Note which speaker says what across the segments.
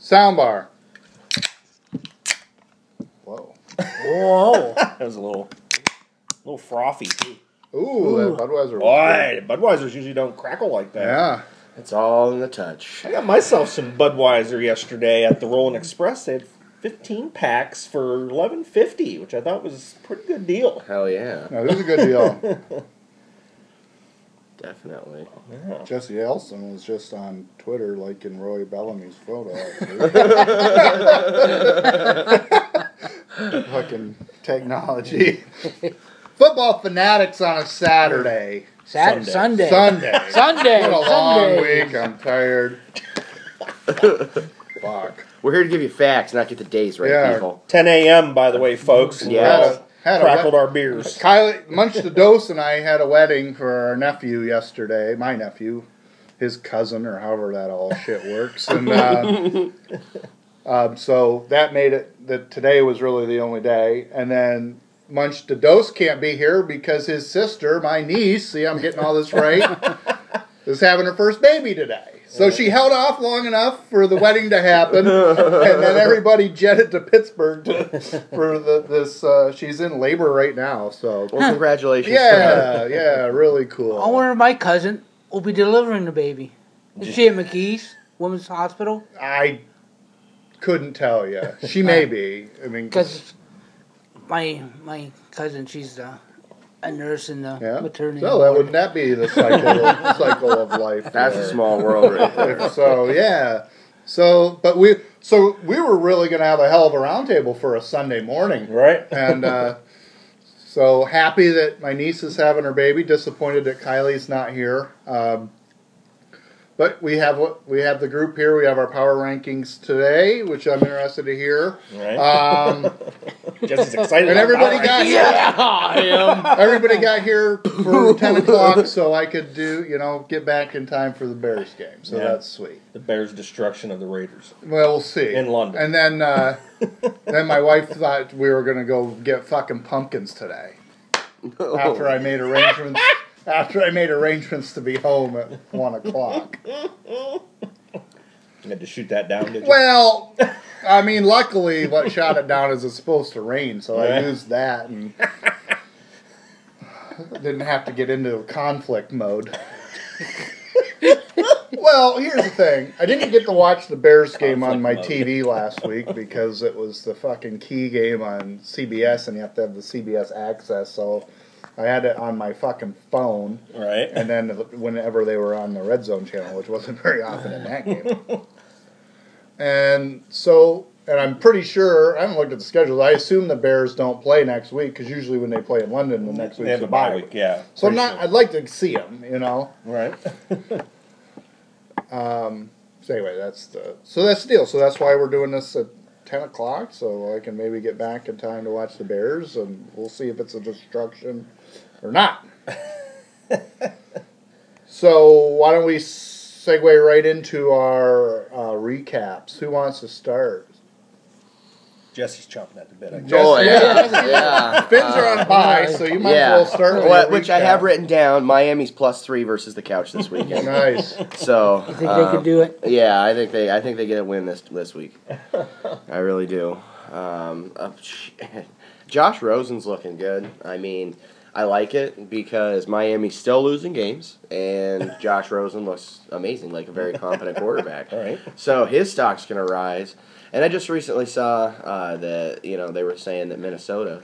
Speaker 1: Soundbar. Whoa.
Speaker 2: Whoa.
Speaker 3: That was a little, little frothy too.
Speaker 1: Ooh, that Budweiser.
Speaker 3: Boy, Budweisers usually don't crackle like that.
Speaker 1: Yeah.
Speaker 2: it's all in the touch.
Speaker 3: I got myself some Budweiser yesterday at the Rolling Express. They had 15 packs for 11.50, which I thought was a pretty good deal.
Speaker 2: Hell yeah.
Speaker 1: Now, this is a good deal.
Speaker 2: Definitely.
Speaker 3: Yeah.
Speaker 1: Jesse Elson was just on Twitter liking Roy Bellamy's photo. Fucking technology. Football fanatics on a Saturday.
Speaker 3: Sat-
Speaker 1: Sunday.
Speaker 3: Sunday.
Speaker 1: Sunday.
Speaker 4: Sunday.
Speaker 1: What a long
Speaker 4: Sunday.
Speaker 1: week. I'm tired. Fuck.
Speaker 2: We're here to give you facts, not get the days right,
Speaker 1: Yeah.
Speaker 2: people.
Speaker 3: 10 a.m., by the way, folks. and we
Speaker 2: Yeah.
Speaker 3: all
Speaker 1: Had a- had a
Speaker 3: crackled
Speaker 1: wet-
Speaker 3: our beers.
Speaker 1: Kylie Munch the Dose and I had a wedding for our nephew yesterday. My nephew, his cousin, or however that all shit works. And uh, um, so that made it that today was really the only day. And then Munch the Dose can't be here because his sister, my niece, see, I'm getting all this right, is having her first baby today. So she held off long enough for the wedding to happen, and then everybody jetted to Pittsburgh to, for the, this. Uh, she's in labor right now, so
Speaker 2: Well, congratulations.
Speaker 1: yeah, yeah, really cool.
Speaker 4: I wonder if my cousin will be delivering the baby. Is she at McGee's Women's Hospital?
Speaker 1: I couldn't tell you. She may be. I mean,
Speaker 4: Because my my cousin, she's a, a nurse in the
Speaker 1: yeah.
Speaker 4: maternity.
Speaker 1: So uh, that
Speaker 4: ward.
Speaker 1: wouldn't that be the cycle cycle of life?
Speaker 2: That's
Speaker 1: there.
Speaker 2: a small world right there.
Speaker 1: So yeah. So but we so we were really gonna have a hell of a roundtable for a Sunday morning,
Speaker 3: Right?
Speaker 1: and uh, so happy that my niece is having her baby. Disappointed that Kylie's not here. Um, but we have what- we have the group here. We have our power rankings today, which I'm interested to hear.
Speaker 3: Right?
Speaker 1: Um,
Speaker 3: Jesse's excited.
Speaker 1: and
Speaker 3: about
Speaker 1: everybody
Speaker 3: that.
Speaker 1: got
Speaker 4: Yeah, I am.
Speaker 1: everybody got here for ten o'clock, so I could do you know get back in time for the Bears game. So
Speaker 3: Yeah.
Speaker 1: that's sweet.
Speaker 3: The Bears' destruction of the Raiders.
Speaker 1: Well, we'll see.
Speaker 3: In London.
Speaker 1: And then uh, then my wife thought we were gonna go get fucking pumpkins today. After I made arrangements after I made arrangements to be home at one o'clock.
Speaker 3: You had to shoot that down, did you?
Speaker 1: Well I mean luckily what shot it down is it's supposed to rain, so I
Speaker 3: Yeah.
Speaker 1: used that and didn't have to get into conflict mode. well, here's the thing. I didn't get to watch the Bears game on my
Speaker 3: Conflict
Speaker 1: TV last week because it was the fucking key game on CBS and you have to have the CBS access. So I had it on my fucking phone
Speaker 3: right?
Speaker 1: and then whenever they were on the Red Zone channel, which wasn't very often in that game. and so, and I'm pretty sure I haven't looked at the schedule. I assume the Bears don't play next week because usually when they play in London, the next
Speaker 3: they
Speaker 1: week's
Speaker 3: have
Speaker 1: a
Speaker 3: a
Speaker 1: bye week.
Speaker 3: week, yeah.
Speaker 1: So I'm not. I'd like to see them. You know.
Speaker 3: Right?
Speaker 1: So anyway, that's the so that's the deal. So that's why we're doing this at ten o'clock, so I can maybe get back in time to watch the Bears, and we'll see if it's a destruction or not. so why don't we segue right into our uh, recaps? Who wants to start?
Speaker 3: Jesse's chomping at the bit. I guess.
Speaker 2: Oh,
Speaker 1: Jesse-
Speaker 2: yeah. yeah.
Speaker 1: Fins are on high, so you might as well start with
Speaker 2: Well,
Speaker 1: your
Speaker 2: which I have
Speaker 1: recap.
Speaker 2: written down. Miami's plus three versus the couch this weekend.
Speaker 1: Nice.
Speaker 2: So
Speaker 4: You think they
Speaker 2: um,
Speaker 4: could do it?
Speaker 2: Yeah, I think they. I think they get a win this this week. I really do. Um, uh, Josh Rosen's looking good. I mean, I like it because Miami's still losing games, and Josh Rosen looks amazing, like a very competent quarterback.
Speaker 3: All right.
Speaker 2: So his stock's gonna rise. And I just recently saw uh, that you know they were saying that Minnesota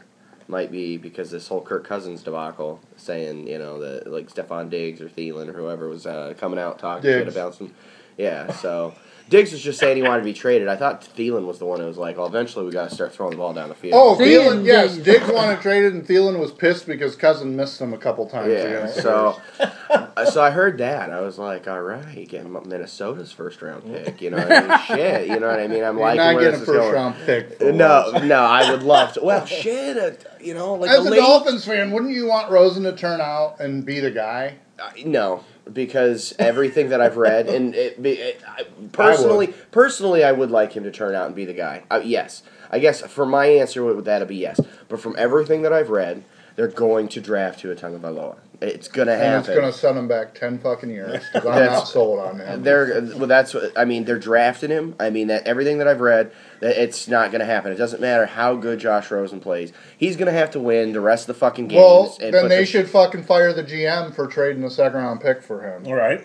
Speaker 2: might be because this whole Kirk Cousins debacle, saying you know that like Stephon Diggs or Thielen or whoever was uh, coming out talking shit
Speaker 1: Diggs.
Speaker 2: about some, yeah. So Diggs was just saying he wanted to be traded. I thought Thielen was the one who was like, well, eventually we got to start throwing the ball down the field.
Speaker 1: Oh,
Speaker 4: Thielen,
Speaker 1: Thielen, yes.
Speaker 4: yeah.
Speaker 1: Diggs wanted traded, and Thielen was pissed because Cousin missed him a couple times.
Speaker 2: Yeah,
Speaker 1: against the
Speaker 2: so uh, so I heard that. I was like, all right, get Minnesota's first round pick. You know what I mean? Shit, you know what I mean? I'm
Speaker 1: Bears. You're
Speaker 2: like,
Speaker 1: not
Speaker 2: where
Speaker 1: getting a
Speaker 2: this is
Speaker 1: first
Speaker 2: going.
Speaker 1: round pick. for Rosen.
Speaker 2: No, no, I would love to. Well, shit, uh, you know, like
Speaker 1: As
Speaker 2: a
Speaker 1: a
Speaker 2: late-
Speaker 1: Dolphins fan, wouldn't you want Rosen to turn out and be the guy?
Speaker 2: Uh, no, because everything that I've read, and it, be- it, I, personally, personally, I would like him to turn out and be the guy. Uh, yes, I guess for my answer would that'd be yes. But from everything that I've read, they're going to draft Tua Tagovailoa. It's gonna
Speaker 1: and it's
Speaker 2: happen.
Speaker 1: going to send him back 10 fucking years 'cause I'm not
Speaker 2: That's-
Speaker 1: sold on him.
Speaker 2: They're well. That's what I mean. They're drafting him. I mean that everything that I've read, that it's not going to happen. It doesn't matter how good Josh Rosen plays. He's going to have to win the rest of the fucking games.
Speaker 1: Well, then
Speaker 2: put
Speaker 1: they
Speaker 2: the-
Speaker 1: should fucking fire the GM for trading the second round pick for him.
Speaker 3: All right.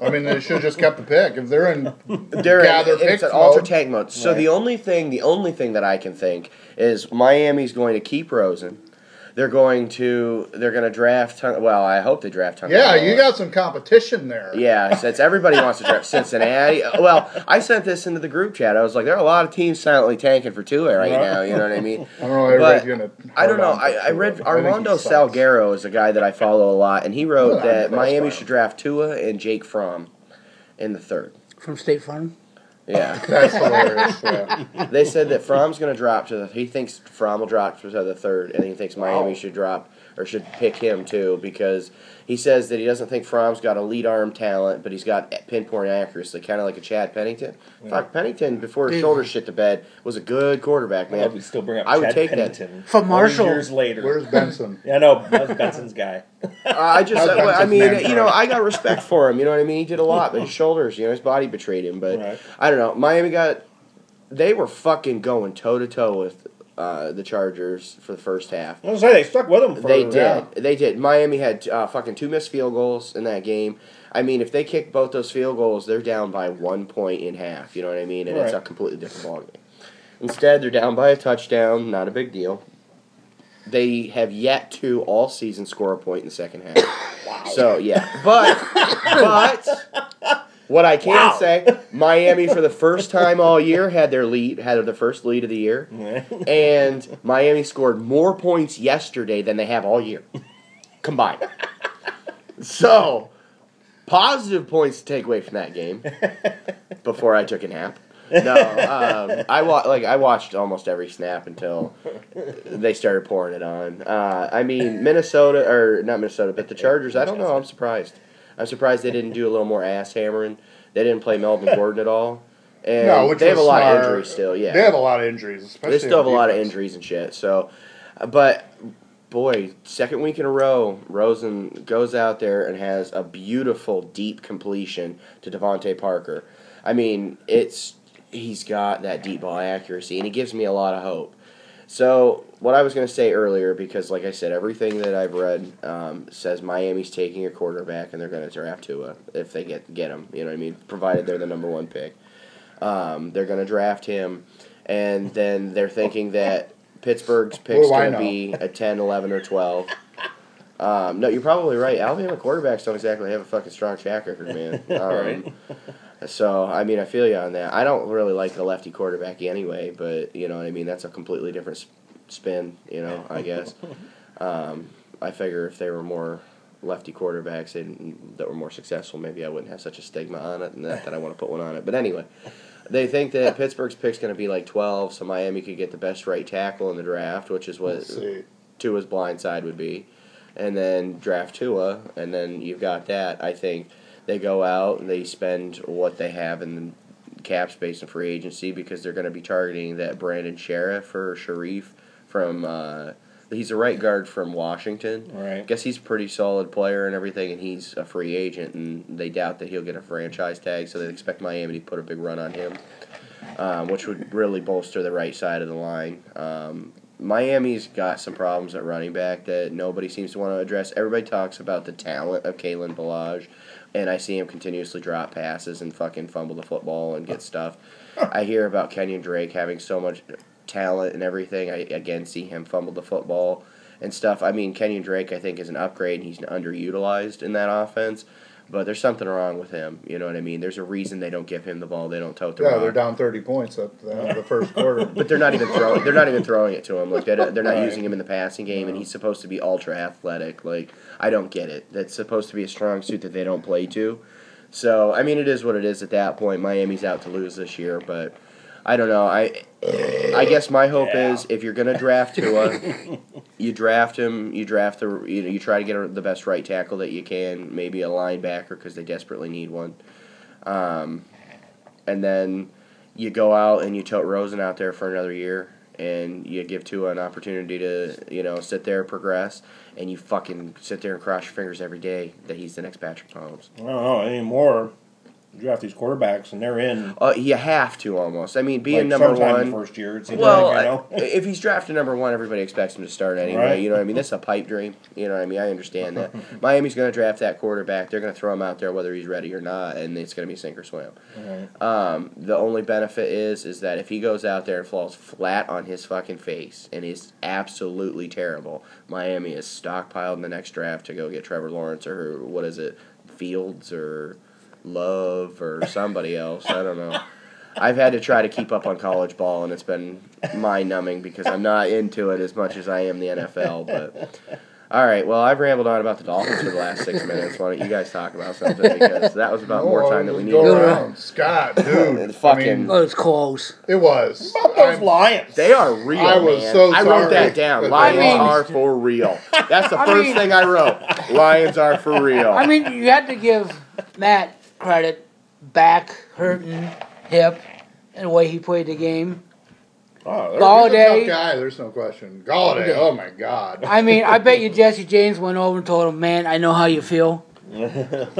Speaker 1: I mean, they should have just kept the pick. If they're in
Speaker 2: They're
Speaker 1: gather
Speaker 2: in, it's
Speaker 1: picks
Speaker 2: an alter
Speaker 1: mode,
Speaker 2: tag mode. So the only thing, the only thing that I can think is Miami's going to keep Rosen. They're going to. They're going to draft. Hun- Well, I hope they draft. Hunter
Speaker 1: yeah, you
Speaker 2: Waller.
Speaker 1: got some competition there.
Speaker 2: Yeah, since everybody wants to draft Cincinnati. uh, Well, I sent this into the group chat. I was like, there are a lot of teams silently tanking for Tua right now. You know what I mean?
Speaker 1: I don't know. Everybody's
Speaker 2: But-
Speaker 1: gonna.
Speaker 2: I don't know.
Speaker 1: hold on
Speaker 2: I,
Speaker 1: to
Speaker 2: I
Speaker 1: Tua.
Speaker 2: read
Speaker 1: think he
Speaker 2: Armando
Speaker 1: sucks.
Speaker 2: Salguero is a guy that I follow a lot, and he wrote
Speaker 1: Yeah,
Speaker 2: that
Speaker 1: I'm impressed by
Speaker 2: Miami
Speaker 1: him.
Speaker 2: should draft Tua and Jake Fromm in the third.
Speaker 4: From State Farm.
Speaker 2: Yeah,
Speaker 1: That's hilarious. Yeah.
Speaker 2: they said that Fromm's going to drop to the. He thinks Fromm will drop to the third, and he thinks
Speaker 3: Oh.
Speaker 2: Miami
Speaker 1: Wow.
Speaker 2: should drop or should pick him too because he says that he doesn't think Fromm's got elite arm talent, but he's got pinpoint accuracy, kind of like a Chad Pennington. Fuck Pennington before his
Speaker 4: Dude.
Speaker 2: shoulder shit the bed was a good quarterback,
Speaker 3: I
Speaker 2: man.
Speaker 3: love you still bring up
Speaker 2: I would
Speaker 3: Chad
Speaker 2: take that.
Speaker 3: Pennington.
Speaker 4: For
Speaker 3: all these
Speaker 4: Marshall.
Speaker 3: Years later.
Speaker 1: Where's Benson?
Speaker 3: yeah, no, that was Benson's guy.
Speaker 2: Uh, I just,
Speaker 1: How's
Speaker 2: I,
Speaker 1: that
Speaker 2: I mean,
Speaker 1: just
Speaker 2: you know,
Speaker 1: mankind?
Speaker 2: I got respect for him. You know what I mean? He did a lot, but his shoulders, you know, his body betrayed him. But
Speaker 3: Right.
Speaker 2: I don't know. Miami got, they were fucking going toe to toe with uh, the Chargers for the first half.
Speaker 3: I was gonna say they stuck with him. For, uh,
Speaker 2: They did.
Speaker 3: Yeah.
Speaker 2: They did. Miami had uh, fucking two missed field goals in that game. I mean, if they kick both those field goals, they're down by one point in half. You know what I mean? And it's a
Speaker 3: Right.
Speaker 2: completely different ballgame. Instead, they're down by a touchdown. Not a big deal. They have yet to all season score a point in the second half. So yeah, but but what I can
Speaker 3: Wow.
Speaker 2: say, Miami for the first time all year had their lead, had the first lead of the year and Miami scored more points yesterday than they have all year combined. so, positive points to take away from that game. Before I took a nap. No, um, I wa- like I watched almost every snap until they started pouring it on. Uh, I mean, Minnesota or not Minnesota, but the Chargers. I don't know. I'm surprised. I'm surprised they didn't do a little more ass hammering. They didn't play Melvin Gordon at all. And
Speaker 1: No, which
Speaker 2: they have a
Speaker 1: was
Speaker 2: lot of
Speaker 1: smart.
Speaker 2: injuries still. Yeah,
Speaker 1: They have a lot of injuries. Especially
Speaker 2: they still have a
Speaker 1: on
Speaker 2: lot of
Speaker 1: defense.
Speaker 2: injuries and shit. So, uh, but boy, second week in a row, Rosen goes out there and has a beautiful deep completion to Devontae Parker. I mean, it's he's got that deep ball accuracy, and he gives me a lot of hope. So, what I was going to say earlier, because like I said, everything that I've read um, says Miami's taking a quarterback and they're going to draft Tua if they get get him. You know what I mean? Provided they're the number one pick, um, they're going to draft him, and then they're thinking that Pittsburgh's pick's
Speaker 1: do I
Speaker 2: going to
Speaker 1: know?
Speaker 2: be a 10, 11, or twelve. Um, no, you're probably right. Alabama quarterbacks don't exactly have a fucking strong track record, man. Um,
Speaker 3: Right.
Speaker 2: So I mean, I feel you on that. I don't really like the lefty quarterback anyway, but you know what I mean. That's a completely different s- spin. You know, I guess. Um, I figure if they were more lefty quarterbacks and that were more successful, maybe I wouldn't have such a stigma on it, and not that I want to put one on it. But anyway, they think that Pittsburgh's pick's going to be like twelve, so Miami could get the best right tackle in the draft, which is what
Speaker 1: Let's see.
Speaker 2: Tua's blind side would be, and then draft Tua, and then you've got that. I think they go out and they spend what they have in cap space and free agency because they're going to be targeting that Brandon Sheriff or Sharif from. Uh, he's a right guard from Washington. I
Speaker 3: Right.
Speaker 2: guess he's a pretty solid player and everything, and he's a free agent, and they doubt that he'll get a franchise tag, so they expect Miami to put a big run on him, um, which would really bolster the right side of the line. Um, Miami's got some problems at running back that nobody seems to want to address. Everybody talks about the talent of Kalen Balaj, and I see him continuously drop passes and fucking fumble the football and get stuff. I hear about Kenyon Drake having so much talent and everything. I again see him fumble the football and stuff. I mean, Kenyon Drake, I think, is an upgrade, and he's underutilized in that offense. But there's something wrong with him. You know what I mean? There's a reason they don't give him the ball. They don't tote the
Speaker 1: Yeah,
Speaker 2: rock.
Speaker 1: they're down 30 points at the, the first quarter.
Speaker 2: But they're not even throwing. They're not even throwing it to him. Like they don't- they're not
Speaker 3: Right.
Speaker 2: using him in the passing game, and he's supposed to be ultra athletic. Like I don't get it. That's supposed to be a strong suit that they don't play to. So I mean, it is what it is at that point. Miami's out to lose this year, but I don't know. I I guess my hope
Speaker 3: Yeah.
Speaker 2: is if you're gonna draft Tua, you draft him. You draft the. You know, you try to get a, the best right tackle that you can. Maybe a linebacker because they desperately need one. Um, and then you go out and you tote Rosen out there for another year, and you give Tua an opportunity to, you know, sit there, progress, and you fucking sit there and cross your fingers every day that he's the next Patrick Mahomes.
Speaker 3: I don't know anymore. You draft these quarterbacks and they're in
Speaker 2: Uh, you have to almost. I mean, being
Speaker 3: like,
Speaker 2: number
Speaker 3: sometime
Speaker 2: one.
Speaker 3: the first year. It seems
Speaker 2: Well,
Speaker 3: like, you know.
Speaker 2: I- if he's drafted number one, everybody expects him to start anyway.
Speaker 3: Right.
Speaker 2: You know what I mean? This is a pipe dream. You know what I mean? I understand that. Miami's going to draft that quarterback. They're going to throw him out there whether he's ready or not, and it's going to be sink or swim. Um, the only benefit is is that if he goes out there and falls flat on his fucking face and is absolutely terrible, Miami is stockpiled in the next draft to go get Trevor Lawrence or what is it, Fields or Love or somebody else. I don't know. I've had to try to keep up on college ball, and it's been mind numbing because I'm not into it as much as I am the NFL. But all right, well, I've rambled on about the Dolphins for the last six minutes. Why don't you guys talk about something because that was about more time than we
Speaker 1: Go
Speaker 2: needed.
Speaker 1: around. Scott, dude. I
Speaker 2: Fucking-
Speaker 1: mean,
Speaker 4: Oh, it's close.
Speaker 1: it was.
Speaker 3: Fuck those
Speaker 1: I'm-
Speaker 3: Lions.
Speaker 2: They are real.
Speaker 1: I was
Speaker 2: man.
Speaker 1: so
Speaker 2: I wrote
Speaker 1: sorry.
Speaker 2: that down.
Speaker 1: I
Speaker 2: Lions
Speaker 4: mean-
Speaker 2: are for real. That's the
Speaker 4: I
Speaker 2: first
Speaker 4: mean-
Speaker 2: thing I wrote. Lions are for real.
Speaker 4: I mean, you have to give Matt credit. Back hurting, hip, and the way he played the game.
Speaker 1: he's a
Speaker 3: Oh, they're-
Speaker 1: tough
Speaker 4: Galladay.
Speaker 1: guy. There's no question. Galladay. Oh my God.
Speaker 4: I mean, I bet you Jesse James went over and told him, "Man, I know how you feel." on the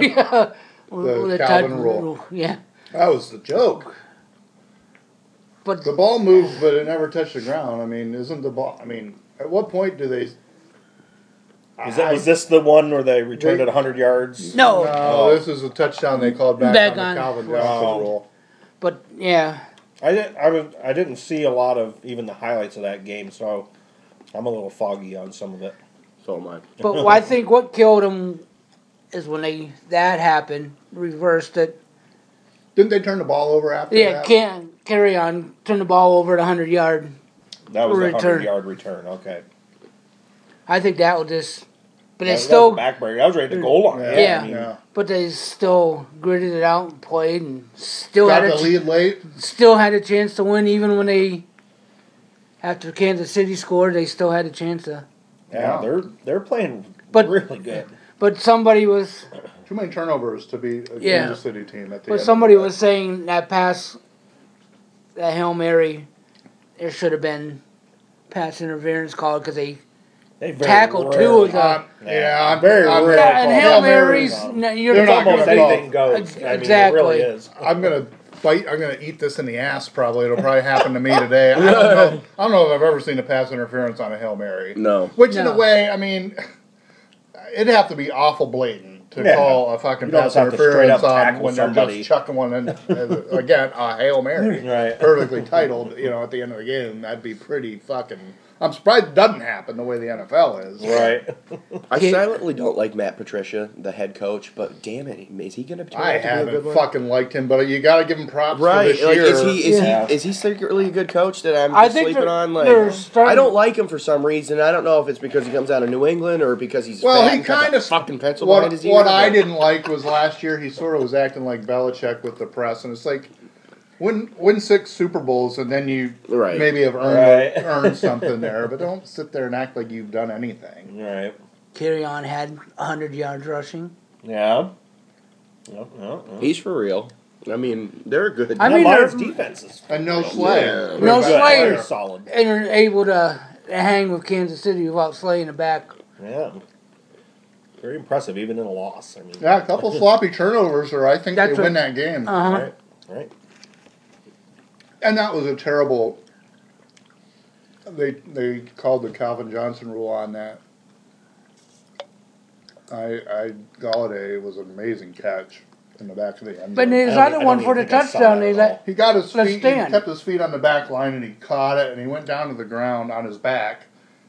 Speaker 4: yeah, on
Speaker 1: The Calvin
Speaker 4: on touch-
Speaker 1: rule.
Speaker 4: Yeah,
Speaker 1: That was the joke.
Speaker 4: but
Speaker 1: The ball moved, but it never touched the ground. I mean, isn't the ball? I mean, at what point do they?
Speaker 3: was, that, was this the one where they returned
Speaker 1: They-
Speaker 3: it 100 yards?
Speaker 4: no,
Speaker 1: No, this is a touchdown they called back,
Speaker 4: Oh. Back
Speaker 1: on,
Speaker 4: on.
Speaker 1: the Calvin Johnson
Speaker 3: Wow.
Speaker 1: rule.
Speaker 4: but yeah,
Speaker 3: I didn't. I was. I didn't see a lot of even the highlights of that game, so I'm a little foggy on some of it.
Speaker 2: so am I.
Speaker 4: but what I think what killed him is when they that happened, reversed it.
Speaker 1: Didn't they turn the ball over after
Speaker 4: Yeah,
Speaker 1: that?
Speaker 4: can carry on, turn the ball over at hundred yard.
Speaker 3: That was a
Speaker 4: Return.
Speaker 3: 100 yard return. Okay,
Speaker 4: I think that would just,
Speaker 3: that,
Speaker 4: but they
Speaker 3: was-
Speaker 4: still,
Speaker 3: that was a backbreaker. I was right at the goal line.
Speaker 1: Yeah.
Speaker 4: Yeah.
Speaker 3: I mean,
Speaker 1: yeah.
Speaker 4: but they still gritted it out and played and still
Speaker 1: Got
Speaker 4: had
Speaker 1: the
Speaker 4: a ch-
Speaker 1: lead late.
Speaker 4: still had a chance to win even when they. After Kansas City scored, they still had a chance to.
Speaker 3: yeah,
Speaker 1: Yeah.
Speaker 3: they're they're playing
Speaker 4: But-
Speaker 3: really good.
Speaker 4: But somebody was
Speaker 1: Too many turnovers to be a
Speaker 4: Yeah.
Speaker 1: Kansas City team at the end.
Speaker 4: But somebody
Speaker 1: of that.
Speaker 4: was saying that pass, that Hail Mary, there should have been pass interference called because they.
Speaker 3: They very
Speaker 4: Tackled
Speaker 3: rarely-
Speaker 4: two of them.
Speaker 1: Uh, yeah, I'm
Speaker 3: Very
Speaker 1: I'm,
Speaker 3: rare.
Speaker 4: Yeah, and Hail
Speaker 1: Hail
Speaker 4: Mary's.
Speaker 3: Mary's-
Speaker 4: no, you're
Speaker 1: They're not
Speaker 4: talking
Speaker 3: Almost
Speaker 1: gonna
Speaker 4: about-
Speaker 3: anything goes. I mean, it
Speaker 4: Exactly.
Speaker 3: really is.
Speaker 1: I'm gonna bite. I'm gonna eat this in the ass. Probably it'll probably happen to me today. I don't know. I don't know if I've ever seen a pass interference on a hail mary.
Speaker 2: No.
Speaker 1: Which in
Speaker 4: No.
Speaker 1: a way, I mean, it'd have to be awful blatant to
Speaker 3: Yeah.
Speaker 1: call a fucking
Speaker 3: You don't
Speaker 1: pass
Speaker 3: have to straight up
Speaker 1: interference on
Speaker 3: tackle
Speaker 1: when they're
Speaker 3: somebody.
Speaker 1: just chucking one in. again, a hail mary,
Speaker 3: Right.
Speaker 1: perfectly titled. You know, at the end of the game, that'd be pretty fucking. I'm surprised it doesn't happen the way the NFL is.
Speaker 3: Right.
Speaker 2: I
Speaker 4: Kid-
Speaker 2: silently don't like Matt Patricia, the head coach, but damn it, is he going to turn
Speaker 1: I
Speaker 2: out to be a good
Speaker 1: haven't
Speaker 2: one?
Speaker 1: fucking liked him, but you got to give him props for
Speaker 2: Right,
Speaker 1: this
Speaker 2: like
Speaker 1: year.
Speaker 2: is he is
Speaker 3: Yeah.
Speaker 2: he is he secretly a good coach that I'm
Speaker 4: I
Speaker 2: just
Speaker 4: think
Speaker 2: sleeping
Speaker 4: they're-
Speaker 2: on? Like
Speaker 4: they're starting-
Speaker 2: I don't like him for some reason. I don't know if it's because he comes out of New England or because he's
Speaker 1: Well,
Speaker 2: fat
Speaker 1: he
Speaker 2: and got
Speaker 1: kinda
Speaker 2: the fucking pencil
Speaker 1: What,
Speaker 2: behind his ear,
Speaker 1: what
Speaker 2: but-
Speaker 1: I didn't like was last year he sort of was acting like Belichick with the press, and it's like win win six Super Bowls and then you
Speaker 2: Right.
Speaker 1: maybe have earned
Speaker 3: Right.
Speaker 1: earned something there, but don't sit there and act like you've done anything.
Speaker 3: Right.
Speaker 4: Carry on had 100 yards rushing.
Speaker 3: Yeah. Yep, yep, yep.
Speaker 2: He's for real. I mean, they're good.
Speaker 4: I
Speaker 3: That
Speaker 4: mean,
Speaker 3: Lions
Speaker 4: they're-
Speaker 3: defense is
Speaker 1: And no Slayer,
Speaker 2: Yeah.
Speaker 1: What
Speaker 4: No
Speaker 1: about
Speaker 3: good.
Speaker 4: Slayer.
Speaker 3: They're solid.
Speaker 4: And are able to hang with Kansas City without slaying the back.
Speaker 3: Yeah. Very impressive, even in a loss. I mean,
Speaker 1: Yeah, a couple sloppy turnovers, or I think
Speaker 4: That's
Speaker 1: they
Speaker 4: what-
Speaker 1: win that game.
Speaker 4: Uh huh.
Speaker 3: right, right.
Speaker 1: And that was a terrible. They they called the Calvin Johnson rule on that. I I Galladay was an amazing catch in the back of the end.
Speaker 4: But
Speaker 1: zone.
Speaker 3: I
Speaker 4: there's
Speaker 3: don't e- I
Speaker 4: other
Speaker 3: don't
Speaker 4: one
Speaker 3: even
Speaker 4: for the
Speaker 3: think I saw
Speaker 4: touchdown.
Speaker 3: that
Speaker 4: They
Speaker 3: at
Speaker 4: let.
Speaker 1: He got his
Speaker 4: Let's
Speaker 1: feet. He
Speaker 4: stand.
Speaker 1: kept his feet on the back line, and he caught it, and he went down to the ground on his back,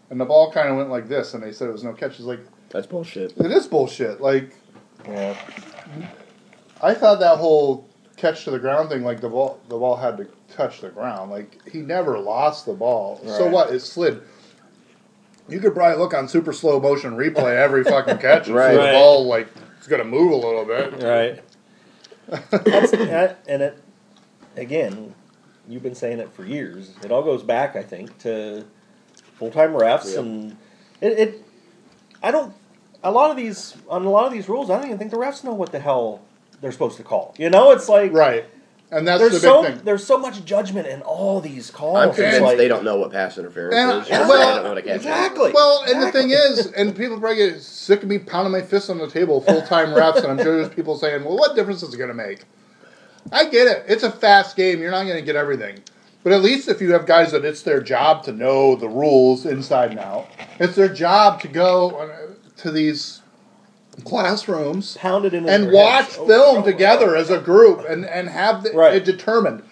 Speaker 1: and the ball kind of went like this. And they said it was no catch. He's like,
Speaker 2: That's bullshit.
Speaker 1: it is bullshit. Like
Speaker 3: Yeah.
Speaker 1: I thought that whole catch to the ground thing, like the ball, the ball had to touch the ground. Like he never lost the ball. So
Speaker 3: Right.
Speaker 1: what? It slid. You could probably look on super slow motion replay every fucking catch and see the
Speaker 3: Right.
Speaker 1: ball like it's gonna move a little bit.
Speaker 3: Right. That's, that, and it, again, you've been saying it for years. It all goes back, I think, to full time refs
Speaker 2: Yeah.
Speaker 3: and it, it. I don't. A lot of these on a lot of these rules, I don't even think the refs know what the hell they're supposed to call. You know, it's like
Speaker 1: Right. and that's
Speaker 3: There's
Speaker 1: the big
Speaker 3: so
Speaker 1: thing.
Speaker 3: there's so much judgment in all these calls.
Speaker 2: I'm
Speaker 3: It's
Speaker 2: convinced
Speaker 3: like-
Speaker 2: they don't know what pass interference
Speaker 1: And-
Speaker 2: is.
Speaker 1: yeah,
Speaker 2: they
Speaker 1: well,
Speaker 2: don't know what a catch is.
Speaker 3: Exactly.
Speaker 1: Well, and the thing is, and people probably get sick of me pounding my fist on the table full time reps, and I'm sure there's people saying, well, what difference is it going to make? I get it. It's a fast game. You're not going to get everything. But at least if you have guys that it's their job to know the rules inside and out, it's their job to go on, uh, to these classrooms
Speaker 3: pounded into
Speaker 1: and
Speaker 3: their
Speaker 1: watch
Speaker 3: heads over and
Speaker 1: film
Speaker 3: over.
Speaker 1: together as a group and, and have the,
Speaker 3: Right.
Speaker 1: it determined.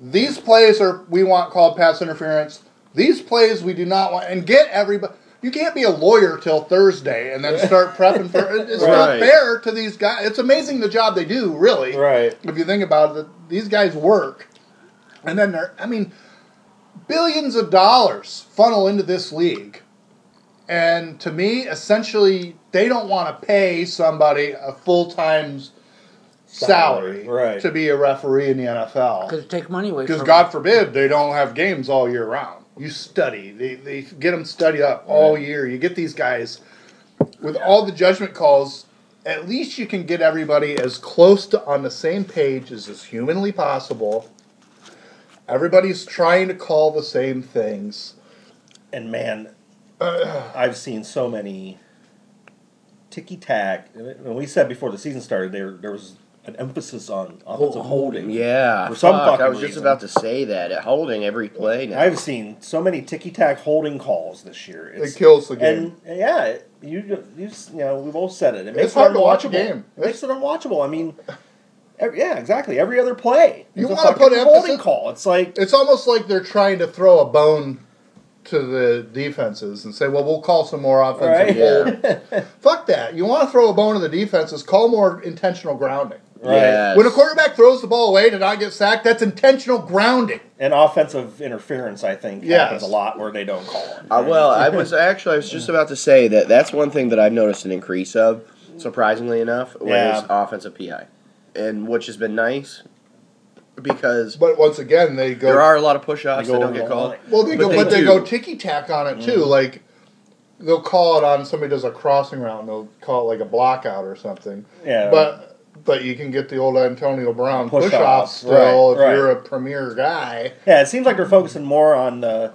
Speaker 1: These plays are we want called pass interference. These plays we do not want, and get everybody. You can't be a lawyer till Thursday and then start prepping for. it- It's not
Speaker 2: Right.
Speaker 1: fair to these guys. It's amazing the job they do, really.
Speaker 3: Right.
Speaker 1: If you think about it, these guys work, and then they're. I mean, billions of dollars funnel into this league. And to me, essentially, they don't want to pay somebody a full time salary,
Speaker 3: Salary, right.
Speaker 1: to be a referee in the NFL.
Speaker 4: Because take money away
Speaker 1: Because
Speaker 4: from
Speaker 1: God forbid they don't have games all year round. You study, they, they get them studied up all year. You get these guys with all the judgment calls. At least you can get everybody as close to on the same page as is humanly possible. Everybody's trying to call the same things.
Speaker 3: And man,
Speaker 1: Uh,
Speaker 3: I've seen so many ticky tack. And we said before the season started, there there was an emphasis on offensive holding.
Speaker 2: Yeah.
Speaker 3: For some
Speaker 2: fuck, I
Speaker 3: fucking
Speaker 2: was just
Speaker 3: reason.
Speaker 2: about to say that. At holding every play now.
Speaker 3: I've seen so many ticky tack holding calls this year.
Speaker 1: It kills the game.
Speaker 3: And and yeah, it- you you s- you know we've all said it. It makes
Speaker 1: It's hard
Speaker 3: it
Speaker 1: to watch a
Speaker 3: unwatchable.
Speaker 1: game.
Speaker 3: It makes it unwatchable. I mean, ev yeah, exactly. Every other play,
Speaker 1: You
Speaker 3: is a
Speaker 1: wanna put
Speaker 3: fucking
Speaker 1: emphasis-
Speaker 3: holding call. It's like
Speaker 1: it's almost like they're trying to throw a bone to the defenses and say, "Well, we'll call some more offensive
Speaker 2: Right.
Speaker 1: hold." Fuck that! You want to throw a bone to the defenses? Call more intentional grounding.
Speaker 3: right.
Speaker 2: Yes.
Speaker 1: When a quarterback throws the ball away to not get sacked, that's intentional grounding.
Speaker 3: And offensive interference, I think,
Speaker 1: Yes.
Speaker 3: happens a lot where they don't call it.
Speaker 2: Uh, well, I was actually I was just about to say that that's one thing that I've noticed an increase of, surprisingly enough, was
Speaker 3: Yeah.
Speaker 2: offensive PI, and which has been nice because
Speaker 1: But once again, they go.
Speaker 2: there are a lot of push-offs
Speaker 3: They
Speaker 2: that
Speaker 3: go
Speaker 2: don't
Speaker 3: over
Speaker 2: get
Speaker 3: the
Speaker 2: called.
Speaker 3: line.
Speaker 1: well, they
Speaker 2: but
Speaker 1: go,
Speaker 2: they
Speaker 1: but they
Speaker 2: do.
Speaker 1: go ticky tack on it
Speaker 3: Mm-hmm.
Speaker 1: too. Like they'll call it on somebody does a crossing route, and they'll call it like a block out or something.
Speaker 3: Yeah.
Speaker 1: But but you can get the old Antonio Brown
Speaker 3: Push
Speaker 1: push, off
Speaker 3: offs,
Speaker 1: still
Speaker 3: right,
Speaker 1: if
Speaker 3: right.
Speaker 1: you're a premier guy.
Speaker 3: Yeah, it seems like they're focusing more on the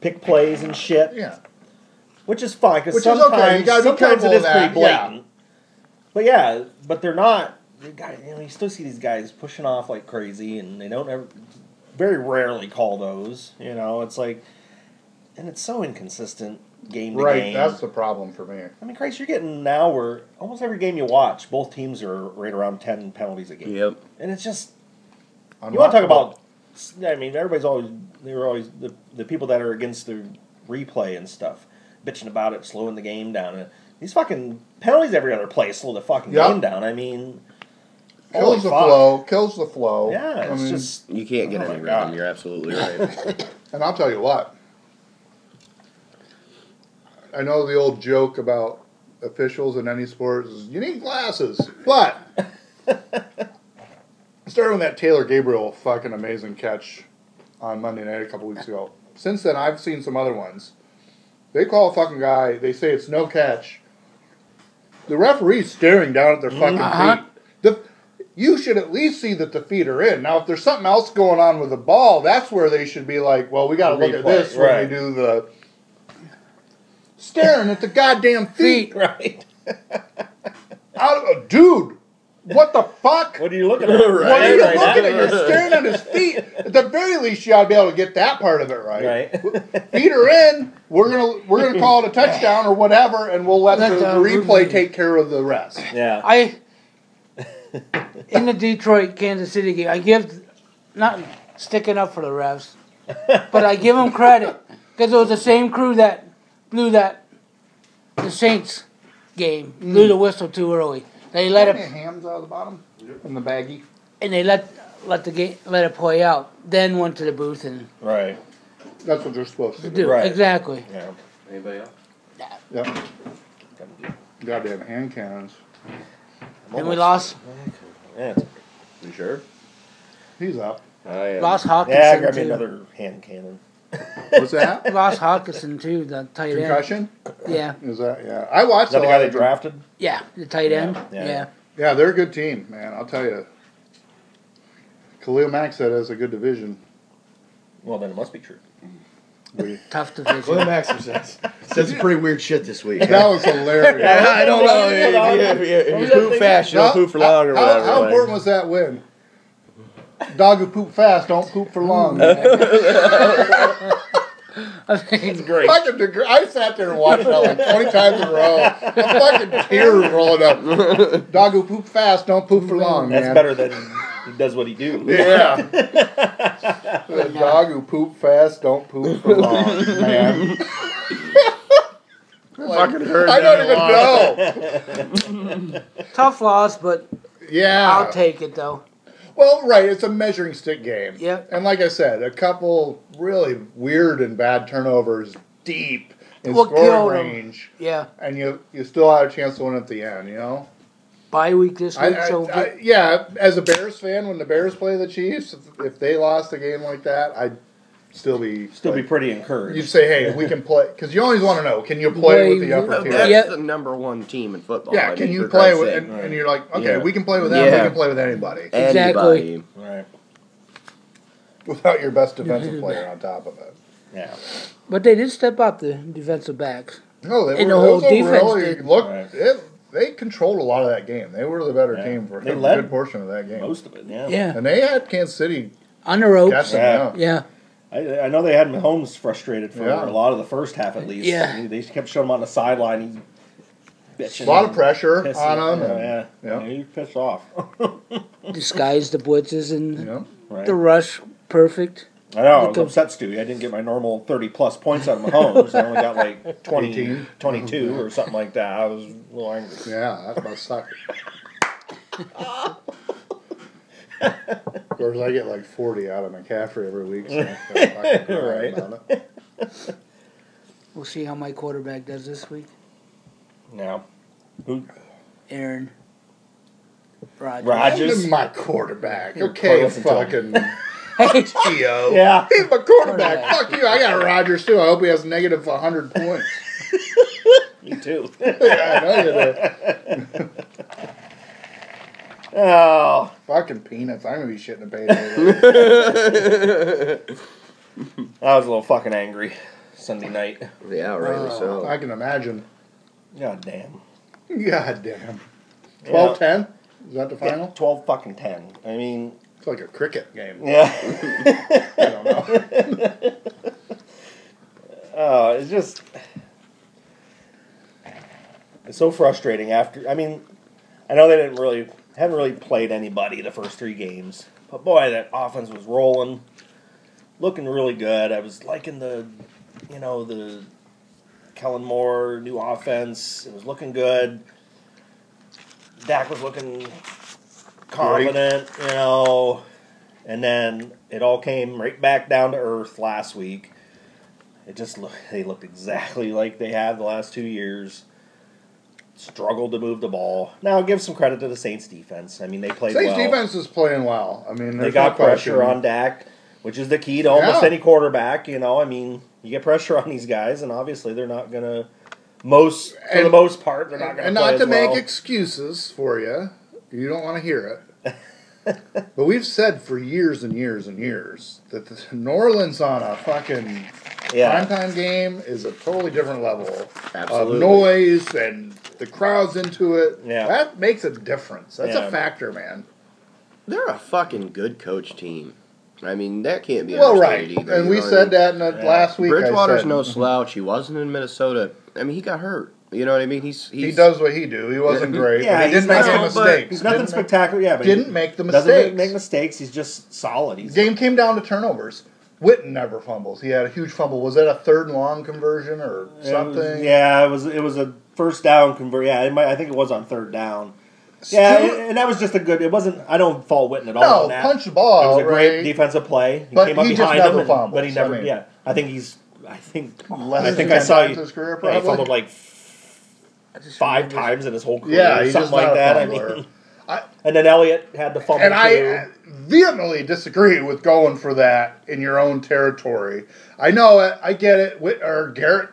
Speaker 3: pick plays and shit,
Speaker 1: Yeah.
Speaker 3: which is fine because
Speaker 1: Which is okay,
Speaker 3: sometimes,
Speaker 1: you gotta be
Speaker 3: sometimes it
Speaker 1: careful
Speaker 3: is
Speaker 1: of
Speaker 3: pretty
Speaker 1: that, yeah.
Speaker 3: blatant. But yeah, but they're not. They got, you know, you still see these guys pushing off like crazy, and they don't ever, very rarely call those. You know, it's like, and it's so inconsistent game to
Speaker 1: Right,
Speaker 3: game.
Speaker 1: that's the problem for me.
Speaker 3: I mean, Christ, you're getting now where almost every game you watch, both teams are right around ten penalties a game,
Speaker 2: Yep.
Speaker 3: and it's just
Speaker 1: I'm
Speaker 3: you want to talk
Speaker 1: not-
Speaker 3: about? I mean, everybody's always they were always the, the people that are against the replay and stuff, bitching about it, slowing the game down. And these fucking penalties every other play slow the fucking
Speaker 1: Yeah.
Speaker 3: game down. I mean, holy
Speaker 1: kills the
Speaker 3: fuck.
Speaker 1: flow, kills the flow.
Speaker 3: Yeah, it's
Speaker 1: I mean,
Speaker 3: just
Speaker 2: You can't get
Speaker 3: Oh my
Speaker 2: any
Speaker 3: God.
Speaker 2: rhythm. You're absolutely right.
Speaker 1: and I'll tell you what. I know the old joke about officials in any sport is you need glasses, but starting with that Taylor Gabriel fucking amazing catch on Monday night a couple weeks ago. Since then, I've seen some other ones. They call a fucking guy. They say it's no catch. The referee's staring down at their fucking
Speaker 4: Uh-huh.
Speaker 3: Mm-hmm.
Speaker 1: feet. The, you should at least see that the feet are in. Now, if there's something else going on with the ball, that's where they should be like, "Well, we got to look at
Speaker 3: Replay,
Speaker 1: this
Speaker 3: right.
Speaker 1: when we do the." Staring at the goddamn feet,
Speaker 4: feet.
Speaker 3: right?
Speaker 1: Out- dude. What the fuck?
Speaker 3: What are you looking at?
Speaker 1: What are you
Speaker 2: Right,
Speaker 3: now?
Speaker 1: looking at? You're staring at his feet. At the very least, you ought to be able to get that part of it right.
Speaker 3: Right.
Speaker 1: Feet are in. We're gonna we're gonna call it a touchdown or whatever, and we'll let the, the
Speaker 4: Touchdown.
Speaker 1: replay take care of the rest.
Speaker 3: yeah.
Speaker 4: I in the Detroit Kansas City game, I give not sticking up for the refs, but I give them credit because it was the same crew that blew that the Saints game blew
Speaker 3: Mm.
Speaker 4: the whistle too early. They let
Speaker 1: Yeah,
Speaker 4: it
Speaker 1: hams out of the bottom in the baggie.
Speaker 4: and they let let the game let it play out. Then went to the booth and
Speaker 3: Right.
Speaker 1: That's what you're supposed to do.
Speaker 4: do
Speaker 3: Right.
Speaker 4: exactly.
Speaker 3: Yeah.
Speaker 2: Anybody else?
Speaker 1: Yep. Goddamn hand cannons.
Speaker 4: And we lost
Speaker 3: Yeah.
Speaker 2: You sure?
Speaker 1: He's up.
Speaker 2: I am.
Speaker 4: lost Hawkinson
Speaker 3: Yeah, grab
Speaker 4: too.
Speaker 3: me another hand cannon.
Speaker 1: What's that?
Speaker 4: Lost Hawkinson too, the tight end.
Speaker 1: Concussion?
Speaker 4: Yeah,
Speaker 1: Is that yeah? I watched
Speaker 3: Is that
Speaker 1: a
Speaker 3: the
Speaker 1: lot
Speaker 3: guy they
Speaker 1: of-
Speaker 3: drafted?
Speaker 4: yeah, the tight end.
Speaker 3: Yeah.
Speaker 4: Yeah,
Speaker 1: Yeah, they're a good team, man. I'll tell you. Khalil Mack said it's a good division.
Speaker 3: Well, then it must be true.
Speaker 1: We,
Speaker 4: Tough
Speaker 2: William
Speaker 4: division.
Speaker 2: Axel says, said some pretty weird shit this week.
Speaker 1: that was hilarious.
Speaker 2: I don't know.
Speaker 3: Hold on.
Speaker 2: If you, if you,
Speaker 3: What was that
Speaker 2: poop
Speaker 3: thing?
Speaker 2: fast, you'll poop for long or
Speaker 1: how,
Speaker 2: whatever.
Speaker 1: How
Speaker 2: like.
Speaker 1: important was that win? Dog who poop fast don't poop for long.
Speaker 4: I think
Speaker 2: Great.
Speaker 1: fucking degre- I sat there and watched that like 20 times in a row. A fucking tear rolling up. Dog who poop fast don't poop for long,
Speaker 3: That's
Speaker 1: man.
Speaker 3: better than he does what he do.
Speaker 1: Yeah. the dog who poop fast don't poop for long, man. Like,
Speaker 2: fucking heard
Speaker 1: I don't
Speaker 2: that
Speaker 1: even
Speaker 2: a lot.
Speaker 1: know.
Speaker 4: tough loss, but I'll
Speaker 1: Yeah.
Speaker 4: take it though.
Speaker 1: well, right. It's a measuring stick game.
Speaker 4: Yep.
Speaker 1: And like I said, a couple really weird and bad turnovers deep in
Speaker 4: What
Speaker 1: scoring
Speaker 4: killed 'em?
Speaker 1: range,
Speaker 4: Yeah,
Speaker 1: and you you still had a chance to win at the end. You know.
Speaker 4: bye week this
Speaker 1: I,
Speaker 4: week,
Speaker 1: I,
Speaker 4: so
Speaker 1: I- yeah, as a Bears fan, when the Bears play the Chiefs, if, if they lost a game like that, I'd still be
Speaker 3: Still be
Speaker 1: like,
Speaker 3: pretty
Speaker 1: You'd
Speaker 3: encouraged.
Speaker 1: say, "Hey, we can play," because you always want to know, can you play with the
Speaker 4: Play with-
Speaker 1: upper tier?
Speaker 2: That's
Speaker 4: Yeah.
Speaker 2: the number one team in football. Oh, I
Speaker 1: Yeah,
Speaker 2: mean,
Speaker 1: can you
Speaker 2: for
Speaker 1: play
Speaker 2: Christ's
Speaker 1: with?
Speaker 2: sake.
Speaker 1: And, and you're like, okay,
Speaker 3: Yeah.
Speaker 1: we can play with them.
Speaker 2: Yeah.
Speaker 1: We can play with anybody
Speaker 4: Exactly.
Speaker 2: Anybody.
Speaker 3: Right.
Speaker 1: without your best defensive player on top of it.
Speaker 3: Yeah.
Speaker 4: but they did step up the defensive backs.
Speaker 1: No, they
Speaker 4: And
Speaker 1: were
Speaker 4: the whole
Speaker 1: those were
Speaker 4: defense
Speaker 1: really
Speaker 4: did.
Speaker 1: look.
Speaker 3: Right.
Speaker 1: It, they controlled a lot of that game. They were the better
Speaker 3: Yeah.
Speaker 1: team for
Speaker 3: They
Speaker 1: a
Speaker 3: led
Speaker 1: good portion of that game,
Speaker 3: Most of it, yeah.
Speaker 4: Yeah,
Speaker 1: and they had Kansas City
Speaker 4: on the ropes.
Speaker 1: guessing.
Speaker 3: Yeah.
Speaker 1: Yeah.
Speaker 4: Yeah,
Speaker 3: I, I know they had Mahomes frustrated for
Speaker 1: Yeah.
Speaker 3: a lot of the first half, at least.
Speaker 4: Yeah.
Speaker 3: They just kept showing him on the sideline. He bitching
Speaker 1: a lot of
Speaker 3: and
Speaker 1: pressure
Speaker 3: pissing.
Speaker 1: on them. and,
Speaker 3: Yeah, yeah.
Speaker 1: yeah.
Speaker 3: And he pissed off.
Speaker 4: disguise the blitzes and
Speaker 1: you know.
Speaker 3: right.
Speaker 4: the rush perfect.
Speaker 3: I know, I was
Speaker 4: the-
Speaker 3: upset, Stewie. I didn't get my normal 30 plus points out of Mahomes. I only got like 20,
Speaker 1: 18.
Speaker 3: 22 or something like that. I was a little angry.
Speaker 1: Yeah, that must suck. of course, I get like 40 out of McCaffrey every week. So I'm fucking crying
Speaker 3: Right.
Speaker 1: about it.
Speaker 4: We'll see how my quarterback does this week,
Speaker 3: Now, who,
Speaker 4: Aaron. Rodgers.
Speaker 3: Rod- I just-
Speaker 1: He's my quarterback.
Speaker 3: You're
Speaker 1: Okay,
Speaker 3: close until-
Speaker 1: fucking
Speaker 4: Hey,
Speaker 1: Geo.
Speaker 3: Yeah.
Speaker 1: He's my quarterback.
Speaker 4: Quarterback.
Speaker 1: Fuck you. I got Rodgers too. I hope he has negative 100 points.
Speaker 3: me too.
Speaker 1: yeah, I know you do.
Speaker 3: oh,
Speaker 1: Fucking peanuts. I'm going to be shitting a payday. later.
Speaker 3: I was a little fucking angry Sunday night.
Speaker 2: Yeah, rightly so.
Speaker 1: Oh, I can imagine.
Speaker 3: God damn.
Speaker 1: God damn.
Speaker 3: Yeah.
Speaker 1: 12 10? Is that the
Speaker 3: Yeah,
Speaker 1: final?
Speaker 3: 12 fucking 10. I mean,
Speaker 1: It's like a cricket game.
Speaker 3: yeah.
Speaker 1: I don't know.
Speaker 3: Oh, it's just it's so frustrating. After I mean, I know they didn't really haven't really played anybody the first three games, but boy, that offense was rolling, looking really good. I was liking the, you know, the Kellen Moore new offense. It was looking good. Dak was looking confident, you know, and then it all came right back down to earth last week. It just look, they looked exactly like they have the last two years. Struggled to move the ball. Now give some credit to the Saints defense. I mean they played
Speaker 1: Saints
Speaker 3: well.
Speaker 1: defense is playing well. I mean,
Speaker 3: they
Speaker 1: there's
Speaker 3: got
Speaker 1: no
Speaker 3: pressure
Speaker 1: question.
Speaker 3: on Dak, which is the key to almost
Speaker 1: Yeah.
Speaker 3: any quarterback. You know, I mean, you get pressure on these guys, and obviously they're not gonna most for the
Speaker 1: And-
Speaker 3: most part they're not gonna
Speaker 1: and
Speaker 3: play
Speaker 1: not
Speaker 3: as
Speaker 1: to make
Speaker 3: well.
Speaker 1: excuses for you. You don't want to hear it. but we've said for years and years and years that the New Orleans on a fucking
Speaker 3: yeah.
Speaker 1: primetime game is a totally different level
Speaker 2: Absolutely.
Speaker 1: of noise and the crowds into it.
Speaker 3: Yeah.
Speaker 1: That makes a difference. That's
Speaker 3: Yeah.
Speaker 1: a factor, man.
Speaker 2: They're a fucking good coach team. I mean, that can't be.
Speaker 1: well, right.
Speaker 2: understated either,
Speaker 1: And
Speaker 2: you
Speaker 1: we
Speaker 2: know what I mean?
Speaker 1: said that in the
Speaker 3: Yeah.
Speaker 1: last week. I
Speaker 2: Bridgewater's
Speaker 1: said,
Speaker 2: no slouch. He wasn't in Minnesota. I mean, he got hurt. You know what I mean? He's, he's
Speaker 1: He does what he do. He wasn't great.
Speaker 3: Yeah,
Speaker 1: but he
Speaker 3: he's
Speaker 1: didn't make
Speaker 3: not-
Speaker 1: any
Speaker 2: but
Speaker 1: mistakes.
Speaker 3: He's nothing
Speaker 1: Didn't make-
Speaker 3: spectacular. Yeah, but
Speaker 1: Didn't make the
Speaker 3: he doesn't make-
Speaker 1: mistakes.
Speaker 3: make mistakes. He's just solid. He's
Speaker 1: game came down to turnovers. Witten never fumbles. He had a huge fumble. Was that a third and long conversion or
Speaker 3: It was-
Speaker 1: something?
Speaker 3: yeah, it was it was a first down convert. Yeah, it might, I think it was on third down.
Speaker 1: Stu-
Speaker 3: Yeah, and- and that was just a good. It wasn't. I don't fault Witten at all.
Speaker 1: no,
Speaker 3: on Oh, that.
Speaker 1: punch the
Speaker 3: It was
Speaker 1: ball.
Speaker 3: a great
Speaker 1: right?
Speaker 3: defensive play. He
Speaker 1: But
Speaker 3: came up
Speaker 1: he just
Speaker 3: behind
Speaker 1: never
Speaker 3: him, and-
Speaker 1: fumbles,
Speaker 3: but he never.
Speaker 1: I mean.
Speaker 3: yeah, I think he's. I think.
Speaker 1: Less
Speaker 3: I
Speaker 1: than
Speaker 3: think I
Speaker 1: 10
Speaker 3: saw
Speaker 1: times
Speaker 3: you.
Speaker 1: his career,
Speaker 3: yeah, he
Speaker 1: probably.
Speaker 3: fumbled like
Speaker 4: I just
Speaker 3: five
Speaker 4: remembered-
Speaker 3: times in his whole career,
Speaker 1: Yeah,
Speaker 3: or
Speaker 1: he's just
Speaker 3: something
Speaker 1: not
Speaker 3: like
Speaker 1: a
Speaker 3: that. I
Speaker 1: fumbler.
Speaker 3: mean,
Speaker 1: I-
Speaker 3: and then Elliott had the fumble
Speaker 1: and
Speaker 3: too.
Speaker 1: I vehemently disagree with going for that in your own territory. I know it. I get it. Whit, or Garrett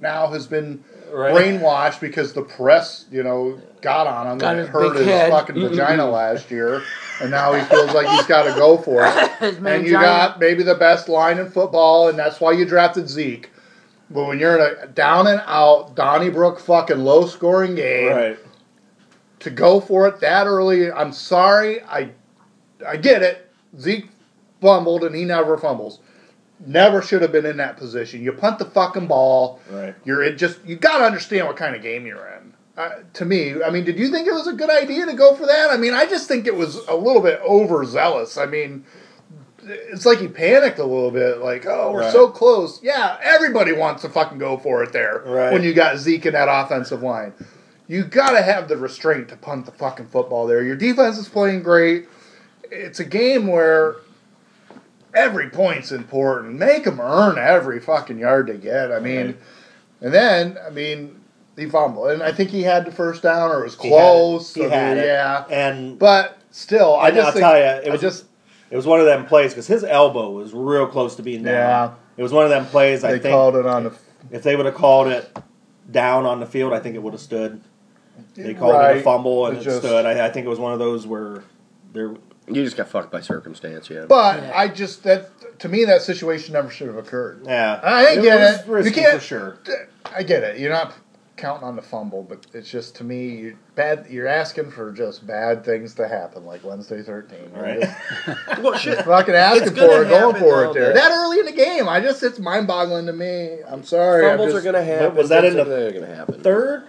Speaker 1: now has been
Speaker 3: Right.
Speaker 1: brainwashed because the press, you know, got on him
Speaker 4: Got
Speaker 1: and it
Speaker 4: his
Speaker 1: hurt
Speaker 4: big
Speaker 1: his
Speaker 4: head. Mm-hmm.
Speaker 1: fucking vagina last year. and now he feels like he's got to go for it.
Speaker 4: His
Speaker 1: And
Speaker 4: man
Speaker 1: you
Speaker 4: Giant.
Speaker 1: got maybe the best line in football, and that's why you drafted Zeke. But when you're in a down and out Donnybrook fucking low scoring game,
Speaker 3: Right.
Speaker 1: to go for it that early. I'm sorry. I I get it. Zeke fumbled and he never fumbles. Never should have been in that position. You punt the fucking ball.
Speaker 3: Right.
Speaker 1: You're in just you got to understand what kind of game you're in. Uh, to me, I mean, did you think it was a good idea to go for that? I mean, I just think it was a little bit overzealous. I mean, it's like he panicked a little bit, like, oh, we're
Speaker 3: Right.
Speaker 1: so close. Yeah, everybody wants to fucking go for it there
Speaker 3: Right.
Speaker 1: when you got Zeke in that offensive line. You gotta have the restraint to punt the fucking football there. Your defense is playing great. It's a game where every point's important. Make them earn every fucking yard they get. I mean,
Speaker 3: Right.
Speaker 1: and then I mean, he fumbled, and I think he had the first down or it was
Speaker 3: He had it.
Speaker 1: close.
Speaker 3: He
Speaker 1: I mean,
Speaker 3: had it.
Speaker 1: yeah,
Speaker 3: And
Speaker 1: but still, I
Speaker 3: And
Speaker 1: just
Speaker 3: I'll
Speaker 1: think,
Speaker 3: tell ya, it
Speaker 1: I
Speaker 3: was-
Speaker 1: just
Speaker 3: It was one of them plays because his elbow was real close to being down.
Speaker 1: Yeah.
Speaker 3: It was one of them plays.
Speaker 1: they
Speaker 3: I think
Speaker 1: called it on the
Speaker 3: if they would have called it down on the field, I think it would have stood. They called it a
Speaker 1: Right.
Speaker 3: fumble and
Speaker 1: It
Speaker 3: it,
Speaker 1: just-
Speaker 3: stood. I, I think it was one of those where there.
Speaker 2: You just got fucked by circumstance, yeah.
Speaker 1: But
Speaker 4: Yeah.
Speaker 1: I just that to me that situation never should have occurred.
Speaker 3: Yeah,
Speaker 1: I
Speaker 3: it,
Speaker 1: get
Speaker 3: was
Speaker 1: it. You
Speaker 3: risky
Speaker 1: can't-
Speaker 3: for sure.
Speaker 1: I get it. You're not counting on the fumble, but it's just to me you bad. You're asking for just bad things to happen, like Wednesday 13. You're
Speaker 3: Right.
Speaker 1: just
Speaker 2: well, shit.
Speaker 1: fucking asking
Speaker 2: gonna
Speaker 1: for it, going
Speaker 2: happen,
Speaker 1: for
Speaker 2: though,
Speaker 1: it there
Speaker 2: Dad.
Speaker 1: that early in the game. I just it's mind boggling to me. I'm sorry. I'm
Speaker 2: Fumbles
Speaker 1: just-
Speaker 2: are going to happen.
Speaker 3: was that in the
Speaker 2: They're gonna happen.
Speaker 3: Third,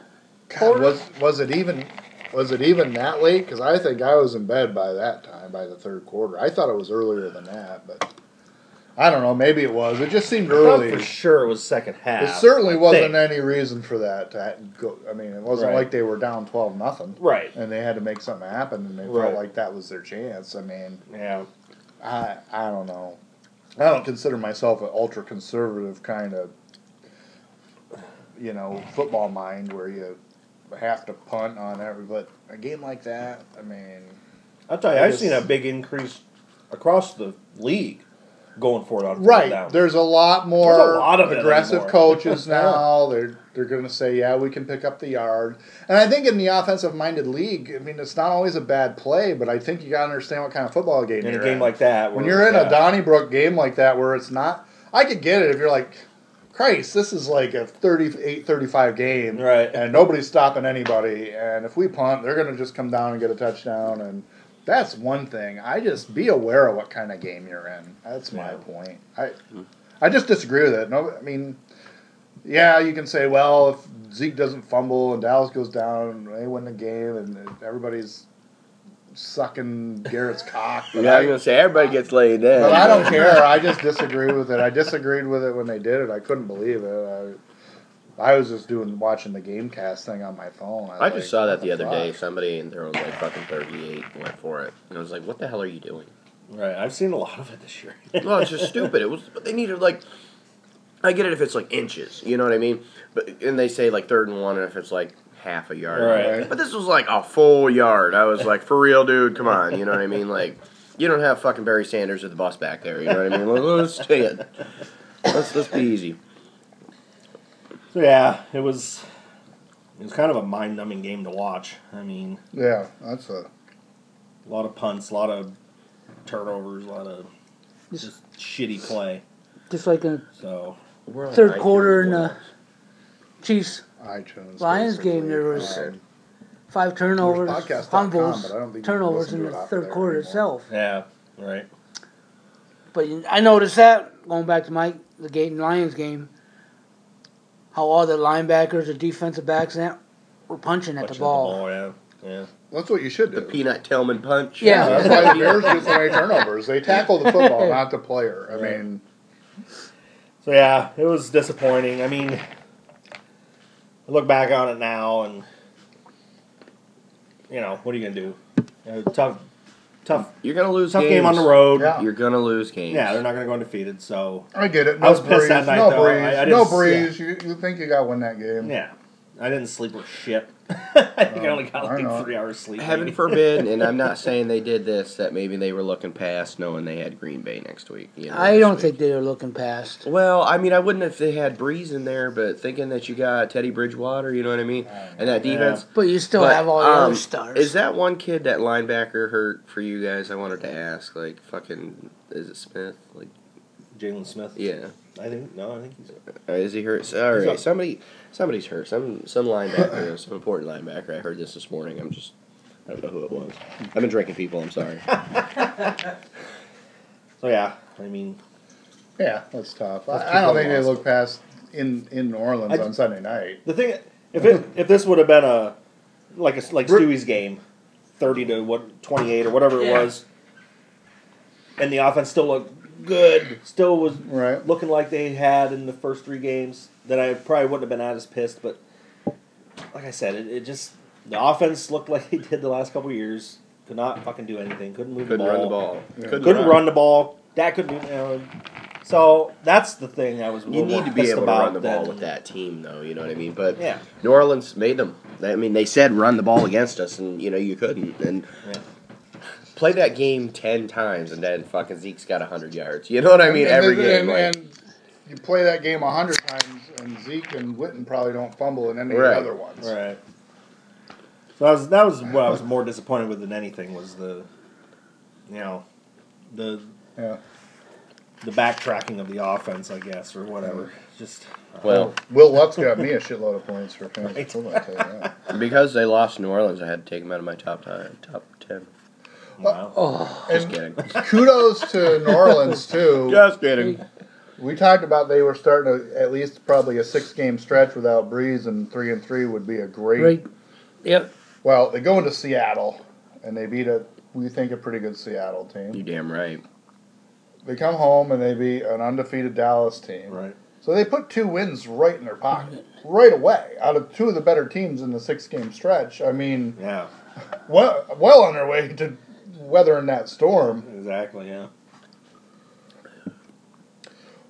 Speaker 1: God, was was it even? Was it even that late? Because I think I was in bed by that time, by the third quarter. I thought it was earlier than that, but I don't know. Maybe it was. It just seemed
Speaker 3: I thought
Speaker 1: early.
Speaker 3: for sure it was second half.
Speaker 1: There certainly
Speaker 3: I
Speaker 1: wasn't
Speaker 3: think.
Speaker 1: any reason for that. To ha- go, I mean, it wasn't
Speaker 3: Right.
Speaker 1: like they were down twelve nothing,
Speaker 3: Right.
Speaker 1: and they had to make something happen, and they
Speaker 3: Right.
Speaker 1: felt like that was their chance. I mean,
Speaker 3: Yeah.
Speaker 1: I I don't know. I don't consider myself an ultra conservative kind of, you know, football mind where you have to punt on every. But a game like that, I mean,
Speaker 3: I'll tell you,
Speaker 1: I
Speaker 3: I've
Speaker 1: just-
Speaker 3: seen a big increase across the league going for it on third
Speaker 1: Right.
Speaker 3: down.
Speaker 1: There's a lot more
Speaker 3: There's a lot of it
Speaker 1: aggressive
Speaker 3: anymore.
Speaker 1: coaches now. They're they're going to say, yeah, we can pick up the yard. And I think in the offensive minded league, I mean, it's not always a bad play, but I think you got to understand what kind of football game
Speaker 3: in a
Speaker 1: you're
Speaker 3: game
Speaker 1: in.
Speaker 3: like that,
Speaker 1: when
Speaker 3: where- uh,
Speaker 1: you're in
Speaker 3: yeah.
Speaker 1: a Donnybrook game like that where it's not. I could get it if you're like, Christ, this is like a 38 35 game.
Speaker 3: Right.
Speaker 1: And nobody's stopping anybody. And if we punt, they're going to just come down and get a touchdown. And that's one thing. I just be aware of what kind of game you're in. That's my
Speaker 3: Yeah. Hmm.
Speaker 1: point. I I just disagree with it. No, I mean, yeah, you can say, well, if Zeke doesn't fumble and Dallas goes down, they win the game, and everybody's sucking Garrett's cock. but
Speaker 2: Yeah, I
Speaker 1: I-
Speaker 2: was going to say, everybody gets laid down.
Speaker 1: but I don't care. I just disagree with it. I disagreed with it when they did it. I couldn't believe it. I, I was just doing watching the Gamecast thing on my phone. was
Speaker 2: I
Speaker 1: like,
Speaker 2: just saw
Speaker 1: what
Speaker 2: that the other
Speaker 1: fuck?
Speaker 2: day. Somebody in their own like fucking 38 went for it. And I was like, what the hell are you doing?
Speaker 3: Right. I've seen a lot of it this year.
Speaker 2: No, it's just stupid. It was but they needed like I get it if it's like inches, you know what I mean? But and they say like third and one and if it's like half a yard.
Speaker 3: Right.
Speaker 2: But this was like a full yard. I was like, for real, dude, come on, you know what I mean? Like you don't have fucking Barry Sanders at the bus back there, you know what I mean? Let- Let's take it. Let's let's be easy.
Speaker 3: So yeah, it was. It was kind of a mind-numbing game to watch. I mean,
Speaker 1: Yeah, that's a
Speaker 3: a lot of punts, a lot of turnovers, a lot of just shitty play.
Speaker 4: Just like in
Speaker 3: So
Speaker 2: We're on
Speaker 4: Third
Speaker 2: iTunes,
Speaker 4: quarter in,
Speaker 2: we're
Speaker 4: uh,
Speaker 2: not-
Speaker 4: Chiefs,
Speaker 1: iTunes
Speaker 4: Lions
Speaker 1: basically.
Speaker 4: game, there was
Speaker 1: Um,
Speaker 4: five turnovers,
Speaker 1: podcast.com,
Speaker 4: fumbles,
Speaker 1: but I don't think you can
Speaker 4: turnovers
Speaker 1: listen
Speaker 4: in
Speaker 1: to
Speaker 4: the
Speaker 1: it off
Speaker 4: third
Speaker 1: there
Speaker 4: quarter
Speaker 1: anymore.
Speaker 4: itself.
Speaker 3: yeah, right.
Speaker 4: But you- I noticed that going back to Mike, the game Lions game, how all the linebackers, the defensive backs, and that were punching at
Speaker 3: Punching
Speaker 4: the ball.
Speaker 3: yeah, yeah.
Speaker 1: that's what you should
Speaker 2: the
Speaker 1: do.
Speaker 2: peanut Tillman punch.
Speaker 4: Yeah.
Speaker 1: that's why the Bears get so many turnovers. They tackle the football, not the player. I
Speaker 3: Right.
Speaker 1: mean,
Speaker 3: So yeah, it was disappointing. I mean, I look back on it now, and you know what are you gonna do? You know, tough, tough,
Speaker 2: You're gonna lose
Speaker 3: tough
Speaker 2: games.
Speaker 3: game on the road.
Speaker 1: Yeah.
Speaker 2: You're gonna lose games.
Speaker 3: Yeah, they're not gonna go undefeated. So
Speaker 1: I get it. No
Speaker 3: I was
Speaker 1: breeze,
Speaker 3: pissed that night,
Speaker 1: no
Speaker 3: though.
Speaker 1: breeze,
Speaker 3: I- I
Speaker 1: no
Speaker 3: just-
Speaker 1: breeze. You, you think you got to win that game?
Speaker 3: yeah, I didn't sleep with shit. I think I only got
Speaker 1: I know.
Speaker 3: like three hours sleep.
Speaker 2: Heaven
Speaker 3: maybe.
Speaker 2: forbid, and I'm not saying they did this, that maybe they were looking past knowing they had Green Bay next week. you know,
Speaker 4: I
Speaker 2: this
Speaker 4: don't
Speaker 2: week.
Speaker 4: think they were looking past.
Speaker 2: Well, I mean, I wouldn't if they had Breeze in there, but thinking that you got Teddy Bridgewater, you know what I mean, and that
Speaker 3: Yeah.
Speaker 2: defense.
Speaker 4: But you still
Speaker 2: But,
Speaker 4: have all the
Speaker 2: um,
Speaker 4: other stars.
Speaker 2: Is that one kid that linebacker hurt for you guys? I wanted to ask, like, fucking, is it Smith? Like,
Speaker 3: Jalen Smith.
Speaker 2: yeah,
Speaker 3: I think no. I think he's.
Speaker 2: Or is he hurt? All
Speaker 3: He's
Speaker 2: right,
Speaker 3: up.
Speaker 2: somebody, somebody's hurt. Some, some linebacker, some important linebacker. I heard this this morning. I'm just, I don't know who it was. I've been drinking, people. I'm sorry.
Speaker 3: So yeah, I mean,
Speaker 1: Yeah, that's tough.
Speaker 3: That's
Speaker 1: I, I don't think they
Speaker 3: lost.
Speaker 1: look past in in New Orleans
Speaker 3: I-
Speaker 1: on Sunday night.
Speaker 3: the thing if it if this would have been a like a like
Speaker 1: Bru-
Speaker 3: Stewie's game, thirty to what twenty eight or whatever
Speaker 4: Yeah.
Speaker 3: it was, and the offense still looked good, still was
Speaker 1: Right.
Speaker 3: looking like they had in the first three games, then I probably wouldn't have been as pissed. But like I said, it, it just the offense looked like they did the last couple of years. Could not fucking do anything. Couldn't move
Speaker 2: Couldn't
Speaker 3: the ball.
Speaker 2: run the ball.
Speaker 1: Yeah.
Speaker 3: Couldn't run the ball. That could be. You know, so that's the thing I was. a
Speaker 2: You
Speaker 3: little more
Speaker 2: need to be
Speaker 3: pissed
Speaker 2: able to
Speaker 3: about
Speaker 2: run the ball
Speaker 3: than-
Speaker 2: with that team, though. You know what I mean? But
Speaker 3: Yeah.
Speaker 2: New Orleans made them. I mean, they said run the ball against us, and you know you couldn't. And
Speaker 3: Yeah.
Speaker 2: play that game ten times, and then fucking Zeke's got hundred yards. You know what I mean?
Speaker 1: And-
Speaker 2: Every
Speaker 1: and, and,
Speaker 2: game, like,
Speaker 1: and you play that game a hundred times, and Zeke and Witten probably don't fumble in any
Speaker 2: Right.
Speaker 1: of the other ones.
Speaker 3: Right. So that was that was what I was more disappointed with than anything was the, you know, the
Speaker 1: Yeah.
Speaker 3: the backtracking of the offense, I guess, or whatever. Just
Speaker 2: well,
Speaker 1: Will Lutz got me a shitload of points for fantasy football. I'll tell you that.
Speaker 2: because they lost to New Orleans, I had to take them out of my top time, top ten.
Speaker 3: wow.
Speaker 4: oh,
Speaker 2: Just
Speaker 1: And
Speaker 2: kidding.
Speaker 1: kudos to New Orleans too.
Speaker 2: Just kidding.
Speaker 1: We talked about they were starting to, at least probably a six game stretch without Breeze, and three and three would be a great.
Speaker 4: great. Yep.
Speaker 1: Well, they go into Seattle, and they beat a we think a pretty good Seattle
Speaker 2: You
Speaker 1: team.
Speaker 2: damn right.
Speaker 1: They come home and they beat an undefeated Dallas team.
Speaker 3: Right.
Speaker 1: So they put two wins right in their pocket right away out of two of the better teams in the six game stretch. I mean,
Speaker 3: Yeah.
Speaker 1: well, well on their way to weathering that storm.
Speaker 3: Exactly. Yeah.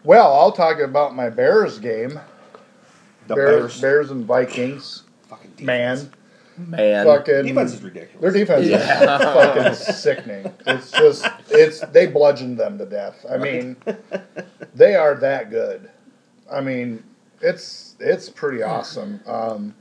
Speaker 1: Well, I'll talk about my Bears game.
Speaker 3: The
Speaker 1: Bears,
Speaker 3: Bears.
Speaker 1: Bears and Vikings.
Speaker 3: Fucking defense.
Speaker 1: Man,
Speaker 2: Man,
Speaker 1: fucking
Speaker 3: Defense is ridiculous.
Speaker 1: Their defense is fucking sickening. It's just it's they bludgeoned them to death. I mean, they are that good. I mean, it's it's pretty awesome. Um,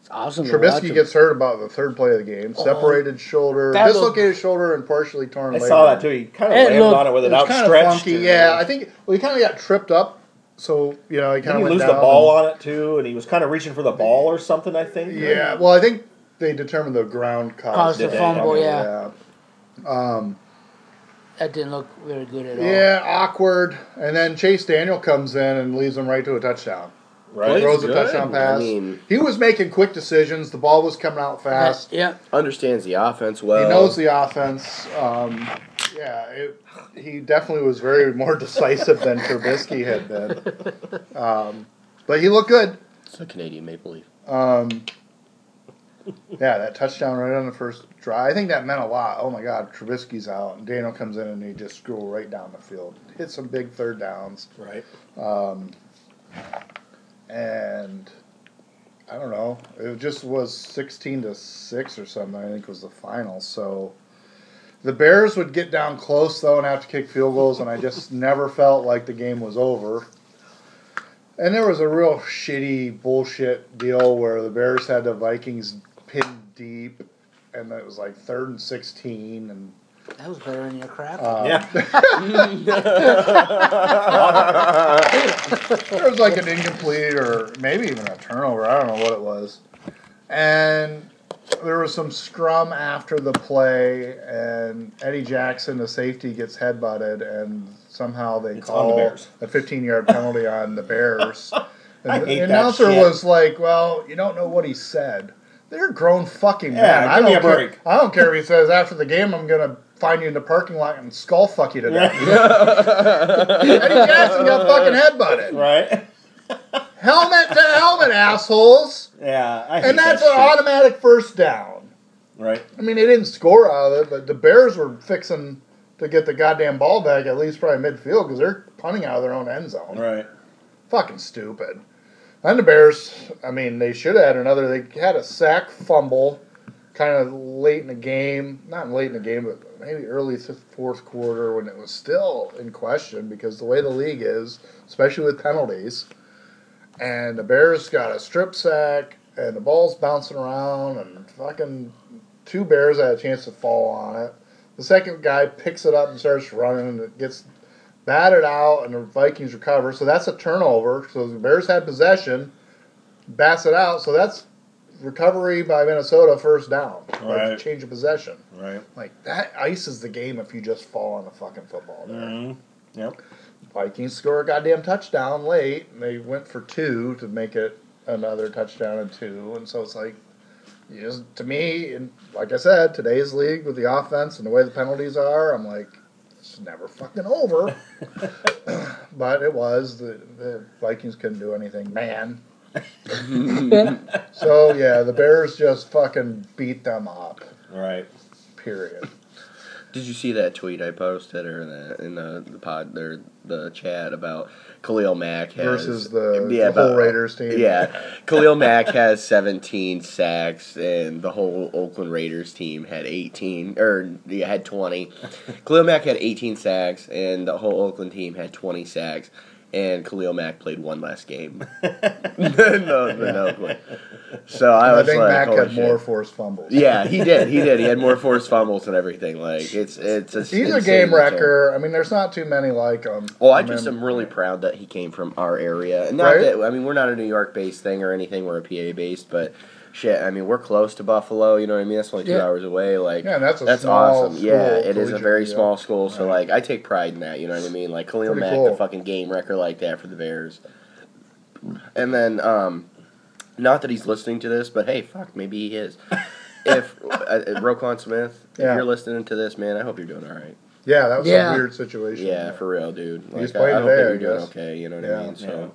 Speaker 4: It's awesome. to watch
Speaker 1: Trubisky
Speaker 4: him.
Speaker 1: gets hurt about the third play of the game, separated shoulder,
Speaker 4: That looked-
Speaker 1: dislocated shoulder, and partially torn.
Speaker 3: I
Speaker 1: labrum.
Speaker 3: saw that too. He kind of
Speaker 4: It
Speaker 3: landed
Speaker 4: looked-
Speaker 3: on it with it,
Speaker 1: It was kind of
Speaker 3: outstretched.
Speaker 1: funky. Yeah, I think well, he kind of got tripped up, so you know he
Speaker 3: Did
Speaker 1: kind of
Speaker 3: he
Speaker 1: went
Speaker 3: lose the
Speaker 1: down
Speaker 3: ball on it too? And he was kind of reaching for the ball or something. I think.
Speaker 1: and- yeah, well, I think they determined the ground
Speaker 4: Caused
Speaker 1: caused
Speaker 4: the
Speaker 1: it.
Speaker 3: Did they?
Speaker 4: fumble.
Speaker 3: Okay,
Speaker 4: Yeah.
Speaker 1: yeah. Um,
Speaker 4: that didn't look very good at all.
Speaker 1: Yeah, awkward. And then Chase Daniel comes in and leads them right to a touchdown.
Speaker 2: Plays
Speaker 3: Right.
Speaker 1: Throws
Speaker 2: good.
Speaker 1: a touchdown pass.
Speaker 2: I mean-
Speaker 1: he was making quick decisions. The ball was coming out
Speaker 4: That,
Speaker 1: fast.
Speaker 4: yeah.
Speaker 2: understands the offense well.
Speaker 1: he knows the offense. Um, yeah, it, he definitely was very more decisive than Trubisky had been. Um, but he looked good.
Speaker 2: It's a Canadian Maple Leaf.
Speaker 1: Um, yeah, that touchdown right on the first drive. I think that meant a lot. Oh my God, Trubisky's out, and Daniel comes in and he just scroll right down the field, hit some big third downs.
Speaker 3: Right.
Speaker 1: Um, and I don't know. It just was sixteen to six or something. I think was the final. So the Bears would get down close though and have to kick field goals, and I just never felt like the game was over. And there was a real shitty bullshit deal where the Bears had the Vikings pinned deep, and it was like third and sixteen, and
Speaker 4: That was better than your crap.
Speaker 1: um,
Speaker 3: Yeah.
Speaker 1: There was like an incomplete or maybe even a turnover. I don't know what it was. And there was some scrum after the play, and Eddie Jackson, the safety, gets headbutted, and somehow they
Speaker 3: It's on the
Speaker 1: call
Speaker 3: Bears.
Speaker 1: a 15 yard penalty on the Bears. And
Speaker 3: I
Speaker 1: the
Speaker 3: hate that
Speaker 1: announcer
Speaker 3: shit.
Speaker 1: was like, Well, you don't know what he said. They're grown fucking
Speaker 3: Yeah,
Speaker 1: men. I
Speaker 3: give
Speaker 1: don't
Speaker 3: me a
Speaker 1: care.
Speaker 3: break.
Speaker 1: I don't care if he says after the game I'm gonna find you in the parking lot and skull fuck you to death. Eddie Jackson got fucking headbutted
Speaker 3: right.
Speaker 1: helmet to helmet, assholes.
Speaker 3: Yeah. I hate
Speaker 1: And that's
Speaker 3: that
Speaker 1: an
Speaker 3: shit.
Speaker 1: automatic first down.
Speaker 3: Right.
Speaker 1: I mean, they didn't score out of it, but the Bears were fixing to get the goddamn ball back at least probably midfield because they're punting out of their own end zone.
Speaker 3: Right.
Speaker 1: Fucking stupid. Then the Bears, I mean, they should have had another. They had a sack fumble kind of late in the game. Not late in the game, but maybe early th- fourth quarter when it was still in question because the way the league is, especially with penalties. And the Bears got a strip sack and the ball's bouncing around and fucking two Bears had a chance to fall on it. The second guy picks it up and starts running and it gets batted out and the Vikings recover. So that's a turnover. So the Bears had possession, bats it out. So that's recovery by Minnesota first down. Like,
Speaker 3: Right.
Speaker 1: Change of possession.
Speaker 3: Right.
Speaker 1: Like that ices the game if you just fall on the fucking football there.
Speaker 3: Mm-hmm. Yep.
Speaker 1: Vikings score a goddamn touchdown late and they went for two to make it another touchdown and two and so it's like you just, to me and like I said, today's league with the offense and the way the penalties are, I'm like it's never fucking over. but it was the, the Vikings couldn't do anything, man. so yeah, the Bears just fucking beat them up.
Speaker 3: Right.
Speaker 1: Period.
Speaker 2: Did you see that tweet I posted or the, in the, the pod or the chat about Khalil Mack has,
Speaker 1: Versus the,
Speaker 2: yeah,
Speaker 1: the whole
Speaker 2: about-
Speaker 1: Raiders team.
Speaker 2: Yeah, Khalil Mack has 17 sacks, and the whole Oakland Raiders team had 18 or yeah, had 20. Khalil Mack had 18 sacks, and the whole Oakland team had 20 sacks. And Khalil Mack played one last game. no, no, Oakland. So I
Speaker 1: I,
Speaker 2: was
Speaker 1: think
Speaker 2: like,
Speaker 1: Mac
Speaker 2: holy
Speaker 1: had
Speaker 2: shit.
Speaker 1: more forced fumbles.
Speaker 2: Yeah, he did. He did. He had more forced fumbles and everything. Like it's it's a.
Speaker 1: He's a
Speaker 2: insane
Speaker 1: game
Speaker 2: return.
Speaker 1: wrecker. I mean, there's not too many like him.
Speaker 2: Well, Oh, I
Speaker 1: mean,
Speaker 2: just am really proud that he came from our area. And not
Speaker 1: Right?
Speaker 2: that I mean, we're not a New York based thing or anything. We're a PA based, but shit, I mean, we're close to Buffalo. You know what I mean? That's only two
Speaker 1: Yeah.
Speaker 2: hours away. Like
Speaker 1: Yeah, and that's a
Speaker 2: that's
Speaker 1: small
Speaker 2: awesome.
Speaker 1: school,
Speaker 2: yeah, it is a
Speaker 1: collegiate,
Speaker 2: very
Speaker 1: yeah.
Speaker 2: small school. So like, I take pride in that. You know what I mean? Like Khalil
Speaker 1: Pretty
Speaker 2: Mack,
Speaker 1: cool.
Speaker 2: the fucking game wrecker like that for the Bears. And then, um, not that he's listening to this, but hey, fuck, maybe he is. if uh, uh, Roquan Smith,
Speaker 1: Yeah.
Speaker 2: if you're listening to this, man, I hope you're doing all right.
Speaker 1: Yeah, that was
Speaker 4: Yeah.
Speaker 1: a weird situation.
Speaker 2: Yeah, for real, dude. Like,
Speaker 1: He's
Speaker 2: I,
Speaker 1: playing
Speaker 2: I hope that
Speaker 1: today,
Speaker 2: you're
Speaker 1: I
Speaker 2: doing
Speaker 1: guess.
Speaker 2: okay. You know what I
Speaker 1: Yeah.
Speaker 2: mean? So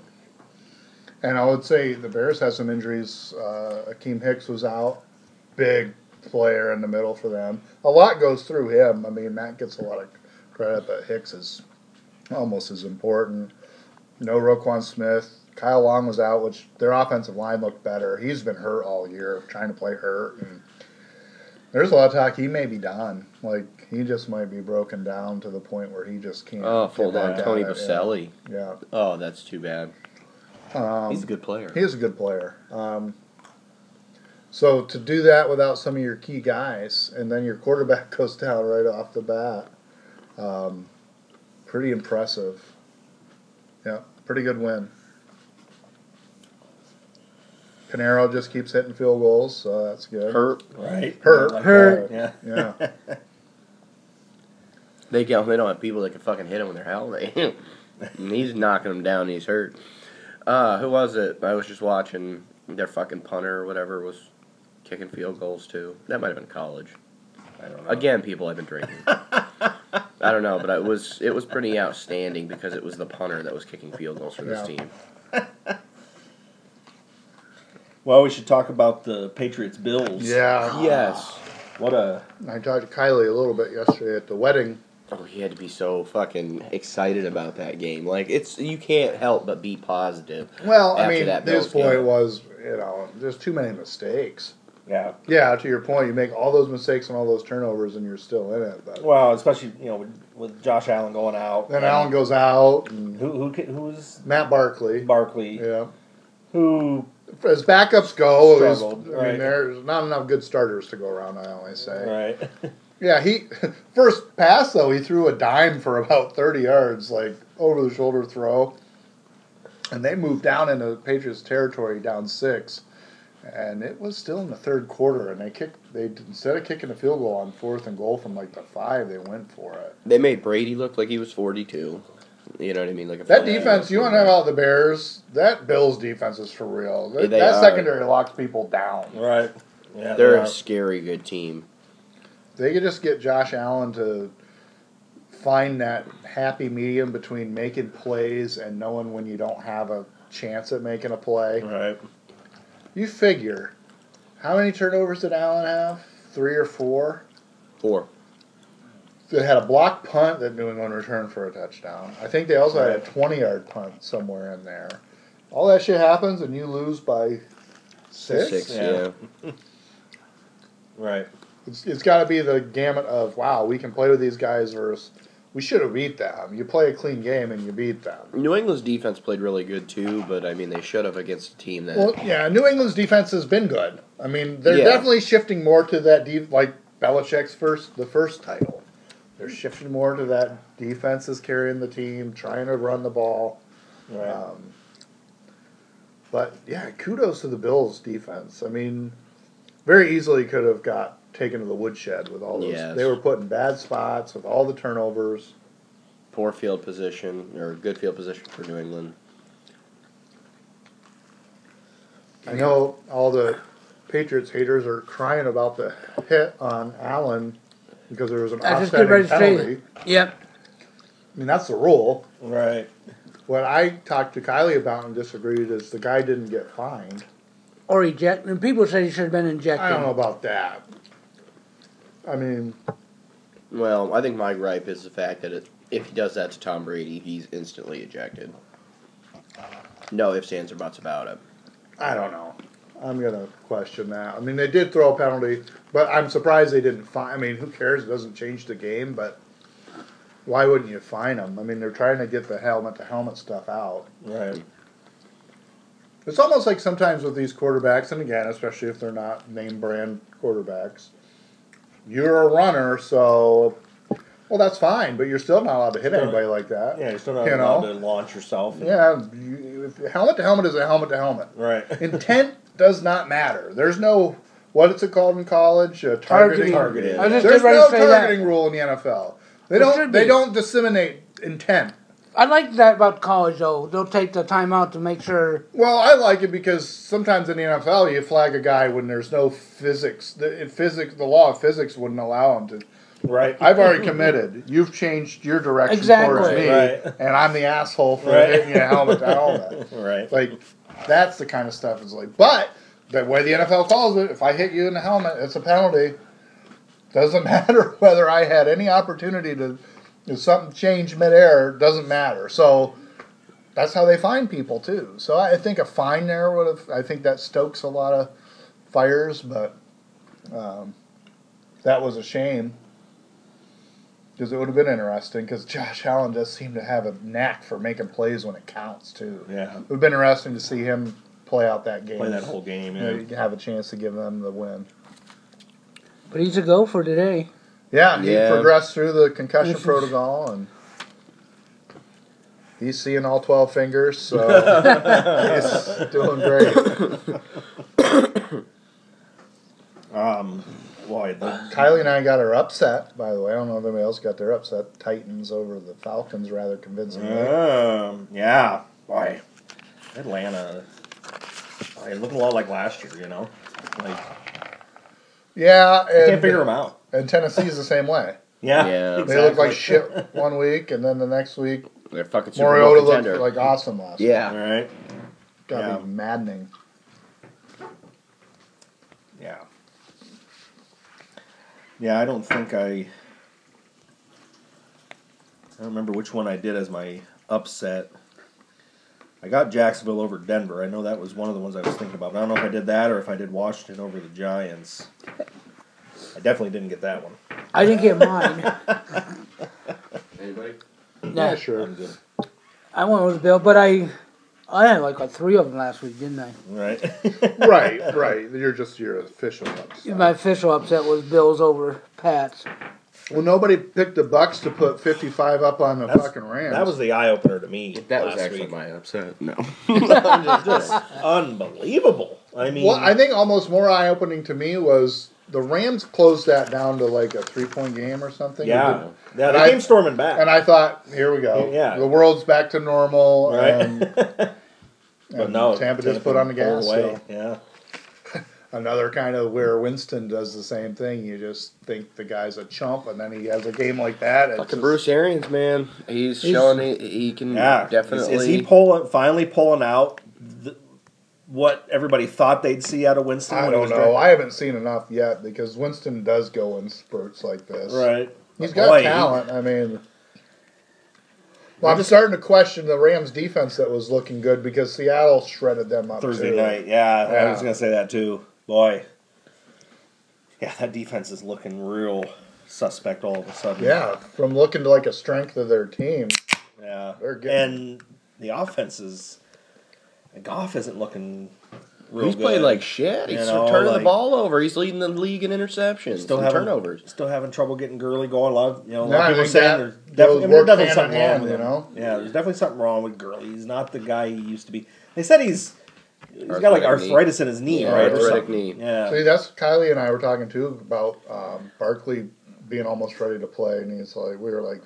Speaker 1: and I would say the Bears had some injuries. Uh, Akeem Hicks was out, big player in the middle for them. A lot goes through him. I mean, Mac gets a lot of credit, but Hicks is almost as important. No Roquan Smith. Kyle Long was out, which their offensive line looked better. He's been hurt all year, trying to play hurt. And there's a lot of talk he may be done. Like he just might be broken down to the point where he just can't.
Speaker 2: oh, full
Speaker 1: get back
Speaker 2: down
Speaker 1: at
Speaker 2: Tony
Speaker 1: it, yeah.
Speaker 2: Baselli.
Speaker 1: Yeah.
Speaker 2: Oh, that's too bad.
Speaker 1: Um,
Speaker 2: He's a good player.
Speaker 1: He is a good player. Um, so to do that without some of your key guys, and then your quarterback goes down right off the bat, um, pretty impressive. Yeah, pretty good win. Pinero just keeps hitting field goals, so that's good.
Speaker 2: Hurt.
Speaker 3: Right.
Speaker 1: Hurt.
Speaker 3: Like
Speaker 4: Hurt.
Speaker 3: that, Yeah.
Speaker 1: Yeah,
Speaker 2: They can't. They don't have people that can fucking hit him when they're healthy. and he's knocking them down. He's hurt. Uh, who was it? I was just watching their fucking punter or whatever was kicking field goals too. That might have been college.
Speaker 3: I don't know.
Speaker 2: Again, people I've been drinking. I don't know, but it was it was pretty outstanding because it was the punter that was kicking field goals for this
Speaker 1: Yeah.
Speaker 2: team.
Speaker 3: Well, we should talk about the Patriots Bills.
Speaker 1: yeah.
Speaker 2: Yes.
Speaker 3: What a
Speaker 1: I talked to Kylie a little bit yesterday at the wedding.
Speaker 2: Oh, he had to be so fucking excited about that game. Like it's you can't help but be positive.
Speaker 1: Well, I
Speaker 2: After
Speaker 1: mean,
Speaker 2: that
Speaker 1: this
Speaker 2: Bills game.
Speaker 1: point was, you know, there's too many mistakes.
Speaker 3: yeah.
Speaker 1: Yeah, to your point, you make all those mistakes and all those turnovers, and you're still in it. But
Speaker 3: Well, especially you know with, with Josh Allen going out.
Speaker 1: then Allen goes out, and
Speaker 3: Who who ca- who was
Speaker 1: Matt Barkley.
Speaker 3: Barkley?
Speaker 1: Yeah,
Speaker 3: Who
Speaker 1: as backups go, it was-
Speaker 3: Struggled,
Speaker 1: I
Speaker 3: right.
Speaker 1: mean, there's not enough good starters to go around. I always say.
Speaker 3: right?
Speaker 1: Yeah, he first pass though he threw a dime for about thirty yards, like over the shoulder throw, and they moved down into Patriots territory, down six, and it was still in the third quarter, and they kicked. They instead of kicking a field goal on fourth and goal from like the five, they went for it.
Speaker 2: They made Brady look like he was forty two. You know what I mean? Like a
Speaker 1: That
Speaker 2: fucking-
Speaker 1: defense, you want to know about the Bears? That Bills defense is for real. That,
Speaker 2: Yeah, they
Speaker 1: that
Speaker 2: are.
Speaker 1: secondary locks people down.
Speaker 3: Right. Yeah. they
Speaker 2: They're
Speaker 3: are.
Speaker 2: a scary good team.
Speaker 1: They could just get Josh Allen to find that happy medium between making plays and knowing when you don't have a chance at making a play.
Speaker 3: right.
Speaker 1: You figure, how many turnovers did Allen have? Three or four?
Speaker 2: Four.
Speaker 1: They had a block punt that New England returned for a touchdown. I think they also had a 20 yard punt somewhere in there. all that shit happens and you lose by six.
Speaker 2: Six,
Speaker 3: Yeah.
Speaker 2: yeah.
Speaker 3: Right.
Speaker 1: It's, it's got to be the gamut of wow, we can play with these guys versus we should have beat them. You play a clean game and you beat them.
Speaker 2: New England's defense played really good too, but I mean they should have against a team that.
Speaker 1: Well, yeah, New England's defense has been good. I mean, they're
Speaker 2: Yeah.
Speaker 1: definitely shifting more to that def like Belichick's first the first title. They're shifting more to that defense is carrying the team, trying to run the ball.
Speaker 3: Right.
Speaker 1: Um, but yeah, kudos to the Bills defense. I mean, very easily could have got taken to the woodshed with all those.
Speaker 2: Yes.
Speaker 1: They were put in bad spots with all the turnovers.
Speaker 2: poor field position or good field position for New England.
Speaker 1: I know all the Patriots haters are crying about the hit on Allen because there was an
Speaker 4: I just get ready
Speaker 1: offsetting
Speaker 4: to say-
Speaker 1: penalty.
Speaker 4: Yep.
Speaker 1: I mean, that's the rule.
Speaker 3: Right.
Speaker 1: What I talked to Kylie about and disagreed is the guy didn't get fined.
Speaker 4: Or eject. And people said he should have been injected.
Speaker 1: I don't know about that. I mean,
Speaker 2: Well, I think my gripe is the fact that it, if he does that to Tom Brady, he's instantly ejected. No ifs, ands, or buts about it.
Speaker 1: I don't know. I'm gonna question that. I mean, they did throw a penalty, but I'm surprised they didn't fine. I mean, who cares? It doesn't change the game, but why wouldn't you fine them? I mean, they're trying to get the helmet to helmet stuff out.
Speaker 3: Right.
Speaker 1: It's almost like sometimes with these quarterbacks, and again, especially if they're not name brand quarterbacks, you're a runner, so well, that's fine, but you're still not allowed to hit anybody like that.
Speaker 3: Yeah, you're still not
Speaker 1: You
Speaker 3: allowed
Speaker 1: know?
Speaker 3: to launch yourself.
Speaker 1: Yeah, you- if helmet to helmet is a helmet to helmet.
Speaker 3: Right.
Speaker 1: intent does not matter. There's no what is it called in college? Uh, targeting.
Speaker 4: Targeting.
Speaker 3: Targeted.
Speaker 4: I was just
Speaker 1: There's
Speaker 4: getting ready
Speaker 1: no
Speaker 4: to say
Speaker 1: targeting
Speaker 4: that.
Speaker 1: rule in the NFL. They
Speaker 4: There
Speaker 1: don't.
Speaker 4: should
Speaker 1: They
Speaker 4: be.
Speaker 1: don't disseminate intent.
Speaker 4: I like that about college though. They'll take the time out to make sure.
Speaker 1: Well, I like it because sometimes in the NFL you flag a guy when there's no physics. The in physics, the law of physics wouldn't allow him to.
Speaker 3: Right.
Speaker 1: I've already committed. You've changed your direction towards
Speaker 4: Exactly.
Speaker 1: me,
Speaker 3: Right.
Speaker 1: and I'm the asshole for
Speaker 3: Right.
Speaker 1: hitting you helmet to helmet.
Speaker 3: Right.
Speaker 1: Like that's the kind of stuff it's like. But the way the NFL calls it, if I hit you in the helmet, it's a penalty. Doesn't matter whether I had any opportunity to if something changed midair, doesn't matter. So that's how they find people too. So I I think a fine there would have I think that stokes a lot of fires, but um, that was a shame. Because it would have been interesting. Because Josh Allen does seem to have a knack for making plays when it counts too.
Speaker 3: Yeah.
Speaker 1: It would have been interesting to see him play out that game.
Speaker 3: Play that whole game.
Speaker 1: You
Speaker 3: Yeah.
Speaker 1: know, you have a chance to give them the win.
Speaker 4: But he's a go for today.
Speaker 1: Yeah, he
Speaker 2: Yeah.
Speaker 1: progressed through the concussion
Speaker 4: This is-
Speaker 1: protocol and he's seeing all 12 fingers, so he's doing great.
Speaker 3: Um. Well, I'd like-
Speaker 1: Kylie and I got her upset, by the way. I don't know if anybody else got their upset. Titans over the Falcons rather convincingly.
Speaker 3: Um, yeah. Boy. Atlanta. I look a lot like last year, you know? Like,
Speaker 1: Yeah, and,
Speaker 3: I can't figure them out.
Speaker 1: and Tennessee's the same way.
Speaker 3: Yeah.
Speaker 2: Yeah.
Speaker 1: They look like shit one week, and then the next week,
Speaker 2: They're fucking Super Bowl
Speaker 1: Mariota looked
Speaker 2: contender.
Speaker 1: like awesome last week.
Speaker 2: yeah.
Speaker 3: Alright.
Speaker 1: Gotta
Speaker 3: Yeah.
Speaker 1: be maddening.
Speaker 3: Yeah. Yeah, I don't think I. I don't remember which one I did as my upset. I got Jacksonville over Denver. I know that was one of the ones I was thinking about. But I don't know if I did that or if I did Washington over the Giants. I definitely didn't get that one.
Speaker 4: I didn't get mine.
Speaker 2: Anybody?
Speaker 1: Yeah,
Speaker 4: No,
Speaker 1: sure.
Speaker 4: I went with Bill, but I, I had like a three of them last week, didn't I?
Speaker 3: Right.
Speaker 1: right, right. You're just your official upset.
Speaker 4: My official upset was Bills over Pats.
Speaker 1: Well, nobody picked the Bucks to put 55 up on the
Speaker 3: That's-
Speaker 1: fucking Rams.
Speaker 3: that was the eye opener to me.
Speaker 2: That
Speaker 3: last
Speaker 2: was actually
Speaker 3: week.
Speaker 2: my upset. No.
Speaker 3: unbelievable. I mean,
Speaker 1: well, I think almost more eye opening to me was the Rams closed that down to like a three point game or something.
Speaker 3: yeah, yeah,
Speaker 1: And
Speaker 3: they
Speaker 1: I-
Speaker 3: came storming back.
Speaker 1: And I thought, here we go.
Speaker 3: Yeah.
Speaker 1: The world's back to normal.
Speaker 3: right?
Speaker 1: And,
Speaker 3: but
Speaker 1: and
Speaker 3: no,
Speaker 1: Tampa just put on the
Speaker 3: pulled
Speaker 1: gas.
Speaker 3: away.
Speaker 1: so
Speaker 3: Yeah,
Speaker 1: another kind of where Winston does the same thing. You just think the guy's a chump, and then he has a game like that. It's
Speaker 2: Fucking
Speaker 1: just-
Speaker 2: Bruce Arians, man. He's,
Speaker 4: He's-
Speaker 2: showing he, he can
Speaker 3: yeah,
Speaker 2: Hmm, definitely.
Speaker 3: Is, is he pulling? Finally pulling out the, what everybody thought they'd see out of Winston?
Speaker 1: I
Speaker 3: when he
Speaker 1: don't
Speaker 3: was
Speaker 1: know.
Speaker 3: drafted?
Speaker 1: I haven't seen enough yet because Winston does go in spurts like this.
Speaker 3: right.
Speaker 1: He's
Speaker 3: But
Speaker 1: got
Speaker 3: boy, he-
Speaker 1: talent. I mean, Well, I'm starting to question the Rams defense that was looking good because Seattle shredded them up
Speaker 3: Thursday
Speaker 1: too.
Speaker 3: night. Yeah, I was
Speaker 1: Yeah.
Speaker 3: gonna say that too. Boy, yeah, that defense is looking real suspect all of a sudden.
Speaker 1: Yeah, from looking to like a strength of their team.
Speaker 3: yeah,
Speaker 1: They're getting-
Speaker 3: and the offense is. Goff isn't looking. Real
Speaker 2: He's
Speaker 3: good.
Speaker 2: played like shit.
Speaker 3: You
Speaker 2: He's
Speaker 3: know,
Speaker 2: turning
Speaker 3: like-
Speaker 2: the ball over. He's leading the league in interceptions,
Speaker 3: still
Speaker 2: and
Speaker 3: having
Speaker 2: turnovers.
Speaker 3: Still having trouble getting Gurley going. A lot of you know, a lot
Speaker 1: No,
Speaker 3: of
Speaker 1: I
Speaker 3: people are
Speaker 1: think that
Speaker 3: saying there's
Speaker 1: goes
Speaker 3: definitely, I mean, there's
Speaker 1: work
Speaker 3: definitely
Speaker 1: hand
Speaker 3: something
Speaker 1: in hand,
Speaker 3: wrong with
Speaker 1: you
Speaker 3: him.
Speaker 1: know?
Speaker 3: Yeah, there's definitely something wrong with Gurley. He's not the guy he used to be. They said he's he's got like
Speaker 2: Arthritic knee.
Speaker 3: arthritis in his knee,
Speaker 2: Yeah,
Speaker 3: right? or
Speaker 2: arthritic
Speaker 3: something.
Speaker 2: knee.
Speaker 1: See,
Speaker 3: Yeah.
Speaker 1: that's Kylie and I were talking too about um, Barkley being almost ready to play, and he's like, we were like,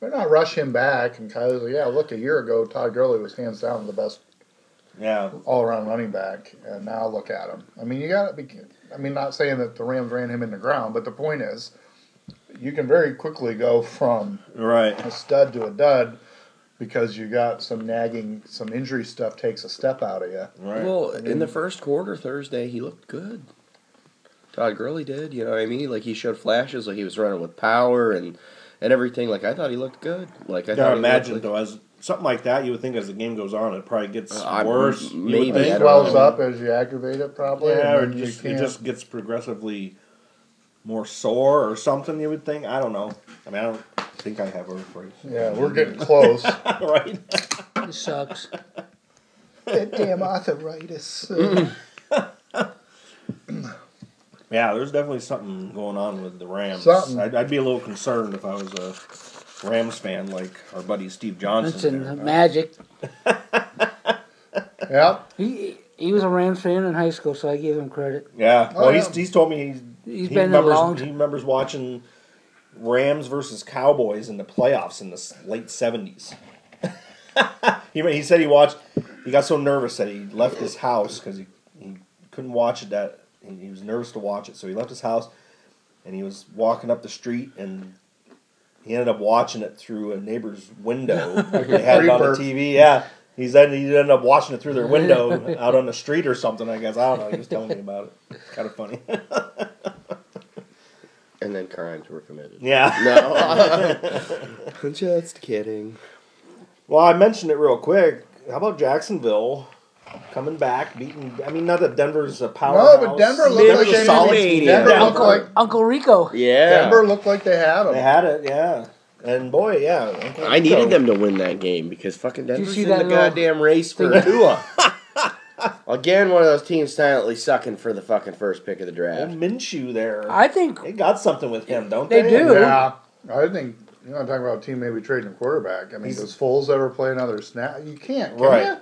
Speaker 1: they're not rush him back. And Kylie's like, yeah, look, a year ago, Todd Gurley was hands down the best
Speaker 3: Yeah.
Speaker 1: all around running back, and now look at him. I mean, you got to be. I mean, not saying that the Rams ran him in the ground, but the point is, you can very quickly go from
Speaker 3: Right.
Speaker 1: a stud to a dud because you got some nagging, some injury stuff takes a step out of you.
Speaker 3: Right. Mm-hmm.
Speaker 2: Well, in the first quarter Thursday, he looked good. Todd Gurley did, you know what I mean? Like he showed flashes, like he was running with power and and everything. Like I thought he looked good. Like I
Speaker 3: Now
Speaker 2: thought he
Speaker 3: imagine
Speaker 2: looked
Speaker 3: though,
Speaker 2: like-
Speaker 3: as something like that, you would think as the game goes on, it probably gets
Speaker 2: Uh, I-
Speaker 3: worse.
Speaker 2: m-
Speaker 3: you would
Speaker 2: maybe,
Speaker 3: think.
Speaker 2: I
Speaker 1: It
Speaker 2: don't know.
Speaker 1: swells up as you aggravate it, probably.
Speaker 3: Yeah, or
Speaker 1: and then you
Speaker 3: just, it
Speaker 1: can't-
Speaker 3: just gets progressively more sore or something. You would think. I don't know. I mean, I don't think I have a phrase.
Speaker 1: yeah, we're getting close.
Speaker 3: right.
Speaker 4: It sucks.
Speaker 1: that damn arthritis.
Speaker 3: Yeah, there's definitely something going on with the Rams.
Speaker 1: Something.
Speaker 3: I'd, I'd be a little concerned if I was a Rams fan, like our buddy Steve
Speaker 4: That's
Speaker 3: Johnson.
Speaker 4: in
Speaker 3: there.
Speaker 4: magic.
Speaker 1: yep.
Speaker 4: He he was a Rams fan in high school, so I gave him credit.
Speaker 3: yeah,
Speaker 1: Oh,
Speaker 3: well, he's,
Speaker 1: yeah.
Speaker 3: he's told me he's,
Speaker 4: He's
Speaker 3: he
Speaker 4: been in a
Speaker 3: remembers,
Speaker 4: long-
Speaker 3: He remembers watching Rams versus Cowboys in the playoffs in the s- late '70s. he he said he watched. He got so nervous that he left his house because he, he couldn't watch it. That he, he was nervous to watch it, so he left his house and he was walking up the street and. He ended up watching it through a neighbor's window. they had it on the
Speaker 1: creeper.
Speaker 3: TV. Yeah, he said he ended up watching it through their window out on the street or something. I guess I don't know. He was telling me about it. Kind of funny.
Speaker 2: and then crimes were committed.
Speaker 3: yeah.
Speaker 2: No. Just kidding.
Speaker 3: Well, I mentioned it real quick. How about Jacksonville coming back, beating? I mean, not that Denver's a
Speaker 1: No,
Speaker 3: powerhouse.
Speaker 1: but Denver looked like they
Speaker 2: solid
Speaker 1: had
Speaker 2: mania.
Speaker 1: Denver looked
Speaker 3: Denver.
Speaker 1: like
Speaker 4: Uncle Rico.
Speaker 2: Yeah.
Speaker 1: Denver looked like they had
Speaker 3: They
Speaker 1: him.
Speaker 3: had it, yeah. And boy, yeah. Uncle
Speaker 2: I needed
Speaker 3: Rico.
Speaker 2: them to win that game because fucking Denver's
Speaker 4: see
Speaker 2: in
Speaker 4: that
Speaker 2: the
Speaker 4: little
Speaker 1: uh,
Speaker 2: goddamn race for Tua. Again, one of those teams silently sucking for the fucking first pick of the
Speaker 3: And
Speaker 1: Oh
Speaker 2: draft.
Speaker 3: Minshew there.
Speaker 4: I think
Speaker 3: they got something with him, don't they?
Speaker 4: They do.
Speaker 1: Yeah. I think you know talking about a team maybe trading a quarterback. I mean,
Speaker 3: He's-
Speaker 1: does Foles ever play another snap? You can't, can
Speaker 3: Right.
Speaker 1: you?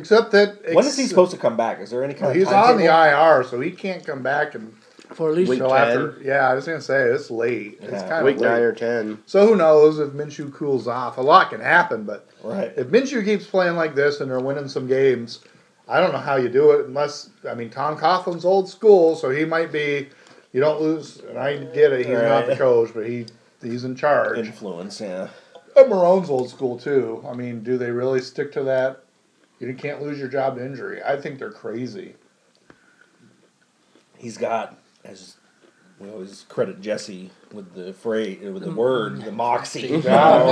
Speaker 1: Except that
Speaker 3: When is he
Speaker 1: ex-
Speaker 3: supposed to come back? Is there any kind
Speaker 1: He's
Speaker 3: of
Speaker 1: on the
Speaker 3: timetable?
Speaker 1: IR, so he can't come back and
Speaker 4: for at least
Speaker 2: Wait,
Speaker 1: until
Speaker 2: Week 10.
Speaker 1: after. Yeah, I was gonna say it's late. It's
Speaker 3: Yeah.
Speaker 1: kind of
Speaker 2: Week
Speaker 1: late.
Speaker 2: nine or ten.
Speaker 1: So who knows if Minshew cools off? A lot can happen, but
Speaker 3: Right.
Speaker 1: if Minshew keeps playing like this and they're winning some games, I don't know how you do it unless I mean Tom Coughlin's old school, so he might be. You don't lose, and I get it. He's not the
Speaker 3: Right.
Speaker 1: coach, but he he's in charge. And
Speaker 3: Influence, yeah.
Speaker 1: Marone's old school too. I mean, do they really stick to that? You can't lose your job to injury. I think they're crazy.
Speaker 3: He's got, as we always credit Jesse with the phrase, with the
Speaker 4: Mm.
Speaker 3: word, the moxie. Oh, you know,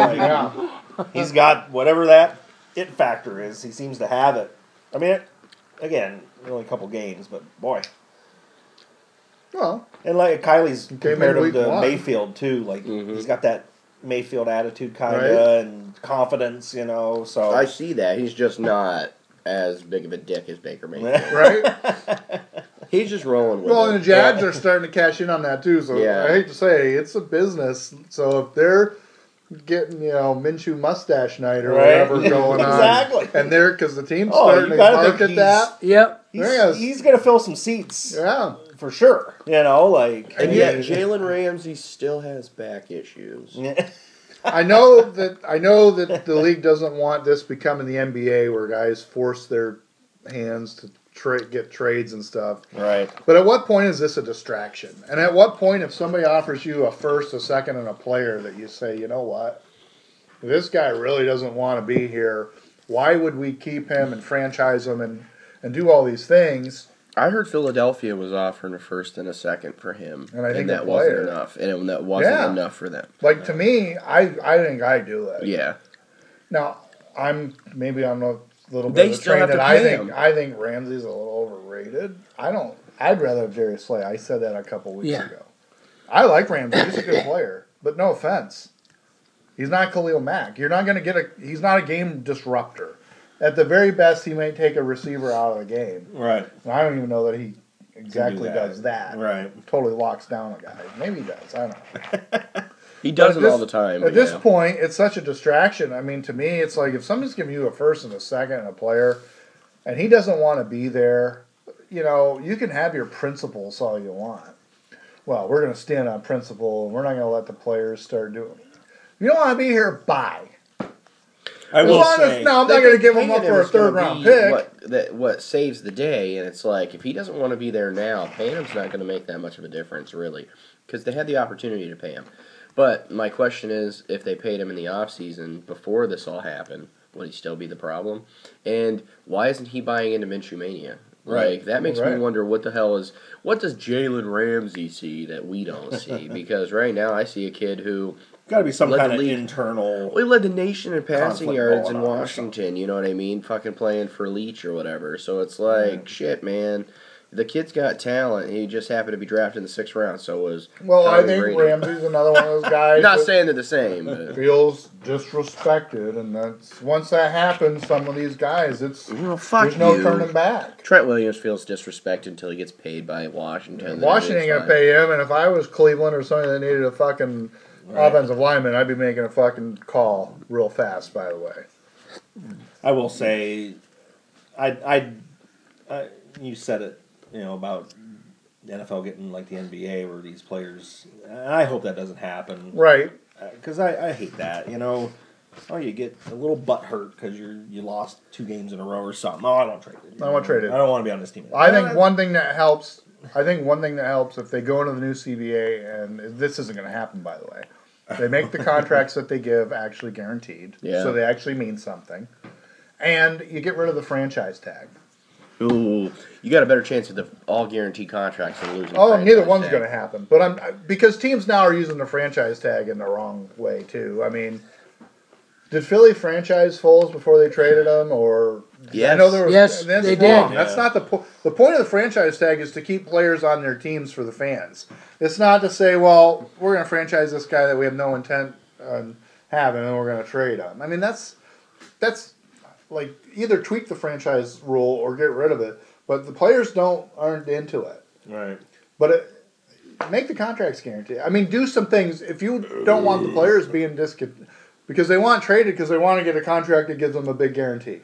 Speaker 3: like-
Speaker 1: yeah.
Speaker 3: He's got whatever that it factor is. He seems to have it. I mean, it, again, only a couple games, but boy.
Speaker 1: Well,
Speaker 3: And like Kylie's compared
Speaker 1: in
Speaker 3: him
Speaker 1: week
Speaker 3: to
Speaker 1: one.
Speaker 3: Mayfield too. Like he's got that Mayfield attitude kind of
Speaker 1: Right.
Speaker 3: and confidence, you know. So
Speaker 2: I see that. He's just not as big of a dick as Baker Mayfield.
Speaker 1: right.
Speaker 2: He's just rolling with
Speaker 1: Well,
Speaker 2: it.
Speaker 1: and the Jags are starting to cash in on that too. So
Speaker 2: Yeah.
Speaker 1: I hate to say it's a business. So if they're getting you know Minshew mustache night or
Speaker 3: Right.
Speaker 1: whatever going on,
Speaker 3: Exactly.
Speaker 1: and they're because the team's
Speaker 3: Oh,
Speaker 1: starting
Speaker 3: you
Speaker 1: to
Speaker 3: gotta
Speaker 1: bark
Speaker 3: think
Speaker 1: at that.
Speaker 4: yep.
Speaker 1: There he
Speaker 3: he's,
Speaker 1: is.
Speaker 3: he's gonna fill some seats
Speaker 1: Yeah,
Speaker 3: for sure. You know, like
Speaker 2: And
Speaker 3: I
Speaker 2: yet,
Speaker 3: mean-
Speaker 2: Jalen Ramsey still has back issues.
Speaker 1: I know that. I know that the league doesn't want this becoming the NBA where guys force their hands to tra- get trades and stuff.
Speaker 3: right.
Speaker 1: But at what point is this a distraction? And at what point, if somebody offers you a first, a second, and a player, that you say, you know what, this guy really doesn't want to be here. Why would we keep him and franchise him and, and do all these things?
Speaker 2: I heard Philadelphia was offering a first and a second for him,
Speaker 1: And I think a
Speaker 2: that wasn't
Speaker 1: player.
Speaker 2: enough, and that wasn't
Speaker 1: Yeah.
Speaker 2: enough for them.
Speaker 1: Like to me, I I think I do it.
Speaker 2: Yeah,
Speaker 1: Now, I'm maybe I'm a little bit
Speaker 2: They
Speaker 1: of the
Speaker 2: still
Speaker 1: train
Speaker 2: have to
Speaker 1: that I
Speaker 2: pay
Speaker 1: think
Speaker 2: him.
Speaker 1: I think Ramsey's a little overrated. I don't. I'd rather have Darius Slay. I said that a couple weeks
Speaker 4: Yeah.
Speaker 1: ago. I like Ramsey. He's a good player, but no offense, he's not Khalil Mack. You're not going to get a. He's not a game disruptor. At the very best, he may take a receiver out of the game.
Speaker 3: Right.
Speaker 1: And I don't even know that he exactly
Speaker 3: that.
Speaker 1: does that.
Speaker 3: Right.
Speaker 1: Totally locks down a guy. Maybe he does. I don't know.
Speaker 2: He does
Speaker 1: But
Speaker 2: it
Speaker 1: at
Speaker 2: all the
Speaker 1: this-
Speaker 2: time.
Speaker 1: At
Speaker 2: you
Speaker 1: this
Speaker 2: know.
Speaker 1: point, it's such a distraction. I mean, to me, it's like if somebody's giving you a first and a second and a player, and he doesn't want to be there, you know, you can have your principles all you want. Well, we're going to stand on principle, and we're not going to let the players start doing. It. You don't want to be here. Bye.
Speaker 3: I
Speaker 1: As
Speaker 3: will
Speaker 1: long as
Speaker 3: say.
Speaker 1: no, I'm
Speaker 2: They
Speaker 1: not going to
Speaker 2: think
Speaker 1: give him up
Speaker 2: paying
Speaker 1: for a
Speaker 2: is gonna
Speaker 1: third round
Speaker 2: be
Speaker 1: pick.
Speaker 2: What, that, what saves the day, and it's like if he doesn't want to be there now, paying him's not going to make that much of a difference, really, because they had the opportunity to pay him. But my question is, if they paid him in the offseason before this all happened, would he still be the problem? And why isn't he buying into Minshew mania?
Speaker 3: Right.
Speaker 2: Like that makes
Speaker 1: Right.
Speaker 2: me wonder what the hell is what does Jalen Ramsey see that we don't see? because right now I see a kid who
Speaker 3: Got to be some
Speaker 2: Let the
Speaker 3: kind of
Speaker 2: league-
Speaker 3: internal.
Speaker 2: we led the nation in passing
Speaker 3: Conflict
Speaker 2: yards
Speaker 3: going
Speaker 2: in
Speaker 3: on or
Speaker 2: Washington. You know what I mean? Fucking playing for Leach or whatever. So it's like shit, man. The kid's got talent. He just happened to be drafted in the sixth round. So was
Speaker 1: Well, I
Speaker 2: Tommy
Speaker 1: think
Speaker 2: Brady.
Speaker 1: Ramsey's another one of those guys.
Speaker 2: Not
Speaker 1: that-
Speaker 2: saying they're the same. But
Speaker 1: feels disrespected, and that's once that happens, some of these guys, it's
Speaker 2: Well, fuck
Speaker 1: there's no
Speaker 2: you.
Speaker 1: turning back.
Speaker 2: Trent Williams feels disrespected until he gets paid by Washington. Then
Speaker 1: Washington ain't
Speaker 2: everything's
Speaker 1: gonna pay him, and if I was Cleveland or somebody that needed a fucking offensive lineman, I'd be making a fucking call real fast. By the way,
Speaker 3: I will say, I, I, I, you said it, you know, about the NFL getting like the NBA where these players, and I hope that doesn't happen
Speaker 1: right?
Speaker 3: because I, I hate that, you know. Oh, you get a little butt hurt because you you lost two games in a row or something. Oh, I don't trade it.
Speaker 1: I don't want traded.
Speaker 3: I don't want to be on this team.
Speaker 1: I think
Speaker 3: Uh,
Speaker 1: one thing that helps. I think one thing that helps if they go into the new CBA, and this isn't going to happen, by the way. They make the contracts that they give actually guaranteed,
Speaker 2: Yeah.
Speaker 1: so they actually mean something. And you get rid of the franchise tag.
Speaker 2: fine. Ooh, you got a better chance with the all guaranteed contracts than losing.
Speaker 1: Oh, neither
Speaker 2: franchise
Speaker 1: one's
Speaker 2: tag.
Speaker 1: going to happen. But I'm because teams now are using the franchise tag in the wrong way too. I mean, did Philly franchise Foles before they traded him, or I
Speaker 2: Yes.
Speaker 1: know there was
Speaker 4: Yes, they did.
Speaker 1: wrong. That's
Speaker 3: Yeah.
Speaker 1: not the po- the point of the franchise tag is to keep players on their teams for the fans. It's not to say, well, we're going to franchise this guy that we have no intent on having, and we're going to trade him. I mean, that's that's like either tweak the franchise rule or get rid of it. But the players don't aren't into it.
Speaker 3: right.
Speaker 1: But it, make the contracts guarantee. I mean, do some things if you don't want the players being discon because they want traded because they want to get a contract that gives them a big guarantee.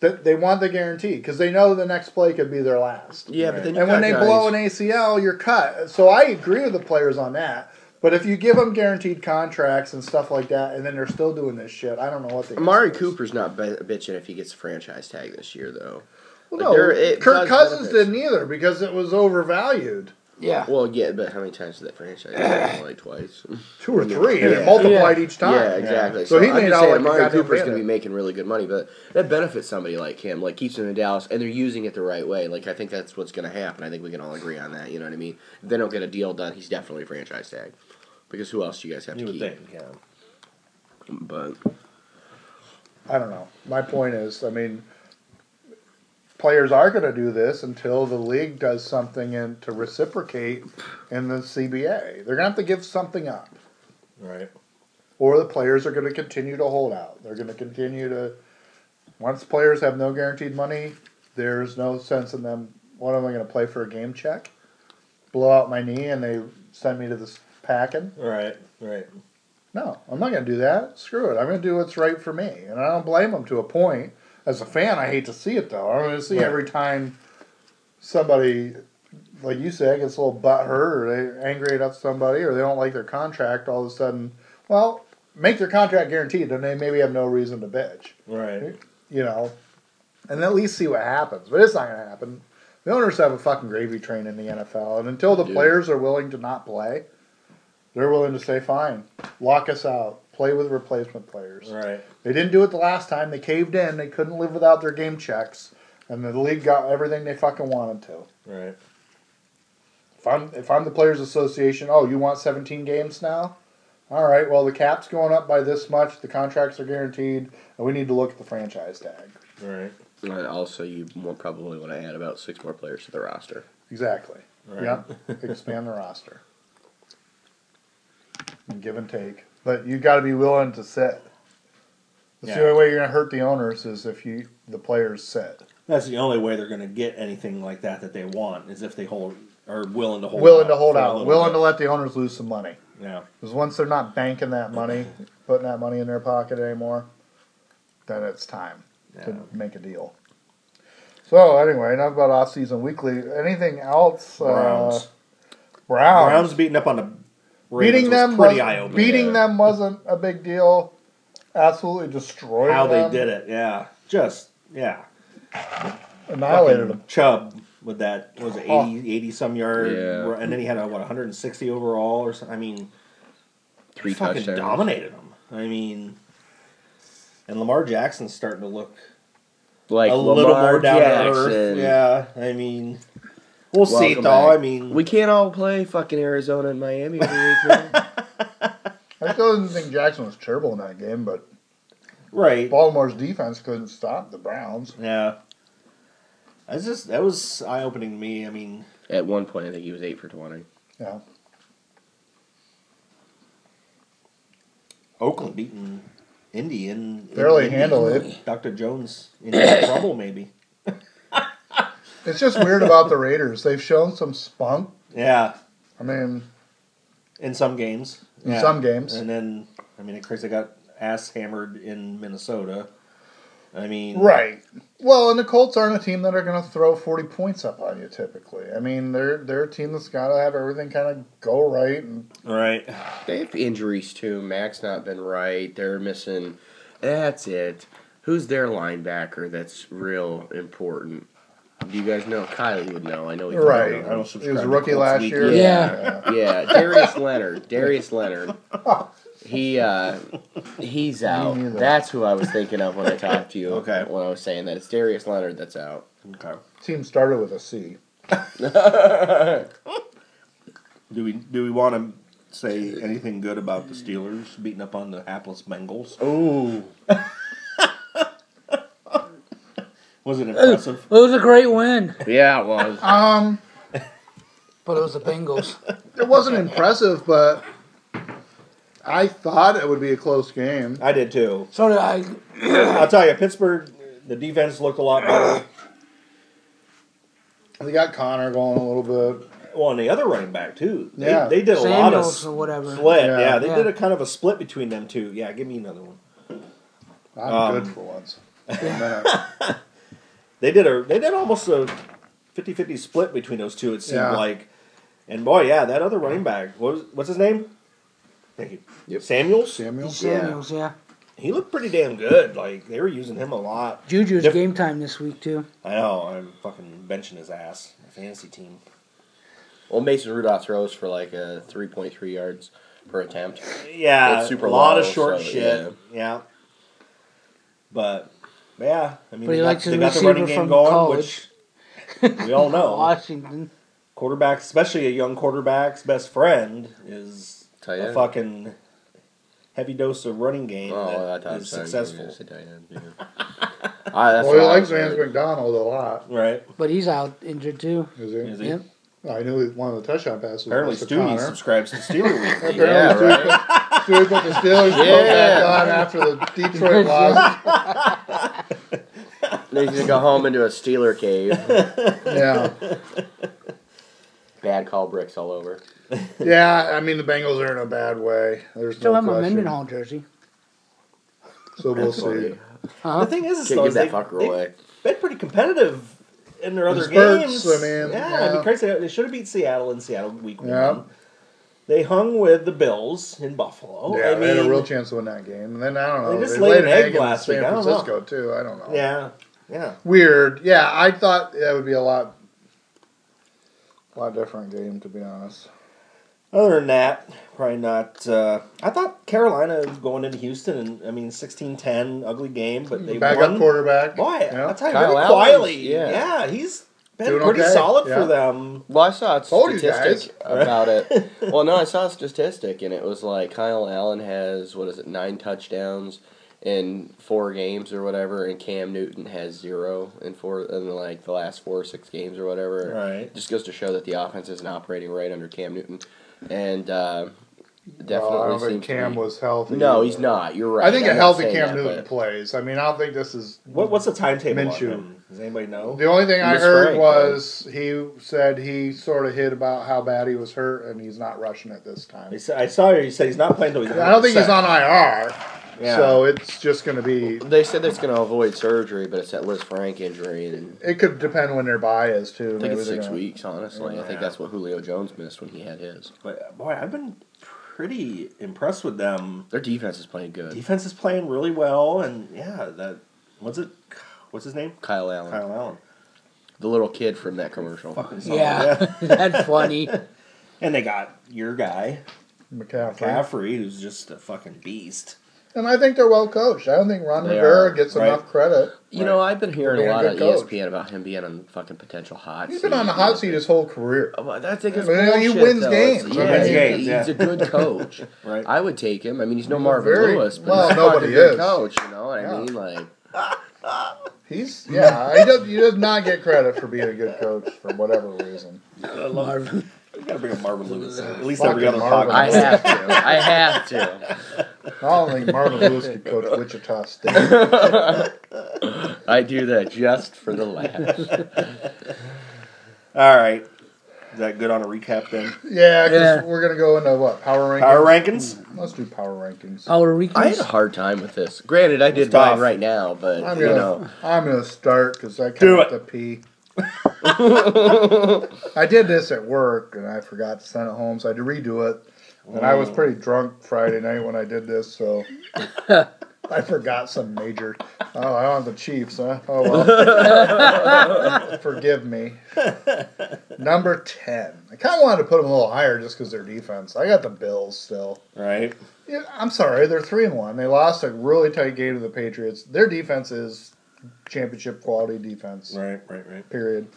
Speaker 1: That they want the guarantee because they know the next play could be their last.
Speaker 2: Yeah, but then you
Speaker 1: And when
Speaker 2: got
Speaker 1: they
Speaker 2: guys-
Speaker 1: blow an ACL, you're cut. So I agree with the players on that. But if you give them guaranteed contracts and stuff like that, and then they're still doing this shit, I don't know what they.
Speaker 2: Amari
Speaker 1: consider.
Speaker 2: Cooper's not bi- bitching if he gets a franchise tag this year, though.
Speaker 1: Well,
Speaker 2: But
Speaker 1: no,
Speaker 2: there- it
Speaker 1: Kirk
Speaker 2: does
Speaker 1: Cousins
Speaker 2: benefit.
Speaker 1: didn't either because it was overvalued.
Speaker 4: Yeah.
Speaker 2: Well, yeah, but how many times did that franchise tag? Like twice.
Speaker 1: two or three, and
Speaker 2: Yeah.
Speaker 1: it multiplied each time.
Speaker 2: Yeah, exactly.
Speaker 1: So he
Speaker 2: I'm
Speaker 1: made
Speaker 2: just
Speaker 1: out
Speaker 2: saying
Speaker 1: like a
Speaker 2: Amari
Speaker 1: goddamn
Speaker 2: Cooper's going to be
Speaker 1: bandit.
Speaker 2: making really good money, but that benefits somebody like him, like keeps him in Dallas, and they're using it the right way. Like I think that's what's going to happen. I think we can all agree on that. You know what I mean? If they don't get a deal done, he's definitely a franchise tag, because who else do you guys have
Speaker 3: You
Speaker 2: to
Speaker 3: would
Speaker 2: keep?
Speaker 3: think, yeah.
Speaker 2: But
Speaker 1: I don't know. My point is, I mean, players are going to do this until the league does something in, to reciprocate in the CBA. They're going to have to give something up,
Speaker 3: Right.
Speaker 1: or the players are going to continue to hold out. They're going to continue to. Once players have no guaranteed money, there's no sense in them. What am I going to play for a game check? Blow out my knee and they send me to this packing.
Speaker 3: Right. Right.
Speaker 1: No, I'm not going to do that. Screw it. I'm going to do what's right for me. And I don't blame them to a point. As a fan, I hate to see it, though. I'm going to see
Speaker 3: Right.
Speaker 1: every time somebody, like you said, gets a little butthurt or they angry at somebody or they don't like their contract, all of a sudden, well, make their contract guaranteed and they maybe have no reason to bitch,
Speaker 3: Right.
Speaker 1: you know, and at least see what happens. But it's not going to happen. The owners have a fucking gravy train in the NFL. And until the
Speaker 2: They do.
Speaker 1: players are willing to not play, they're willing to say, fine, lock us out, play with replacement players.
Speaker 3: Right.
Speaker 1: They didn't do it the last time. They caved in. They couldn't live without their game checks, and the league got everything they fucking wanted to.
Speaker 3: Right.
Speaker 1: If I'm if I'm the Players Association, oh, you want 17 games now? all right, well, the cap's going up by this much, the contracts are guaranteed, and we need to look at the franchise tag.
Speaker 3: Right.
Speaker 2: And uh, also, you more probably want to add about six more players to the roster.
Speaker 1: Exactly.
Speaker 3: Right.
Speaker 1: Yep. Expand the roster. And give and take. But you got to be willing to sit. That's
Speaker 3: Yeah.
Speaker 1: the only way you're going to hurt the owners is if you the players sit.
Speaker 3: That's the only way they're going to get anything like that that they want is if they hold are willing to hold
Speaker 1: willing
Speaker 3: out
Speaker 1: to hold
Speaker 3: for a
Speaker 1: out,
Speaker 3: little
Speaker 1: willing to
Speaker 3: bit.
Speaker 1: let the owners lose some money.
Speaker 3: yeah
Speaker 1: Because once they're not banking that money, putting that money in their pocket anymore, then it's time
Speaker 3: Yeah.
Speaker 1: to make a deal. So anyway, enough about off-season weekly. Anything else?
Speaker 3: Browns.
Speaker 1: Uh, Browns.
Speaker 3: Browns beating up on the Ravens
Speaker 1: beating
Speaker 3: was
Speaker 1: them
Speaker 3: pretty
Speaker 1: wasn't-
Speaker 3: eye opening.
Speaker 1: Beating them wasn't a big deal. Absolutely destroyed
Speaker 3: how they
Speaker 1: them.
Speaker 3: did it. Yeah, just yeah.
Speaker 1: Annihilated them. Oh.
Speaker 3: Chubb with that what was it 80, 80 some yard,
Speaker 2: Yeah.
Speaker 3: ru- and then he had a what one hundred and sixty overall or something. I mean,
Speaker 2: Three
Speaker 3: fucking
Speaker 2: touchdowns.
Speaker 3: dominated them. I mean, and Lamar Jackson's starting to look
Speaker 2: Like
Speaker 3: a
Speaker 2: Lamar
Speaker 3: little more down
Speaker 2: Jackson.
Speaker 3: to earth. Yeah, I mean, we'll see
Speaker 2: Welcome
Speaker 3: though.
Speaker 2: back.
Speaker 3: I mean,
Speaker 2: we can't all play fucking Arizona and Miami every week. man.
Speaker 1: I still didn't think Jackson was terrible in that game, but
Speaker 3: right?
Speaker 1: Baltimore's defense couldn't stop the Browns.
Speaker 3: Yeah, I was just that was eye opening to me. I mean,
Speaker 2: At one point, I think he was eight for twenty.
Speaker 1: Yeah.
Speaker 3: Oakland beating Indy and
Speaker 1: Barely
Speaker 3: Indy.
Speaker 1: handle it.
Speaker 3: Dr. Jones in trouble maybe.
Speaker 1: It's just weird about the Raiders. They've shown some spunk.
Speaker 3: Yeah,
Speaker 1: I mean,
Speaker 3: in some games.
Speaker 1: in
Speaker 3: Yeah.
Speaker 1: some games.
Speaker 3: And then, I mean, of course, they got ass hammered in Minnesota. I mean,
Speaker 1: Right. Well, and the Colts aren't a team that are going to throw 40 points up on you typically. I mean, they're they're a team that's got to have everything kind of go right and
Speaker 3: Right.
Speaker 2: They have injuries too. Mac's not been right. They're missing. That's it. Who's their linebacker that's real important? Do you guys know? Kylie would know. I know. He would
Speaker 1: Right.
Speaker 2: know.
Speaker 3: I don't
Speaker 1: He
Speaker 3: subscribe.
Speaker 1: was a
Speaker 3: to
Speaker 1: rookie
Speaker 3: Colts
Speaker 1: last
Speaker 3: weekly.
Speaker 1: year.
Speaker 4: Yeah.
Speaker 2: Yeah, Darius Leonard. Darius Leonard. He uh, he's out.
Speaker 1: neither.
Speaker 2: That's who I was thinking of when I talked to you.
Speaker 3: Okay.
Speaker 2: When I was saying that it's Darius Leonard that's out.
Speaker 3: Okay.
Speaker 1: Team started with a C.
Speaker 3: Do we do we want to say anything good about the Steelers beating up on the hapless Bengals?
Speaker 2: Ooh.
Speaker 3: Was it impressive?
Speaker 4: It was a great win,
Speaker 2: Yeah, it was.
Speaker 1: Um,
Speaker 4: but it was the Bengals.
Speaker 1: it wasn't impressive, but I thought it would be a close game.
Speaker 3: I did too.
Speaker 4: So did I.
Speaker 3: I'll tell you, Pittsburgh. The defense looked a lot better.
Speaker 1: They got Connor going a little bit.
Speaker 3: Well, and the other running back too. They,
Speaker 1: Yeah.
Speaker 3: they did a lot of
Speaker 4: Samuels or
Speaker 3: split.
Speaker 4: whatever.
Speaker 3: Yeah,
Speaker 1: Yeah.
Speaker 3: they
Speaker 4: Yeah.
Speaker 3: did a kind of a split between them two. Yeah, give me another one.
Speaker 1: I'm
Speaker 3: Um,
Speaker 1: good for once. For a minute.
Speaker 3: They did a they did almost a 50-50 split between those two. It seemed
Speaker 1: Yeah.
Speaker 3: like, and boy, yeah, that other running back what was, what's his name? Thank you,
Speaker 2: Yep.
Speaker 3: Samuels.
Speaker 1: Samuels.
Speaker 4: Samuels, yeah.
Speaker 3: He looked pretty damn good. Like they were using him a lot.
Speaker 4: Juju's
Speaker 3: Dif-
Speaker 4: game time this week too.
Speaker 3: I know. I'm fucking benching his ass. My fantasy team.
Speaker 2: Well, Mason Rudolph throws for like uh, 3.3 yards per attempt.
Speaker 3: Yeah,
Speaker 2: It's super
Speaker 3: a lot of
Speaker 2: low,
Speaker 3: short
Speaker 2: so,
Speaker 3: shit. Yeah. But, but yeah, I mean,
Speaker 4: But
Speaker 3: they
Speaker 4: he
Speaker 3: got,
Speaker 4: likes his
Speaker 3: they got the
Speaker 4: receiver
Speaker 3: running game
Speaker 4: from
Speaker 3: going,
Speaker 4: college.
Speaker 3: which we all know.
Speaker 4: Washington.
Speaker 3: Quarterback, especially a young quarterback's best friend, is
Speaker 2: Tight
Speaker 3: a
Speaker 2: end.
Speaker 3: fucking heavy dose of running game
Speaker 2: Oh, I
Speaker 3: that
Speaker 2: thought
Speaker 3: is
Speaker 2: so. You were
Speaker 3: successful.
Speaker 2: gonna say tight end, yeah. I, that's
Speaker 1: Well, he
Speaker 2: what I
Speaker 1: likes
Speaker 2: was
Speaker 1: Vance
Speaker 2: saying.
Speaker 1: McDonald a lot.
Speaker 3: Right?
Speaker 4: But he's out injured too.
Speaker 1: Is
Speaker 3: Is
Speaker 1: he?
Speaker 3: he?
Speaker 4: Yep.
Speaker 1: I knew he- one of the touchdown passes
Speaker 3: Apparently,
Speaker 1: was to Connor.
Speaker 3: Stewie subscribes to Steeler Weekly.
Speaker 2: Yeah,
Speaker 1: Apparently,
Speaker 2: right.
Speaker 1: Stewie put the Steelers
Speaker 2: Yeah.
Speaker 1: back on after the Detroit loss.
Speaker 2: They need to go home into a Steeler cave.
Speaker 1: Yeah,
Speaker 2: Bad call bricks all over.
Speaker 1: yeah. I mean, the Bengals are in a bad way. There's
Speaker 4: Still
Speaker 1: no
Speaker 4: have my
Speaker 1: question.
Speaker 4: Mendenhall jersey.
Speaker 1: So we'll see.
Speaker 3: The
Speaker 4: Huh?
Speaker 3: thing is, is
Speaker 2: Can't
Speaker 3: though,
Speaker 2: give
Speaker 3: is
Speaker 2: that
Speaker 3: they-
Speaker 2: fucker
Speaker 3: they-
Speaker 2: away.
Speaker 3: been pretty competitive in their other
Speaker 1: spurts,
Speaker 3: games.
Speaker 1: I mean,
Speaker 3: yeah, I
Speaker 1: yeah.
Speaker 3: mean, Christ, they, they should have beat Seattle in Seattle week
Speaker 1: Yeah.
Speaker 3: one. They hung with the Bills in Buffalo.
Speaker 1: yeah,
Speaker 3: Oh, I
Speaker 1: they had a
Speaker 3: mean,
Speaker 1: real chance to win that game. And then I don't know.
Speaker 3: They just laid
Speaker 1: laid
Speaker 3: an egg
Speaker 1: in
Speaker 3: last
Speaker 1: San
Speaker 3: week. I don't know.
Speaker 1: Francisco too. I don't know.
Speaker 3: Yeah, yeah.
Speaker 1: Weird. Yeah, I thought that would be a lot, a lot different game to be honest.
Speaker 3: Other than that, probably not. Uh, I thought Carolina was going into Houston, and I mean, 16-10, ugly game, but they
Speaker 1: Backup
Speaker 3: won.
Speaker 1: quarterback.
Speaker 3: Boy,
Speaker 1: Yeah.
Speaker 3: I'll tell you,
Speaker 2: Kyle
Speaker 3: very
Speaker 2: Allen,
Speaker 3: quietly.
Speaker 2: yeah.
Speaker 3: Yeah. he's been
Speaker 1: Doing
Speaker 3: pretty
Speaker 1: okay,
Speaker 3: solid
Speaker 1: yeah.
Speaker 3: for them.
Speaker 2: Well, I saw a
Speaker 1: Told you
Speaker 2: statistic about it. Well, no, I saw a statistic, and it was like Kyle Allen has what is it, nine touchdowns in four games or whatever, and Cam Newton has zero in four in like the last four or six games or whatever.
Speaker 3: Right.
Speaker 2: It just goes to show that the offense isn't operating right under Cam Newton, and uh, definitely
Speaker 1: Well, I don't
Speaker 2: seems
Speaker 1: think
Speaker 2: to
Speaker 1: Cam
Speaker 2: be-
Speaker 1: was healthy.
Speaker 2: No,
Speaker 1: either.
Speaker 2: he's not. You're right.
Speaker 1: I think
Speaker 2: I'm
Speaker 1: a
Speaker 2: not
Speaker 1: healthy
Speaker 2: saying
Speaker 1: Cam
Speaker 2: that,
Speaker 1: Newton
Speaker 2: but-
Speaker 1: plays. I mean, I don't think this is.
Speaker 3: What, what's the timetable
Speaker 1: Minshew.
Speaker 3: on him? Does anybody know?
Speaker 1: The only thing I
Speaker 2: Miss
Speaker 1: heard
Speaker 2: Frank,
Speaker 1: was he said he sort of hit about how bad he was hurt, and he's not rushing it this time.
Speaker 3: I saw, I saw you said he's not playing till he's.
Speaker 1: I don't think he's
Speaker 3: 100%.
Speaker 1: on IR,
Speaker 2: Yeah.
Speaker 1: so it's just going to be.
Speaker 2: They said that's going to avoid surgery, but it's that Liz Frank injury, and
Speaker 1: It could depend when their buy is too.
Speaker 2: I think
Speaker 1: Maybe
Speaker 2: it's
Speaker 1: they're
Speaker 2: 6
Speaker 1: gonna-
Speaker 2: weeks. Honestly, I
Speaker 3: Yeah.
Speaker 2: think that's what Julio Jones missed when he had his.
Speaker 3: But boy, I've been pretty impressed with them.
Speaker 2: Their defense is playing good.
Speaker 3: Defense is playing really well, and yeah, that what's it? What's his name?
Speaker 2: Kyle Allen,
Speaker 3: Kyle Allen.
Speaker 2: the little kid from that commercial.
Speaker 3: Fucking solid.
Speaker 4: Yeah, that's funny.
Speaker 3: And they got your guy
Speaker 1: McCaffrey.
Speaker 3: McCaffrey, who's just a fucking beast.
Speaker 1: And I think they're well coached. I don't think Ron
Speaker 2: They
Speaker 1: Rivera
Speaker 2: are,
Speaker 1: gets
Speaker 3: right.
Speaker 1: enough credit.
Speaker 2: You know, I've been hearing
Speaker 1: Being a
Speaker 2: a lot E
Speaker 1: good
Speaker 2: on
Speaker 1: coach.
Speaker 2: ESPN about him being on fucking potential hot.
Speaker 1: He's been on the hot seat his whole career.
Speaker 2: Oh, I think it's
Speaker 1: I mean, he
Speaker 2: bullshit,
Speaker 1: wins
Speaker 2: though.
Speaker 1: games.
Speaker 2: It's-
Speaker 1: He
Speaker 2: Yeah,
Speaker 1: wins
Speaker 2: he's,
Speaker 3: games, yeah.
Speaker 2: he's a good coach.
Speaker 3: Right.
Speaker 2: I would take him. I mean, he's no Marvin
Speaker 1: very-
Speaker 2: Lewis, but
Speaker 1: well,
Speaker 2: he's a
Speaker 1: nobody
Speaker 2: fucking good
Speaker 1: is.
Speaker 2: coach. You know what
Speaker 1: Yeah.
Speaker 2: I mean? Like,
Speaker 1: He's yeah. He does. He does not get credit for being a good coach for whatever reason.
Speaker 3: I love Marvin. You gotta bring up Marvin Lewis. At least
Speaker 1: Fucking
Speaker 3: every other
Speaker 1: Marvin.
Speaker 2: I
Speaker 3: podcast.
Speaker 2: have to. I have to.
Speaker 1: I don't think Marvin Lewis could coach Wichita State.
Speaker 2: I do that just for the laugh.
Speaker 3: All right. Is that good on a recap then?
Speaker 1: Yeah, because
Speaker 4: Yeah.
Speaker 1: we're gonna go into what power rankings.
Speaker 3: Power rankings?
Speaker 1: Let's do power rankings.
Speaker 2: I
Speaker 4: Our
Speaker 2: had
Speaker 4: weakness.
Speaker 2: a hard time with this. Granted, I did
Speaker 3: It's tough.
Speaker 2: mine right now, but
Speaker 1: I'm
Speaker 2: you
Speaker 1: gonna,
Speaker 2: know,
Speaker 1: I'm gonna start because I kind
Speaker 3: Do
Speaker 1: of to
Speaker 3: it.
Speaker 1: pee. I did this at work and I forgot to send it home, so I had to redo it. And I was
Speaker 2: Mm.
Speaker 1: pretty drunk Friday night when I did this, so I forgot some major. Oh, I don't have the Chiefs, huh? Oh well. Forgive me. Number ten. I kind of wanted to put them a little higher just because their defense. I got the Bills still.
Speaker 3: Right.
Speaker 1: Yeah, I'm sorry, they're three and one. They lost a really tight game to the Patriots. Their defense is championship quality defense.
Speaker 3: Right, right, right.
Speaker 1: Period.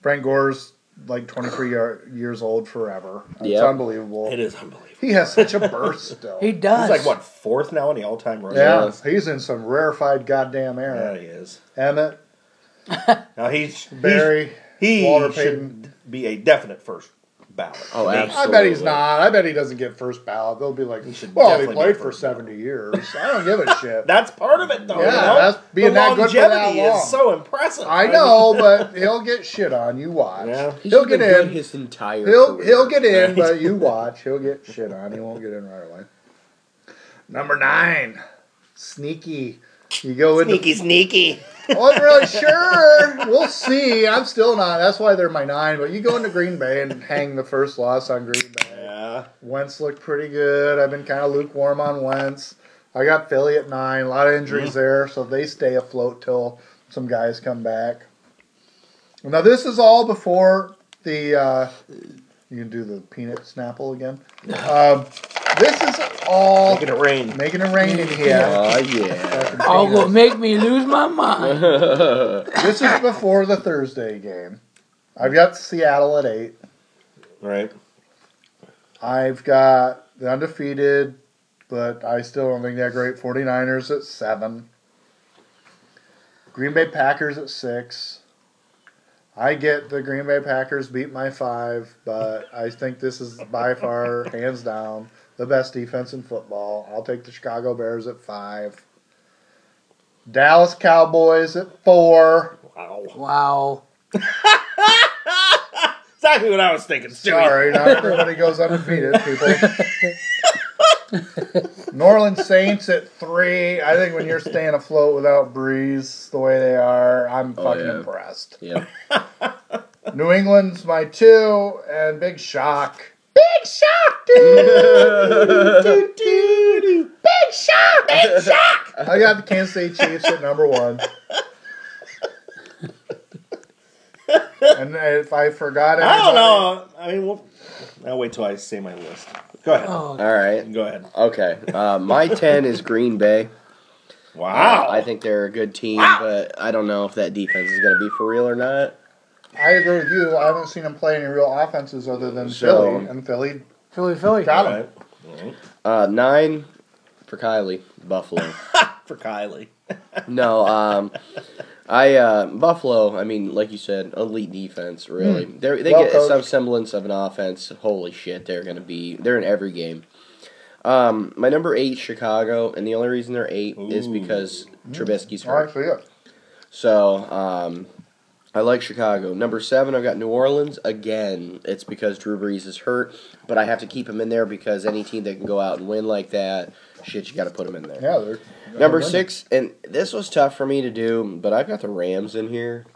Speaker 1: Frank Gore's like 23 year, years old forever. It's
Speaker 2: Yep.
Speaker 1: unbelievable.
Speaker 3: It is unbelievable.
Speaker 1: He has such a burst still.
Speaker 4: He does.
Speaker 3: He's like what, fourth now in the all time run?
Speaker 1: yeah, he's in some rarefied goddamn
Speaker 3: Yeah,
Speaker 1: air.
Speaker 3: he is.
Speaker 1: Emmett,
Speaker 3: Now he's
Speaker 1: Barry.
Speaker 3: He
Speaker 1: Walter
Speaker 3: should be a definite first ballot.
Speaker 2: Oh,
Speaker 3: To me.
Speaker 2: absolutely.
Speaker 1: I bet he's not. I bet he doesn't get first ballot. They'll be like,
Speaker 3: should
Speaker 1: well, he
Speaker 3: definitely
Speaker 1: played
Speaker 3: get
Speaker 1: for
Speaker 3: first ballot."
Speaker 1: 70 years. I don't give a shit.
Speaker 3: That's part of it, though.
Speaker 1: Yeah,
Speaker 3: you know?
Speaker 1: that's- being
Speaker 3: the
Speaker 1: that good for that
Speaker 3: longevity
Speaker 1: long.
Speaker 3: is so impressive.
Speaker 1: I know, but he'll get shit on. You watch.
Speaker 3: Yeah.
Speaker 2: He's
Speaker 1: He'll
Speaker 2: been
Speaker 1: get
Speaker 2: good
Speaker 1: in.
Speaker 2: his entire.
Speaker 1: He'll
Speaker 2: career.
Speaker 1: he'll get in, but you watch. He'll get shit on. He won't get in right away. Number nine, sneaky. You go into.
Speaker 3: sneaky, sneaky.
Speaker 1: I wasn't really sure. We'll see. I'm still not. That's why they're my nine. But you go into Green Bay and hang the first loss on Green Bay.
Speaker 3: Yeah,
Speaker 1: Wentz looked pretty good. I've been kind of lukewarm on Wentz. I got Philly at nine. A lot of injuries there, so they stay afloat till some guys come back. Now this is all before the. Uh, you can do the peanut snapple again. Um, this is all
Speaker 3: making it rain.
Speaker 1: making it rain in here.
Speaker 2: Oh yeah.
Speaker 4: Oh, gonna make me lose my mind.
Speaker 1: This is before the Thursday game. I've got Seattle at eight.
Speaker 3: Right.
Speaker 1: I've got the undefeated, but I still don't think that great. 49ers at seven. Green Bay Packers at six. I get the Green Bay Packers beat my five, but I think this is by far, hands down, the best defense in football. I'll take the Chicago Bears at five. Dallas Cowboys at four.
Speaker 3: Wow.
Speaker 4: Wow.
Speaker 3: Exactly what I was thinking. Stewie.
Speaker 1: Sorry, not everybody goes undefeated, people. New Orleans Saints at three. I think when you're staying afloat without Breeze the way they are, I'm
Speaker 2: Oh,
Speaker 1: fucking
Speaker 2: yeah.
Speaker 1: impressed.
Speaker 2: yeah.
Speaker 1: New England's my two, and Big Shock. Big Shock, dude! Big Shock! Big Shock! I got the Kansas State Chiefs at number one. and if I forgot
Speaker 3: I
Speaker 1: anybody-
Speaker 3: don't know. I mean, we'll, I'll wait till I say my list. Go ahead.
Speaker 4: Oh,
Speaker 2: All right.
Speaker 3: Go ahead.
Speaker 2: Okay. Uh, my ten is Green Bay.
Speaker 3: Wow.
Speaker 2: I think they're a good team, but I don't know if that defense is going to be for real or not.
Speaker 1: I agree with you. I haven't seen him play any real offenses other than
Speaker 2: So-
Speaker 1: Philly, and Philly
Speaker 4: Philly, Philly.
Speaker 1: got him.
Speaker 3: Right. Mhm.
Speaker 2: Uh, nine for Kylie Buffalo.
Speaker 3: For Kylie.
Speaker 2: no, um, I uh, Buffalo. I mean, like you said, elite
Speaker 3: Hmm.
Speaker 2: defense. Really, They're, they
Speaker 1: Well
Speaker 2: get some
Speaker 1: coached.
Speaker 2: semblance of an offense. Holy shit, they're gonna be. They're in every game. Um, my number eight, Chicago, and the only reason they're eight is
Speaker 3: Ooh. Hmm.
Speaker 2: because Trubisky's
Speaker 1: All right,
Speaker 2: hurt.
Speaker 1: so yeah.
Speaker 2: So um, I like Chicago. Number seven, I've got New Orleans again. It's because Drew Brees is hurt, but I have to keep him in there because any team that can go out and win like that, shit, you got to put him in there.
Speaker 1: Yeah, they're
Speaker 2: Number six, and this was tough for me to do, but I've got the Rams in here.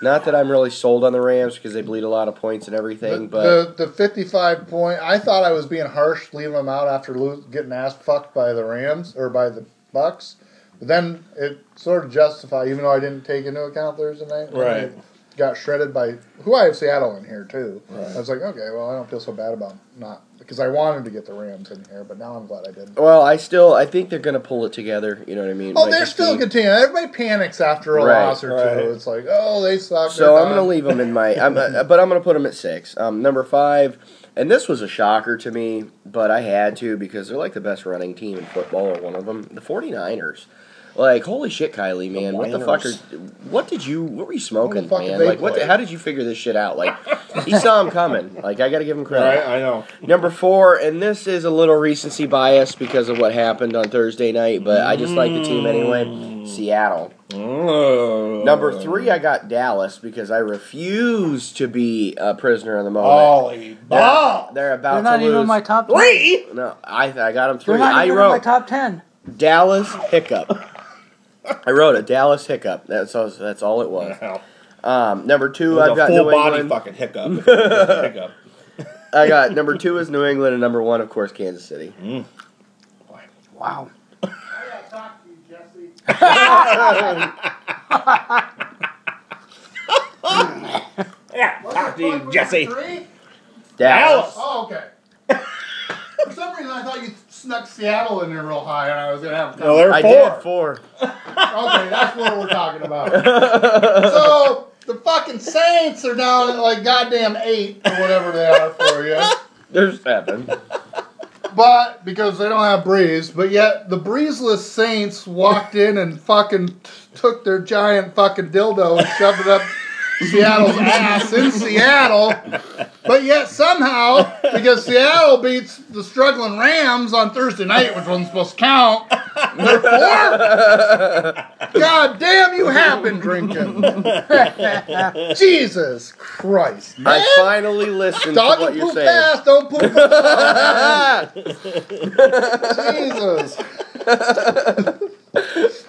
Speaker 2: Not that I'm really sold on the Rams because they bleed a lot of points and everything, but
Speaker 1: the, the the fifty-five point. I thought I was being harsh leaving them out after lo- getting ass fucked by the Rams or by the Bucks. But then it sort of justified, even though I didn't take into account Thursday night. when
Speaker 3: Right.
Speaker 1: they Got shredded by who I have Seattle in here too.
Speaker 3: Right.
Speaker 1: I was like, okay, well, I don't feel so bad about not because I wanted to get the Rams in here, but now I'm glad I didn't.
Speaker 2: well, I still I think they're gonna pull it together. You know what I mean?
Speaker 1: Oh,
Speaker 2: Might
Speaker 1: they're
Speaker 2: just
Speaker 1: still
Speaker 2: be-
Speaker 1: continuing. Everybody panics after a
Speaker 2: Right,
Speaker 1: loss or
Speaker 3: right.
Speaker 1: two. It's like, oh, they suck.
Speaker 2: So
Speaker 1: they're
Speaker 2: I'm gonna
Speaker 1: done.
Speaker 2: leave them in my, I'm, uh, but I'm gonna put them at six. Um, number five, and this was a shocker to me, but I had to because they're like the best running team in football, or one of them, the 49ers. Like holy shit, Kylie, man! what the fuck are?
Speaker 3: Niners.
Speaker 2: What did you? What were you smoking,
Speaker 1: fuck did
Speaker 2: man?
Speaker 1: they
Speaker 2: Like what? The,
Speaker 1: play?
Speaker 2: how did you figure this shit out? Like he saw him coming. Like I gotta give him credit.
Speaker 3: Right, I know.
Speaker 2: Number four, and this is a little recency bias because of what happened on Thursday night, but I just like the team
Speaker 1: Mm.
Speaker 2: anyway. Seattle.
Speaker 3: Oh.
Speaker 2: Number three, I got Dallas because I refuse to be a prisoner in the moment.
Speaker 1: Oh.
Speaker 3: Holy
Speaker 2: they're,
Speaker 3: ball.
Speaker 2: they're about
Speaker 4: They're
Speaker 2: to
Speaker 4: not
Speaker 2: lose.
Speaker 4: even in my top ten.
Speaker 3: Three?
Speaker 2: No, I I got them
Speaker 4: They're
Speaker 2: three.
Speaker 4: not
Speaker 2: I
Speaker 4: even in my
Speaker 2: wrote
Speaker 4: top ten.
Speaker 2: Dallas hiccup. I wrote a Dallas hiccup. That's all, that's all it was.
Speaker 3: Wow.
Speaker 2: Um, number two,
Speaker 3: It was
Speaker 2: I've
Speaker 3: a
Speaker 2: got
Speaker 3: full
Speaker 2: New
Speaker 3: body
Speaker 2: England.
Speaker 3: fucking hiccup. if it was a hiccup.
Speaker 2: I got number two is New England, and number one, of course, Kansas City.
Speaker 4: Wow.
Speaker 3: Yeah, talk to you, Jesse.
Speaker 2: Dallas.
Speaker 3: Dallas.
Speaker 1: Oh, okay. For some reason, I thought you snuck Seattle in there real high, and I was gonna have. a
Speaker 3: No, they're
Speaker 2: I
Speaker 3: four.
Speaker 2: did four.
Speaker 1: Okay, that's what we're talking about. so the fucking Saints are down at like goddamn eight or whatever they are for you,
Speaker 2: There's seven.
Speaker 1: but because they don't have Breeze, but yet the Breezeless Saints walked in and fucking t- took their giant fucking dildo and shoved it up. Seattle's ass in Seattle, but yet somehow, because Seattle beats the struggling Rams on Thursday night, which wasn't supposed to count, they're four. God damn, you have been drinking. Jesus Christ, man!
Speaker 2: I finally listened to
Speaker 1: Dog
Speaker 2: what
Speaker 1: and
Speaker 2: you're
Speaker 1: poop
Speaker 2: saying.
Speaker 1: ass, don't poop. ass. Jesus.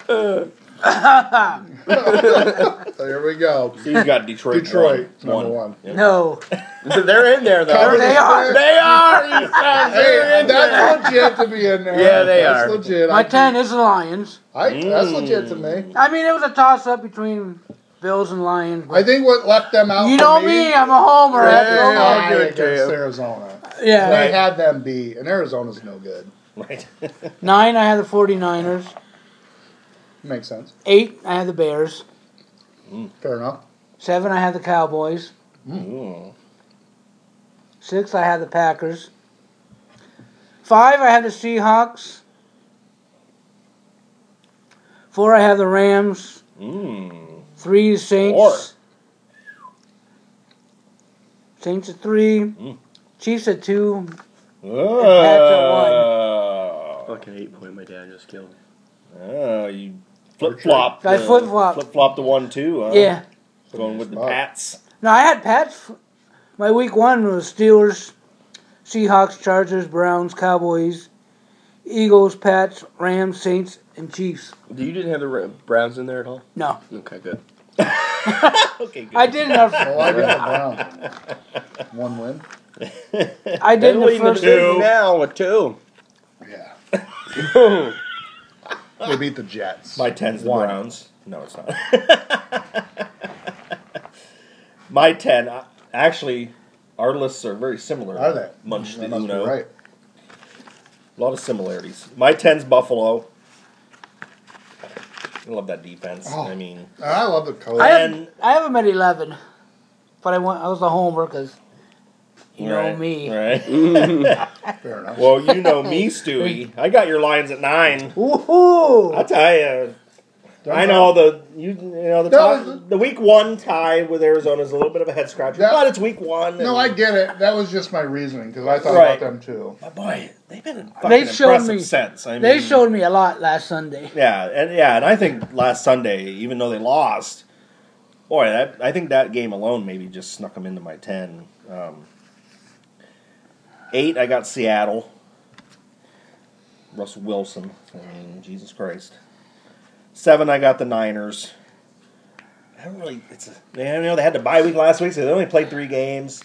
Speaker 1: so here we go.
Speaker 3: So you got Detroit.
Speaker 1: Detroit,
Speaker 3: One.
Speaker 1: number one.
Speaker 4: No.
Speaker 2: They're in there though.
Speaker 1: Covered
Speaker 4: They are.
Speaker 2: They are. You guys. They're
Speaker 1: Hey,
Speaker 2: in there.
Speaker 1: that's legit to be in there.
Speaker 2: Yeah, they
Speaker 1: that's
Speaker 2: are.
Speaker 1: Legit.
Speaker 4: My
Speaker 1: I,
Speaker 4: ten is the Lions.
Speaker 1: I, that's legit to me.
Speaker 4: I mean, it was a toss up between Bills and Lions.
Speaker 1: I think what left them out.
Speaker 4: you
Speaker 1: for
Speaker 4: know
Speaker 1: me,
Speaker 4: me, I'm a homer.
Speaker 1: was
Speaker 4: I
Speaker 2: Yeah, yeah, yeah.
Speaker 4: have to go.
Speaker 1: Illinois
Speaker 2: I'll give it to
Speaker 1: against
Speaker 2: you.
Speaker 1: Arizona.
Speaker 4: Yeah.
Speaker 1: They had them beat, and Arizona's no good.
Speaker 3: Right.
Speaker 4: Nine, I had the 49ers.
Speaker 1: Makes sense.
Speaker 4: Eight, I had the Bears.
Speaker 1: Fair enough.
Speaker 4: Seven, I had the Cowboys.
Speaker 3: Ooh.
Speaker 4: Six, I had the Packers. Five, I had the Seahawks. Four, I had the Rams.
Speaker 3: Mm.
Speaker 4: Three, the Saints.
Speaker 3: Four.
Speaker 4: Saints at three.
Speaker 3: Mm.
Speaker 4: Chiefs at two.
Speaker 3: Uh, Oh.
Speaker 2: Fucking eight point. My dad just killed.
Speaker 3: Oh, you flip flop.
Speaker 4: I flip-flop.
Speaker 3: Flip flop the one two. Huh?
Speaker 4: Yeah.
Speaker 3: Going with the
Speaker 1: Wow.
Speaker 3: Pats.
Speaker 4: No, I had Pats. My week one was Steelers, Seahawks, Chargers, Browns, Cowboys, Eagles, Pats, Rams, Saints, and Chiefs.
Speaker 2: You didn't have the Ra- Browns in there at all.
Speaker 4: No,
Speaker 2: Okay, good.
Speaker 3: Okay, good.
Speaker 4: I did enough.
Speaker 1: Oh, I got the Browns. One win.
Speaker 4: I
Speaker 2: They're
Speaker 4: did in the
Speaker 2: leading the
Speaker 4: first.
Speaker 3: two.
Speaker 2: division now with two.
Speaker 1: Yeah. They beat the Jets.
Speaker 3: My ten's the
Speaker 1: One.
Speaker 3: Browns. No, it's not. My ten. uh, Actually, our lists are very similar.
Speaker 1: Are they?
Speaker 3: Much
Speaker 1: That
Speaker 3: the
Speaker 1: must be
Speaker 3: Uno.
Speaker 1: right.
Speaker 3: A lot of similarities. My ten's Buffalo. I love that defense.
Speaker 1: Oh.
Speaker 3: I mean,
Speaker 1: And I love the coach.
Speaker 4: I
Speaker 3: And-
Speaker 4: have I have them at eleven. but I went. I was a homer because you know
Speaker 3: Right,
Speaker 4: me.
Speaker 3: Right.
Speaker 1: Fair enough.
Speaker 3: Well, you know me, Stewie. I got your lines at nine. I
Speaker 4: Woohoo!
Speaker 3: tell you, I know the you, you know the
Speaker 1: That
Speaker 3: top,
Speaker 1: was-
Speaker 3: the week one tie with Arizona is a little bit of a head scratcher,
Speaker 1: That-
Speaker 3: but it's week one.
Speaker 1: No, I get it. That was just my reasoning because I thought
Speaker 3: Right.
Speaker 1: about them too.
Speaker 3: But boy, they've been fucking
Speaker 4: They showed
Speaker 3: impressive
Speaker 4: me-
Speaker 3: since. I mean,
Speaker 4: They showed me a lot last Sunday.
Speaker 3: Yeah, and yeah, and I think last Sunday, even though they lost, boy, that, I think that game alone maybe just snuck them into my ten. Um, eight, I got Seattle. Russell Wilson. I mean, Jesus Christ. Seven, I got the Niners. I don't really. It's a, they, you know they had the bye week last week, so they only played three games.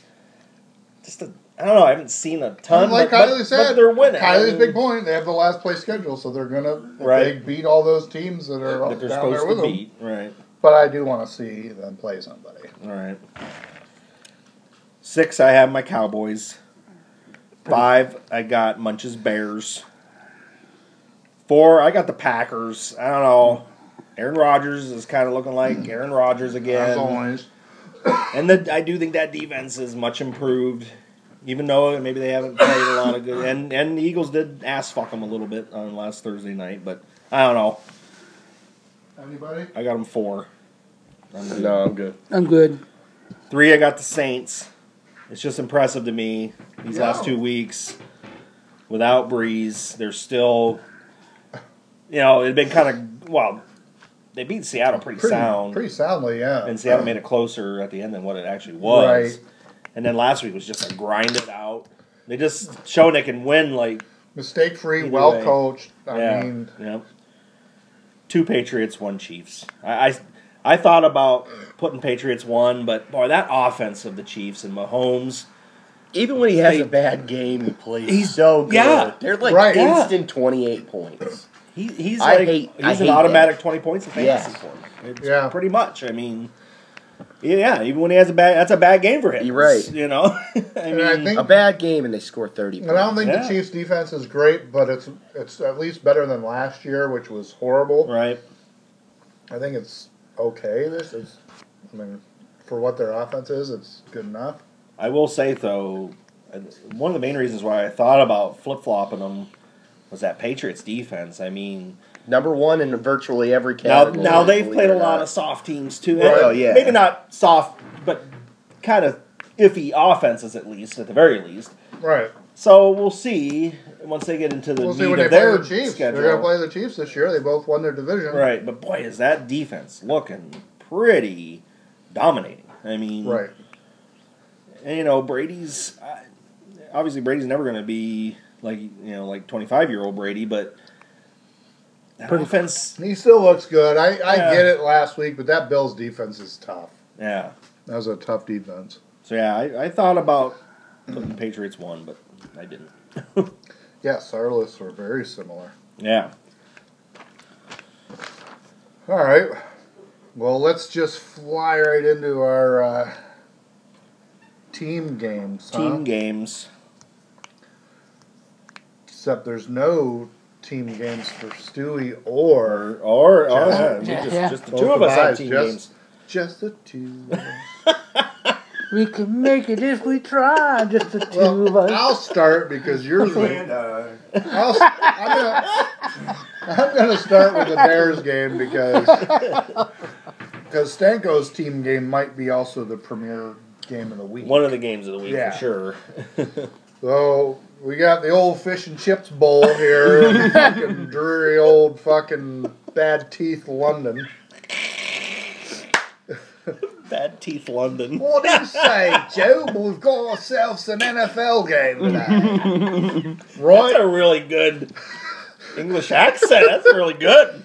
Speaker 3: Just a, I don't know. I haven't seen a ton.
Speaker 1: like
Speaker 3: but,
Speaker 1: Kylie
Speaker 3: but,
Speaker 1: said,
Speaker 3: but they're winning. I
Speaker 1: Kylie's
Speaker 3: mean,
Speaker 1: big point. They have the last place schedule, so they're gonna if
Speaker 3: Right.
Speaker 1: they beat all those teams that are
Speaker 3: that they're
Speaker 1: down there
Speaker 3: supposed
Speaker 1: with
Speaker 3: to
Speaker 1: them.
Speaker 3: beat. Right.
Speaker 1: But I do want to see them play somebody.
Speaker 3: All right. Six, I have my Cowboys. Five, I got Munch's Bears. Four, I got the Packers. I don't know. Aaron Rodgers is kind of looking like Aaron Rodgers
Speaker 1: As
Speaker 3: again.
Speaker 1: always,
Speaker 3: And the, I do think that defense is much improved, even though maybe they haven't played a lot of good. And and the Eagles did ass fuck them a little bit on last Thursday night, but I don't know.
Speaker 1: anybody?
Speaker 3: I got them four.
Speaker 2: No, I'm good.
Speaker 4: I'm good.
Speaker 3: Three, I got the Saints. It's just impressive to me these
Speaker 1: Yeah.
Speaker 3: last two weeks without Breeze. They're still, you know, it'd been kind of well. They beat Seattle pretty,
Speaker 1: Pretty,
Speaker 3: sound,
Speaker 1: pretty soundly, yeah.
Speaker 3: and Seattle made it closer at the end than what it actually was.
Speaker 1: Right.
Speaker 3: And then last week was just a grind it out. They just shown they can win. Like,
Speaker 1: mistake free,
Speaker 3: Either
Speaker 1: well
Speaker 3: way.
Speaker 1: coached. I
Speaker 3: yeah,
Speaker 1: mean,
Speaker 3: yeah. Two Patriots, one Chiefs. I, I I thought about putting Patriots one, but boy, that offense of the Chiefs and Mahomes.
Speaker 2: Even when he has a bad game, he plays so good.
Speaker 3: yeah.
Speaker 2: They're like
Speaker 1: Right.
Speaker 2: instant 28 points.
Speaker 3: He, he's
Speaker 2: I
Speaker 3: like
Speaker 2: hate-
Speaker 3: he's
Speaker 2: I
Speaker 3: an
Speaker 2: hate
Speaker 3: automatic twenty points in fantasy
Speaker 2: Yes.
Speaker 3: for me. It's
Speaker 1: Yeah.
Speaker 3: pretty much. I mean, yeah, even when he has a bad, that's a bad game for him.
Speaker 2: You're right.
Speaker 3: You know, I
Speaker 1: and I
Speaker 3: mean,
Speaker 1: think,
Speaker 2: A bad game and they score 30
Speaker 1: and I don't
Speaker 2: points.
Speaker 1: think
Speaker 3: Yeah.
Speaker 1: the Chiefs' defense is great, but it's it's at least better than last year, which was horrible.
Speaker 3: right?
Speaker 1: I think it's okay. This is, I mean, for what their offense is, it's good enough.
Speaker 3: I will say though, one of the main reasons why I thought about flip flopping them was that Patriots defense. I mean,
Speaker 2: Number one in virtually every
Speaker 3: now
Speaker 2: category.
Speaker 3: now they've
Speaker 2: believe
Speaker 3: played
Speaker 2: it
Speaker 3: a
Speaker 2: or
Speaker 3: lot
Speaker 2: not.
Speaker 3: of soft teams too.
Speaker 2: Well, Oh, yeah.
Speaker 3: maybe not soft, but kind of iffy offenses at least, at the very least.
Speaker 1: Right.
Speaker 3: So we'll see once they get into the
Speaker 1: We'll see
Speaker 3: meat
Speaker 1: when they
Speaker 3: of
Speaker 1: play
Speaker 3: their
Speaker 1: the Chiefs.
Speaker 3: schedule.
Speaker 1: They're going to play the Chiefs this year. They both won their division.
Speaker 3: Right, but boy, is that defense looking pretty dominating. I mean,
Speaker 1: Right.
Speaker 3: And, you know, Brady's I- obviously Brady's never going to be like you know like twenty five year old Brady, but that offense,
Speaker 1: He still looks good. I, I
Speaker 3: Yeah.
Speaker 1: get it last week, but that Bills defense is tough.
Speaker 3: yeah.
Speaker 1: That was a tough defense.
Speaker 3: So yeah, I, I thought about putting the Patriots one, but I didn't.
Speaker 1: Yes, our lists were very similar.
Speaker 3: Yeah,
Speaker 1: All right. Well, let's just fly right into our uh, team games. huh?
Speaker 3: team games.
Speaker 1: Except there's no team games for Stewie or
Speaker 3: Or, or, or
Speaker 1: Just-
Speaker 3: yeah, we
Speaker 4: Yeah,
Speaker 3: just,
Speaker 4: yeah.
Speaker 3: just the
Speaker 1: Both
Speaker 3: two of
Speaker 1: of
Speaker 3: us have
Speaker 1: us,
Speaker 3: team
Speaker 1: just-
Speaker 3: games.
Speaker 1: just the two.
Speaker 4: We can make it if we try. Just the two of
Speaker 1: well,
Speaker 4: us.
Speaker 1: I'll start because yours. Are, I'll, I'm gonna I'm gonna start with the Bears game because because Stanko's team game might be also the premier game of the week.
Speaker 3: One of the games of the week
Speaker 1: Yeah.
Speaker 3: for sure.
Speaker 1: So we got the old fish and chips bowl here, in fucking dreary old fucking bad teeth London.
Speaker 3: Bad teeth, London.
Speaker 1: What do you say, Joe? We've got ourselves an NFL game today,
Speaker 3: That's a
Speaker 1: right?
Speaker 3: really good English accent. That's really good.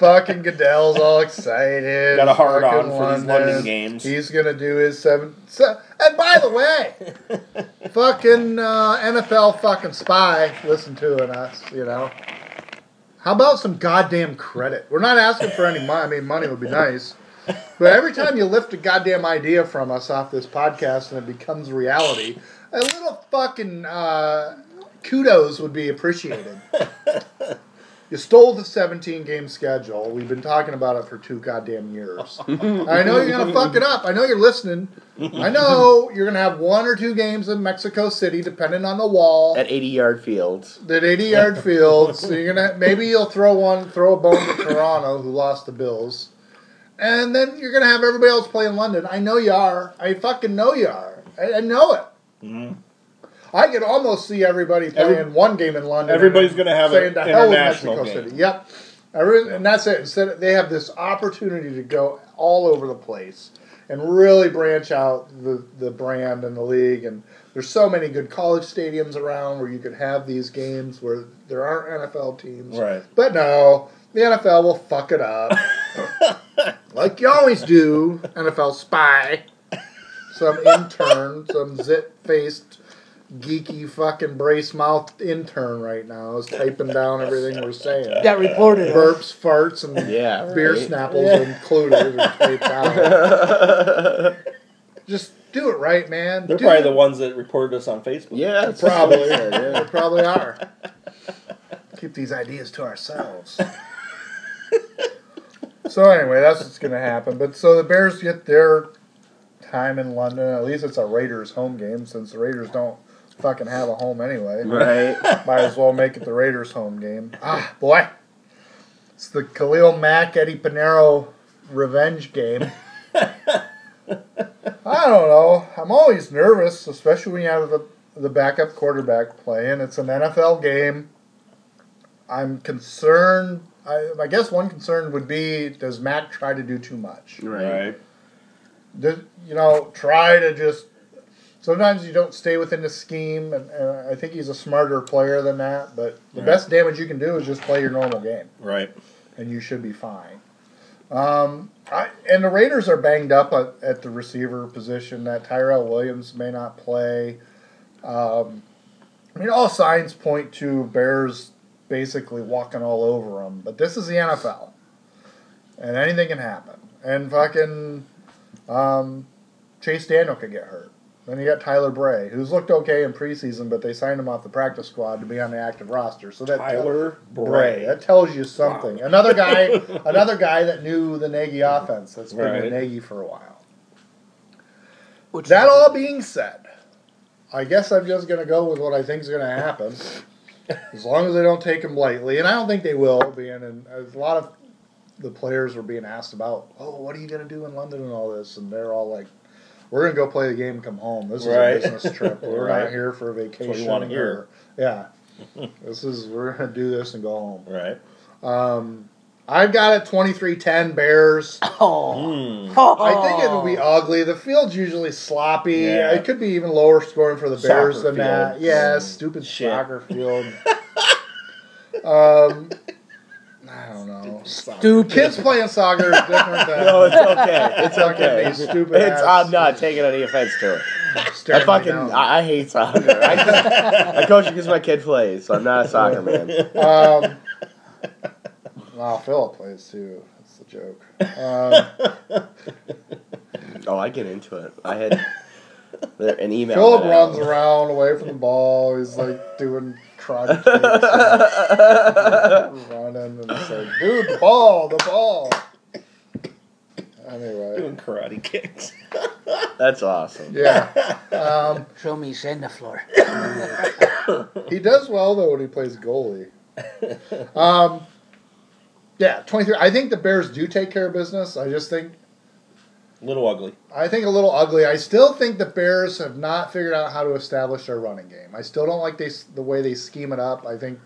Speaker 1: Fucking Goodell's all excited.
Speaker 3: Got a hard on
Speaker 1: Fucking
Speaker 3: for these London games.
Speaker 1: He's gonna do his seven. se- and by the way, fucking uh, NFL fucking spy, listen to in us, you know. How about some goddamn credit? We're not asking for any money. I mean, money would be nice. But every time you lift a goddamn idea from us off this podcast and it becomes reality, a little fucking uh, kudos would be appreciated. You stole the 17 game schedule. We've been talking about it for two goddamn years. I know you're going to fuck it up. I know you're listening. I know you're going to have one or two games in Mexico City, depending on the wall,
Speaker 2: At 80 yard fields.
Speaker 1: that 80 yard field. So you're going to, maybe you'll throw one, throw a bone to Toronto, who lost the Bills. And then you're going to have everybody else play in London. I know you are. I fucking know you are. I, I know it. I could almost see everybody playing
Speaker 3: Every-
Speaker 1: one game in London.
Speaker 3: Everybody's
Speaker 1: and
Speaker 3: gonna have
Speaker 1: saying
Speaker 3: an
Speaker 1: to hell with
Speaker 3: international
Speaker 1: Mexico
Speaker 3: game.
Speaker 1: City. Yep. I really, and that's it. Instead, of- they have this opportunity to go all over the place and really branch out the, the brand and the league. And there's so many good college stadiums around where you could have these games where there aren't NFL teams.
Speaker 3: Right.
Speaker 1: But no, the NFL will fuck it up, like you always do. NFL spy, some intern, some zit faced. Geeky fucking brace mouth intern right now is typing down everything we're saying
Speaker 4: that reported us.
Speaker 1: burps, farts, and
Speaker 2: Yeah.
Speaker 1: beer
Speaker 2: right?
Speaker 1: snapples included. are taped out. Just do it right, man.
Speaker 3: They're
Speaker 1: do
Speaker 3: probably
Speaker 1: it.
Speaker 3: the ones that reported us on Facebook.
Speaker 2: Yeah. that's-
Speaker 1: probably.
Speaker 2: yeah.
Speaker 1: They probably are. Keep these ideas to ourselves. so anyway, that's what's going to happen. But so the Bears get their time in London. At least it's a Raiders home game, since the Raiders don't fucking have a home anyway.
Speaker 2: Right.
Speaker 1: Might as well make it the Raiders home game. Ah, boy. It's the Khalil Mack Eddie Pinero revenge game. I don't know. I'm always nervous, especially when you have the, the backup quarterback playing. It's an NFL game. I'm concerned. I, I guess one concern would be does Mack try to do too much?
Speaker 2: Right.
Speaker 1: Does, you know, try to just. Sometimes you don't stay within the scheme, and, and I think he's a smarter player than that. But the
Speaker 3: Right.
Speaker 1: best damage you can do is just play your normal game,
Speaker 3: Right.
Speaker 1: and you should be fine. Um, I, and the Raiders are banged up at, at the receiver position. That Tyrell Williams may not play. Um, I mean, all signs point to Bears basically walking all over them. But this is the NFL, and anything can happen. And fucking um, Chase Daniel could get hurt. Then you got Tyler Bray, who's looked okay in preseason, but they signed him off the practice squad to be on the active roster. So that
Speaker 3: Tyler
Speaker 1: Bray. That tells you something. Another guy, another guy that knew the Nagy offense. That's been
Speaker 3: Right.
Speaker 1: with Nagy for a while.
Speaker 4: Which
Speaker 1: That all being said, I guess I'm just going to go with what I think is going to happen. as long as they don't take him lightly, and I don't think they will. Being in, a lot of the players were being asked about, oh, what are you going to do in London and all this, and they're all like. We're gonna go play the game and come home. This is
Speaker 3: Right.
Speaker 1: a business trip. We're
Speaker 3: Right.
Speaker 1: not here for a vacation.
Speaker 3: you wanna hear.
Speaker 1: or- Yeah. This is we're gonna do this and go home.
Speaker 3: Right.
Speaker 1: Um, I've got it 23-10 Bears.
Speaker 4: Oh.
Speaker 3: Hmm.
Speaker 1: I think it'll be ugly. The field's usually sloppy.
Speaker 3: Yeah.
Speaker 1: It could be even lower scoring for the
Speaker 3: Soccer
Speaker 1: Bears than that.
Speaker 3: field.
Speaker 1: Yeah,
Speaker 3: Mm,
Speaker 1: stupid
Speaker 3: shit.
Speaker 1: soccer field. um, I don't know.
Speaker 4: Stupid.
Speaker 1: Kids playing soccer is different than
Speaker 2: No, it's okay. It's
Speaker 1: Fucking
Speaker 2: okay.
Speaker 1: these stupid
Speaker 2: It's, I'm
Speaker 1: ass-
Speaker 2: not taking any offense to it.
Speaker 1: staring
Speaker 2: I
Speaker 1: me
Speaker 2: fucking
Speaker 1: down.
Speaker 2: I, I hate soccer. I, just, I coach because my kid plays, so I'm not a soccer man.
Speaker 1: Um, wow, Philip plays too. That's the joke. Um,
Speaker 2: Oh, I get into it. I had there- an email.
Speaker 1: Philip
Speaker 2: that I-
Speaker 1: runs around away from the ball. He's like doing karate kicks. and- running and it's like, dude, the ball, the ball. Anyway,
Speaker 3: Doing karate kicks.
Speaker 2: That's awesome.
Speaker 1: yeah, um,
Speaker 4: Show me sand the floor.
Speaker 1: he does well though when he plays goalie. Um, yeah, twenty three. I think the Bears do take care of business. I just think
Speaker 3: Little ugly.
Speaker 1: I think a little ugly. I still think the Bears have not figured out how to establish their running game. I still don't like they the way they scheme it up. I think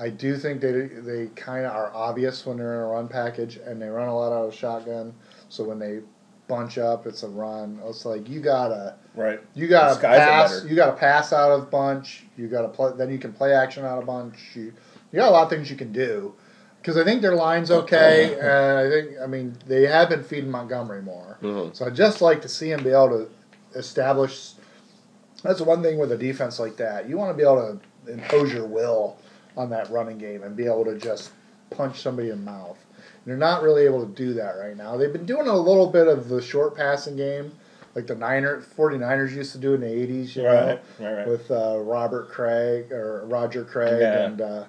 Speaker 1: I do think they they kind of are obvious when they're in a run package and they run a lot out of shotgun. So when they bunch up, it's a run. It's like you gotta
Speaker 3: Right.
Speaker 1: you gotta
Speaker 3: Disguise it
Speaker 1: pass.
Speaker 3: better.
Speaker 1: You gotta pass out of bunch. You gotta play. Then you can play action out of bunch. You, you got a lot of things you can do. Because I think their line's okay, and I think I mean they have been feeding Montgomery more.
Speaker 2: Mhm.
Speaker 1: So I would just like to see him be able to establish. That's one thing with a defense like that. You want to be able to impose your will on that running game and be able to just punch somebody in the mouth. They're not really able to do that right now. They've been doing a little bit of the short passing game, like the Niner, 49ers used to do in the 80s, you know,
Speaker 3: Right. Right. Right.
Speaker 1: with uh, Robert Craig or Roger Craig
Speaker 3: Yeah.
Speaker 1: and uh,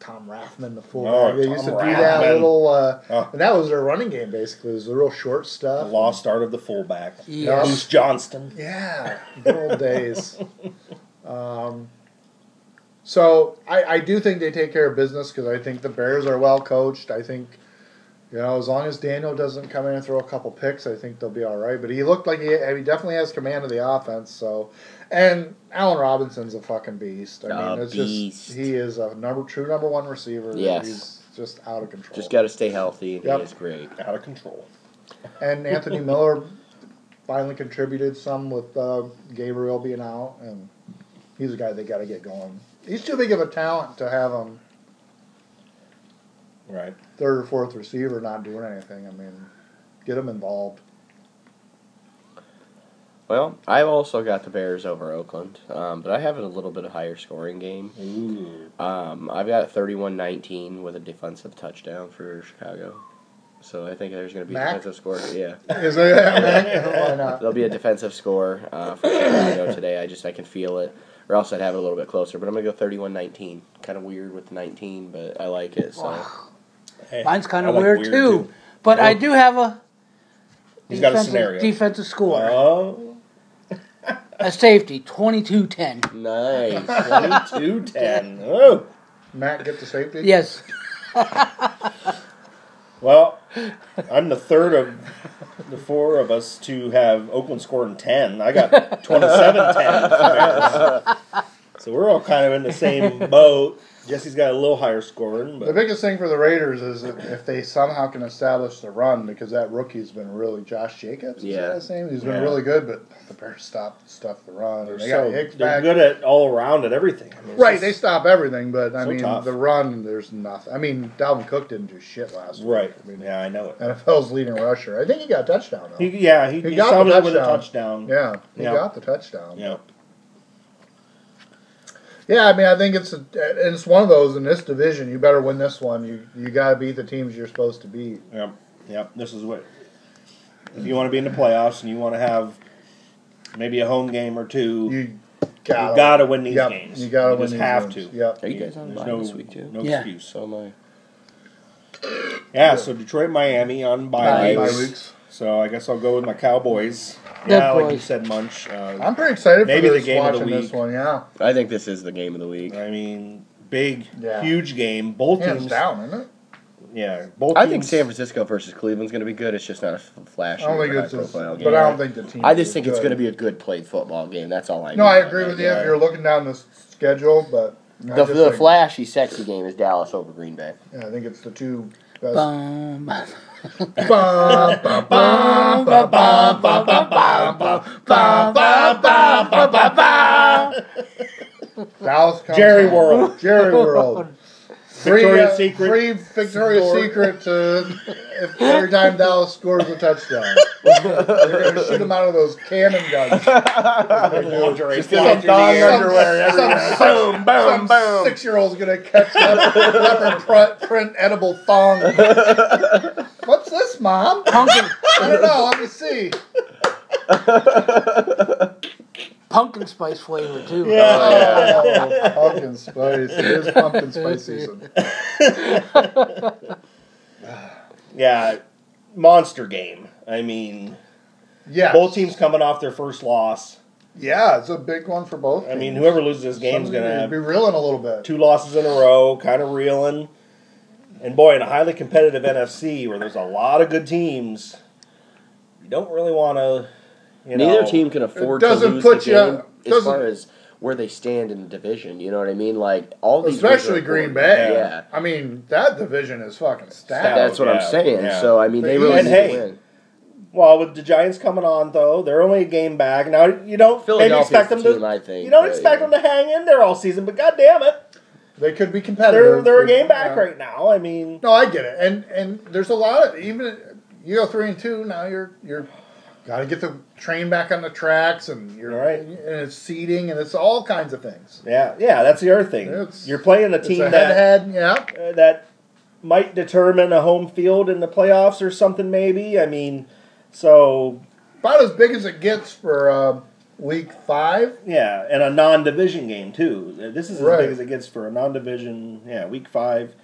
Speaker 1: Tom Rathman, the fullback.
Speaker 3: Oh,
Speaker 1: they
Speaker 3: Tom
Speaker 1: used to do that
Speaker 3: Rathman.
Speaker 1: little, uh,
Speaker 3: Oh.
Speaker 1: and that was their running game basically. It was the real short stuff.
Speaker 3: Lost art of the fullback.
Speaker 4: Yes.
Speaker 3: Bruce Johnston.
Speaker 1: Yeah, good old days. Um, so I, I do think they take care of business because I think the Bears are well coached. I think, you know, as long as Daniel doesn't come in and throw a couple picks, I think they'll be all right. But he looked like he, I mean, he definitely has command of the offense. So, and Allen Robinson's a fucking beast. I mean,
Speaker 2: A
Speaker 1: it's
Speaker 2: beast.
Speaker 1: just he is a number true number one receiver.
Speaker 2: Yes.
Speaker 1: he's just out of control.
Speaker 2: Just got to stay healthy. and
Speaker 1: Yep.
Speaker 2: He is great.
Speaker 3: Out of control.
Speaker 1: and Anthony Miller finally contributed some with uh, Gabriel being out, and he's a guy they got to get going. He's too big of a talent to have him
Speaker 3: Right.
Speaker 1: third or fourth receiver not doing anything. I mean, get him involved.
Speaker 2: Well, I've also got the Bears over Oakland, um, but I have it a little bit of higher scoring game.
Speaker 3: Ooh.
Speaker 2: Um, I've got 31-19 with a defensive touchdown for Chicago. So I think there's going to be a
Speaker 1: Mac?
Speaker 2: defensive score. Yeah.
Speaker 1: Is that Why not?
Speaker 2: There'll be a defensive score uh, for Chicago today. I just I can feel it. Or else I'd have it a little bit closer. But I'm gonna go 31-19. Kind of weird with 19, but I like it. So
Speaker 3: Hey,
Speaker 4: Mine's kind
Speaker 3: I
Speaker 4: of
Speaker 3: like
Speaker 4: weird, too, but I do have a
Speaker 3: He's got a
Speaker 4: defensive-
Speaker 3: scenario.
Speaker 4: defensive score.
Speaker 3: Oh,
Speaker 4: a safety, 22-10.
Speaker 2: nice.
Speaker 3: 22 10. Oh.
Speaker 1: Matt get the safety.
Speaker 4: Yes.
Speaker 3: Well, I'm the third of the four of us to have Oakland scoring 10. I got 27 10. So we're all kind of in the same boat. Jesse's got a little higher scoring,
Speaker 1: The
Speaker 3: but
Speaker 1: biggest thing for the Raiders is if if they somehow can establish the run because that rookie's been really Josh Jacobs. Is
Speaker 2: Yeah.
Speaker 1: that his name? He's been
Speaker 3: Yeah.
Speaker 1: really good, but the Bears stopped stuff the run.
Speaker 3: they're,
Speaker 1: and They
Speaker 3: so,
Speaker 1: got Hicks
Speaker 3: they're
Speaker 1: back.
Speaker 3: good at all around at everything. I mean, it's
Speaker 1: Right, they
Speaker 3: just-
Speaker 1: stop everything, but I
Speaker 3: So
Speaker 1: mean
Speaker 3: tough.
Speaker 1: the run. There's nothing. I mean Dalvin Cook didn't do shit last
Speaker 3: right.
Speaker 1: week. I mean,
Speaker 3: Yeah, I know it.
Speaker 1: NFL's leading rusher. I think he got a touchdown though.
Speaker 3: He, yeah, he,
Speaker 1: He
Speaker 3: he
Speaker 1: got the
Speaker 3: summed up with a
Speaker 1: touchdown.
Speaker 3: touchdown.
Speaker 1: yeah, he
Speaker 3: Yeah.
Speaker 1: got the touchdown.
Speaker 3: Yeah.
Speaker 1: Yeah, I mean I think it's a, and it's one of those in this division. You better win this one. You you got to beat the teams you're supposed to beat.
Speaker 3: Yep. Yep. This is what if you want to be in the playoffs and you want to have maybe a home game or two.
Speaker 1: You
Speaker 3: You
Speaker 1: got
Speaker 3: gotta win these
Speaker 1: yep,
Speaker 3: games.
Speaker 1: You got to win.
Speaker 3: Just
Speaker 1: these
Speaker 3: have
Speaker 1: games.
Speaker 3: to.
Speaker 1: Yep.
Speaker 2: Are you guys on
Speaker 3: There's
Speaker 2: bye
Speaker 3: no,
Speaker 2: this week too?
Speaker 3: No
Speaker 4: Yeah.
Speaker 3: excuse.
Speaker 2: So am I.
Speaker 3: yeah, so Detroit, Miami on bye
Speaker 4: Bye
Speaker 1: Bye
Speaker 3: weeks.
Speaker 1: weeks.
Speaker 3: So I guess I'll go with my Cowboys.
Speaker 4: Good
Speaker 3: Yeah, like
Speaker 4: boys.
Speaker 3: you said, Munch. Uh,
Speaker 1: I'm pretty excited
Speaker 3: Maybe
Speaker 1: for
Speaker 3: the
Speaker 1: this,
Speaker 3: game of the
Speaker 1: watching this
Speaker 3: week.
Speaker 1: one. Yeah,
Speaker 2: I think this is the game of the week.
Speaker 3: I mean, big,
Speaker 1: Yeah.
Speaker 3: huge game. Both
Speaker 1: hands
Speaker 3: teams.
Speaker 1: down, isn't it?
Speaker 3: Yeah, both.
Speaker 2: I think
Speaker 3: teams-
Speaker 2: San Francisco versus Cleveland's going to be good. It's just not a f- flashy,
Speaker 1: I don't think
Speaker 2: high
Speaker 1: it's,
Speaker 2: profile
Speaker 1: a,
Speaker 2: game.
Speaker 1: but I don't think the team.
Speaker 2: I just think
Speaker 1: good.
Speaker 2: it's going to be a good played football game. That's all I.
Speaker 1: No,
Speaker 2: mean
Speaker 1: I
Speaker 2: by
Speaker 1: agree
Speaker 2: that.
Speaker 1: with you.
Speaker 2: Yeah.
Speaker 1: If you're looking down the s- schedule, but I
Speaker 2: The,
Speaker 1: just
Speaker 2: the
Speaker 1: think-
Speaker 2: flashy, sexy game is Dallas over Green Bay.
Speaker 1: yeah, I think it's the two best.
Speaker 4: Bum, bum,
Speaker 1: Bum, bum, bum, bum, bum, bum, bum, bum, bum, bum, bum, bum, bum, bum, bum. Dallas comes
Speaker 3: Jerry
Speaker 1: home.
Speaker 3: World.
Speaker 1: Jerry World. Free,
Speaker 3: Victoria's
Speaker 1: uh,
Speaker 3: Secret.
Speaker 1: Free Victoria's
Speaker 3: Score.
Speaker 1: Secret to if every time Dallas scores a touchdown. They're gonna shoot them out of those cannon guns.
Speaker 3: Lingerie
Speaker 2: Just
Speaker 3: fly
Speaker 2: get
Speaker 3: through the
Speaker 2: done
Speaker 3: air.
Speaker 2: under- Underwear
Speaker 1: everywhere. Boom, boom, boom. Six year old's gonna catch that leopard print, print edible thong. What's this, mom?
Speaker 4: pumpkin,
Speaker 1: I don't know. Let me see.
Speaker 4: pumpkin spice flavor too.
Speaker 3: Yeah.
Speaker 1: Oh, pumpkin spice. It is pumpkin spice season.
Speaker 3: yeah, monster game. I mean,
Speaker 1: Yeah.
Speaker 3: both teams coming off their first loss.
Speaker 1: Yeah, it's a big one for both.
Speaker 3: I mean,
Speaker 1: teams.
Speaker 3: whoever loses this game's
Speaker 1: Somebody's
Speaker 3: gonna have
Speaker 1: be reeling a little bit.
Speaker 3: two losses in a row, kind of reeling. And boy, in a highly competitive NFC where there's a lot of good teams, you don't really want to. You know,
Speaker 2: Neither team can afford to
Speaker 1: doesn't
Speaker 2: lose
Speaker 1: put
Speaker 2: the
Speaker 1: you-
Speaker 2: game as
Speaker 1: doesn't-
Speaker 2: far as where they stand in the division. You know what I mean? Like all these, wins are
Speaker 1: Especially Green
Speaker 2: important.
Speaker 1: Bay.
Speaker 2: Yeah,
Speaker 1: I mean, that division is fucking stacked.
Speaker 2: that's what I'm
Speaker 3: Yeah,
Speaker 2: saying.
Speaker 3: yeah.
Speaker 2: So I mean, they
Speaker 1: And
Speaker 2: really need
Speaker 3: hey,
Speaker 2: to win.
Speaker 3: Well, with the Giants coming on though, they're only a game back now. You don't maybe
Speaker 2: Philadelphia's
Speaker 3: expect
Speaker 2: the
Speaker 3: them to.
Speaker 2: team, I think,
Speaker 3: you don't
Speaker 2: but,
Speaker 3: expect
Speaker 2: yeah.
Speaker 3: them to hang in there all season, but god damn it,
Speaker 1: They could be
Speaker 3: they're
Speaker 1: competitive.
Speaker 3: they're a game back
Speaker 1: Yeah.
Speaker 3: right now. I mean,
Speaker 1: No, I get it, and and there's a lot of even you go three and two now. You're you're got to get the train back on the tracks, and you're
Speaker 3: Right.
Speaker 1: and it's seating, and it's all kinds of things.
Speaker 3: yeah, yeah, that's the other thing.
Speaker 1: It's-
Speaker 3: You're playing a
Speaker 1: It's
Speaker 3: team
Speaker 1: a
Speaker 3: that
Speaker 1: head-to-head, yeah.
Speaker 3: uh, that might determine a home field in the playoffs or something. Maybe I mean, so
Speaker 1: About as big as it gets for uh, week five.
Speaker 3: Yeah, and a non-division game too. This is as
Speaker 1: Right.
Speaker 3: big as it gets for a non-division. Yeah, week five.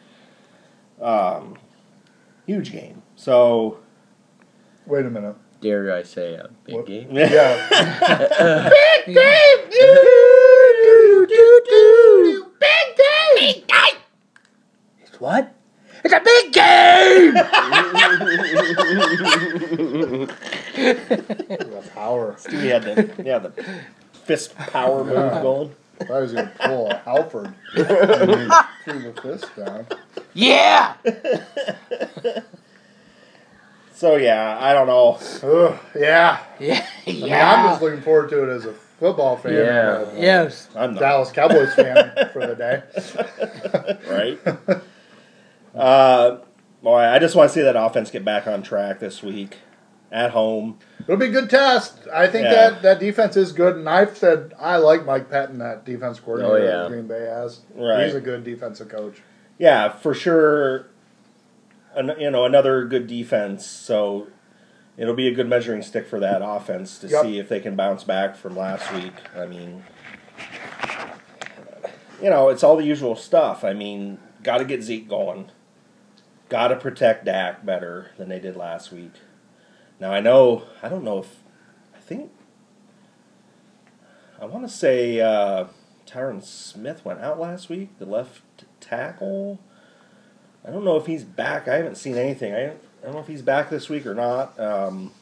Speaker 3: Um, huge game. So
Speaker 1: Wait a minute.
Speaker 2: Dare I say a big
Speaker 1: What?
Speaker 2: game?
Speaker 1: Yeah.
Speaker 3: what?
Speaker 4: It's a big game.
Speaker 1: the power.
Speaker 3: We had the yeah the fist power move
Speaker 1: Yeah.
Speaker 3: going.
Speaker 1: If I was going to pull a Halford and he threw the fist down.
Speaker 4: Yeah.
Speaker 3: So yeah, I don't know.
Speaker 1: Ugh, yeah.
Speaker 4: Yeah.
Speaker 1: I mean, I'm
Speaker 4: Yeah.
Speaker 1: just looking forward to it as a football fan.
Speaker 2: Yeah.
Speaker 1: and a
Speaker 4: Yes.
Speaker 3: I'm not
Speaker 1: Dallas Cowboys fan for the day.
Speaker 3: right? uh, boy, I just want to see that offense get back on track this week at home.
Speaker 1: It'll be a good test. I think
Speaker 3: Yeah.
Speaker 1: that, that defense is good, and I've said I like Mike Patton, that defense coordinator
Speaker 2: Oh, yeah.
Speaker 1: that Green Bay has.
Speaker 3: Right.
Speaker 1: He's a good defensive coach.
Speaker 3: Yeah, for sure. An, you know, another good defense. So it'll be a good measuring stick for that offense to
Speaker 1: Yep.
Speaker 3: see if they can bounce back from last week. I mean, you know, it's all the usual stuff. I mean, got to get Zeke going. Got to protect Dak better than they did last week. Now I know I don't know if I think I want to say uh, Tyron Smith went out last week, the left tackle. I don't know if he's back. I haven't seen anything. I, I don't know if he's back this week or not. Um,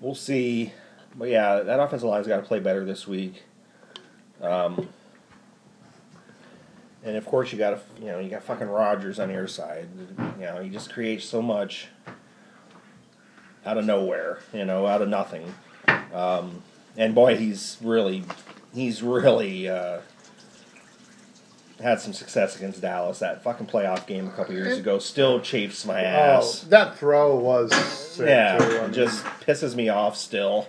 Speaker 3: we'll see. But yeah, that offensive line's got to play better this week. Um, and of course, you got to you know you got fucking Rogers on your side. You know he just creates so much out of nowhere. You know out of nothing. Um, and boy, he's really he's really. Uh, had some success against Dallas. That fucking playoff game a couple years ago still chafes my ass.
Speaker 1: Oh, that throw was sick.
Speaker 3: Yeah,
Speaker 1: too. I mean,
Speaker 3: it just pisses me off still.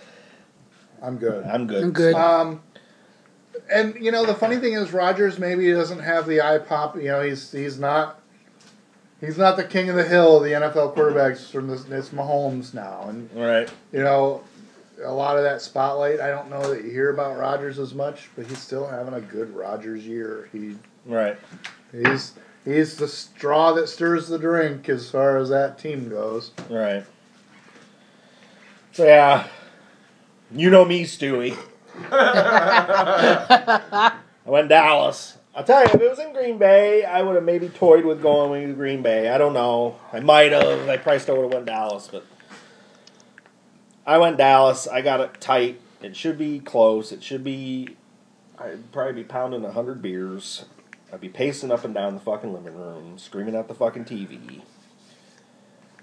Speaker 1: I'm good.
Speaker 3: I'm good.
Speaker 4: I'm good.
Speaker 1: Um, and you know the funny thing is Rogers maybe doesn't have the eye pop. You know he's he's not he's not the king of the hill. of The NFL quarterbacks from this it's Mahomes now, and
Speaker 3: All right.
Speaker 1: you know a lot of that spotlight. I don't know that you hear about Rogers as much, but he's still having a good Rogers year. He
Speaker 3: Right.
Speaker 1: he's he's the straw that stirs the drink as far as that team goes.
Speaker 3: Right. So yeah, you know me, Stewie. I went Dallas. I'll tell you, if it was in Green Bay, I would have maybe toyed with going with Green Bay. I don't know. I might have. I probably still would have went Dallas, but I went Dallas. I got it tight. It should be close. It should be. I'd probably be pounding a hundred beers. I'd be pacing up and down the fucking living room, screaming at the fucking TV.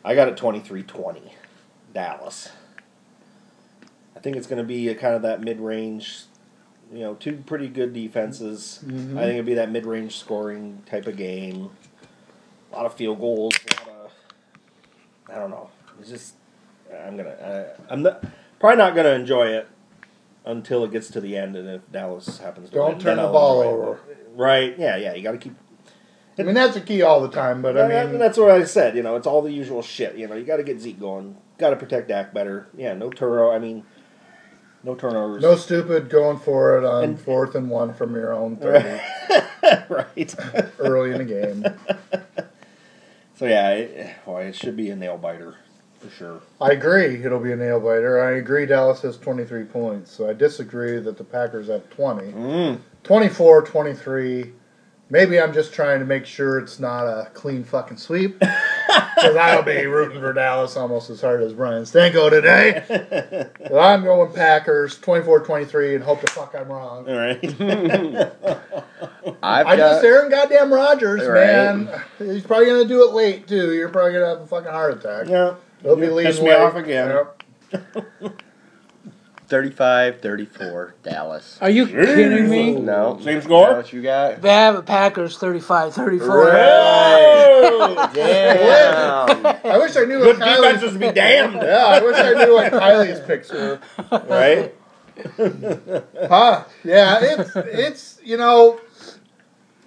Speaker 3: I got it 23-20, Dallas. I think it's going to be a kind of that mid-range, you know, two pretty good defenses. I think it'll be that mid-range scoring type of game. A lot of field goals. A lot of, I don't know. It's just I'm gonna. I, I'm not probably not gonna enjoy it until it gets to the end, and if Dallas happens to
Speaker 1: Don't
Speaker 3: win,
Speaker 1: turn
Speaker 3: then
Speaker 1: the
Speaker 3: I'll
Speaker 1: ball
Speaker 3: enjoy it.
Speaker 1: over.
Speaker 3: Right? Yeah, yeah. You got to keep
Speaker 1: I mean that's a key all the time, but I
Speaker 3: that-
Speaker 1: mean
Speaker 3: that's what I said. You know, it's all the usual shit. You know, you got to get Zeke going. Got to protect Dak better. Yeah, no turnover. I mean, no turnovers.
Speaker 1: no stupid going for it on
Speaker 3: And-
Speaker 1: fourth and one from your own thirty.
Speaker 3: right.
Speaker 1: early in the game.
Speaker 3: so yeah, it, boy, it should be a nail biter for sure.
Speaker 1: I agree it'll be a nail biter. I agree Dallas has 23 points, so I disagree that the Packers have 20.
Speaker 3: Mm.
Speaker 1: 24, 23. Maybe I'm just trying to make sure it's not a clean fucking sweep. Because I'll be rooting for Dallas almost as hard as Brian Stanko today. But I'm going Packers 24 23 and hope the fuck I'm wrong.
Speaker 3: All right.
Speaker 2: I've
Speaker 1: I'm
Speaker 2: got,
Speaker 1: just staring goddamn Rodgers,
Speaker 2: Right.
Speaker 1: man. He's probably going to do it late, too. You're probably going to have a fucking heart attack.
Speaker 3: yeah.
Speaker 1: They'll be
Speaker 3: You
Speaker 1: leading
Speaker 3: pissed me
Speaker 1: late.
Speaker 3: off again.
Speaker 1: Yep.
Speaker 2: 35 34 Dallas.
Speaker 4: Are you kidding me?
Speaker 2: No.
Speaker 3: Same score?
Speaker 2: Is that what you got?
Speaker 4: They have a Packers 35 34.
Speaker 2: Right.
Speaker 3: Oh,
Speaker 2: Damn.
Speaker 1: I wish I knew
Speaker 3: good
Speaker 1: what Kylie's.
Speaker 3: defenses be damned.
Speaker 1: Yeah, I wish I knew what Kylie's picks were.
Speaker 3: Right.
Speaker 1: Huh? Yeah, it's it's you know,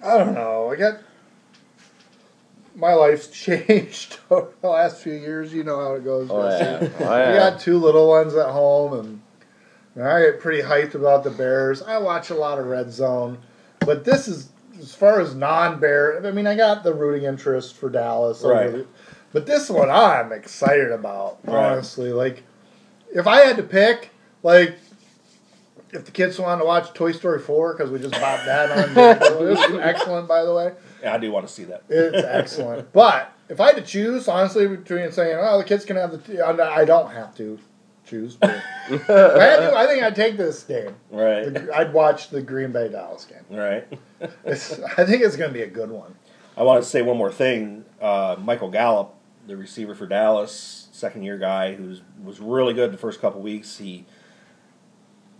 Speaker 1: I don't know. I got my life's changed over the last few years. You know how it goes.
Speaker 2: Oh
Speaker 1: Jesse.
Speaker 2: yeah, oh,
Speaker 1: We
Speaker 2: yeah.
Speaker 1: got two little ones at home, and, and I get pretty hyped about the Bears. I watch a lot of Red Zone, but this is as far as non-Bear. I mean, I got the rooting interest for Dallas, over
Speaker 3: Right.
Speaker 1: the- but this one I'm excited about.
Speaker 3: Right.
Speaker 1: Honestly, like if I had to pick, like. If the kids wanted to watch Toy Story 4, because we just bought that on video, it was excellent, by the way.
Speaker 3: Yeah, I do want to see that.
Speaker 1: It's excellent. But if I had to choose, honestly, between saying, "Oh, the kids can have the," t- I don't have to choose. But if I, had to, I think I'd take this game.
Speaker 3: Right.
Speaker 1: The- I'd watch the Green Bay Dallas game.
Speaker 3: Right.
Speaker 1: It's, I think it's going to be a good one.
Speaker 3: I want to say one more thing. Uh, Michael Gallup, the receiver for Dallas, second year guy who's was really good the first couple weeks. He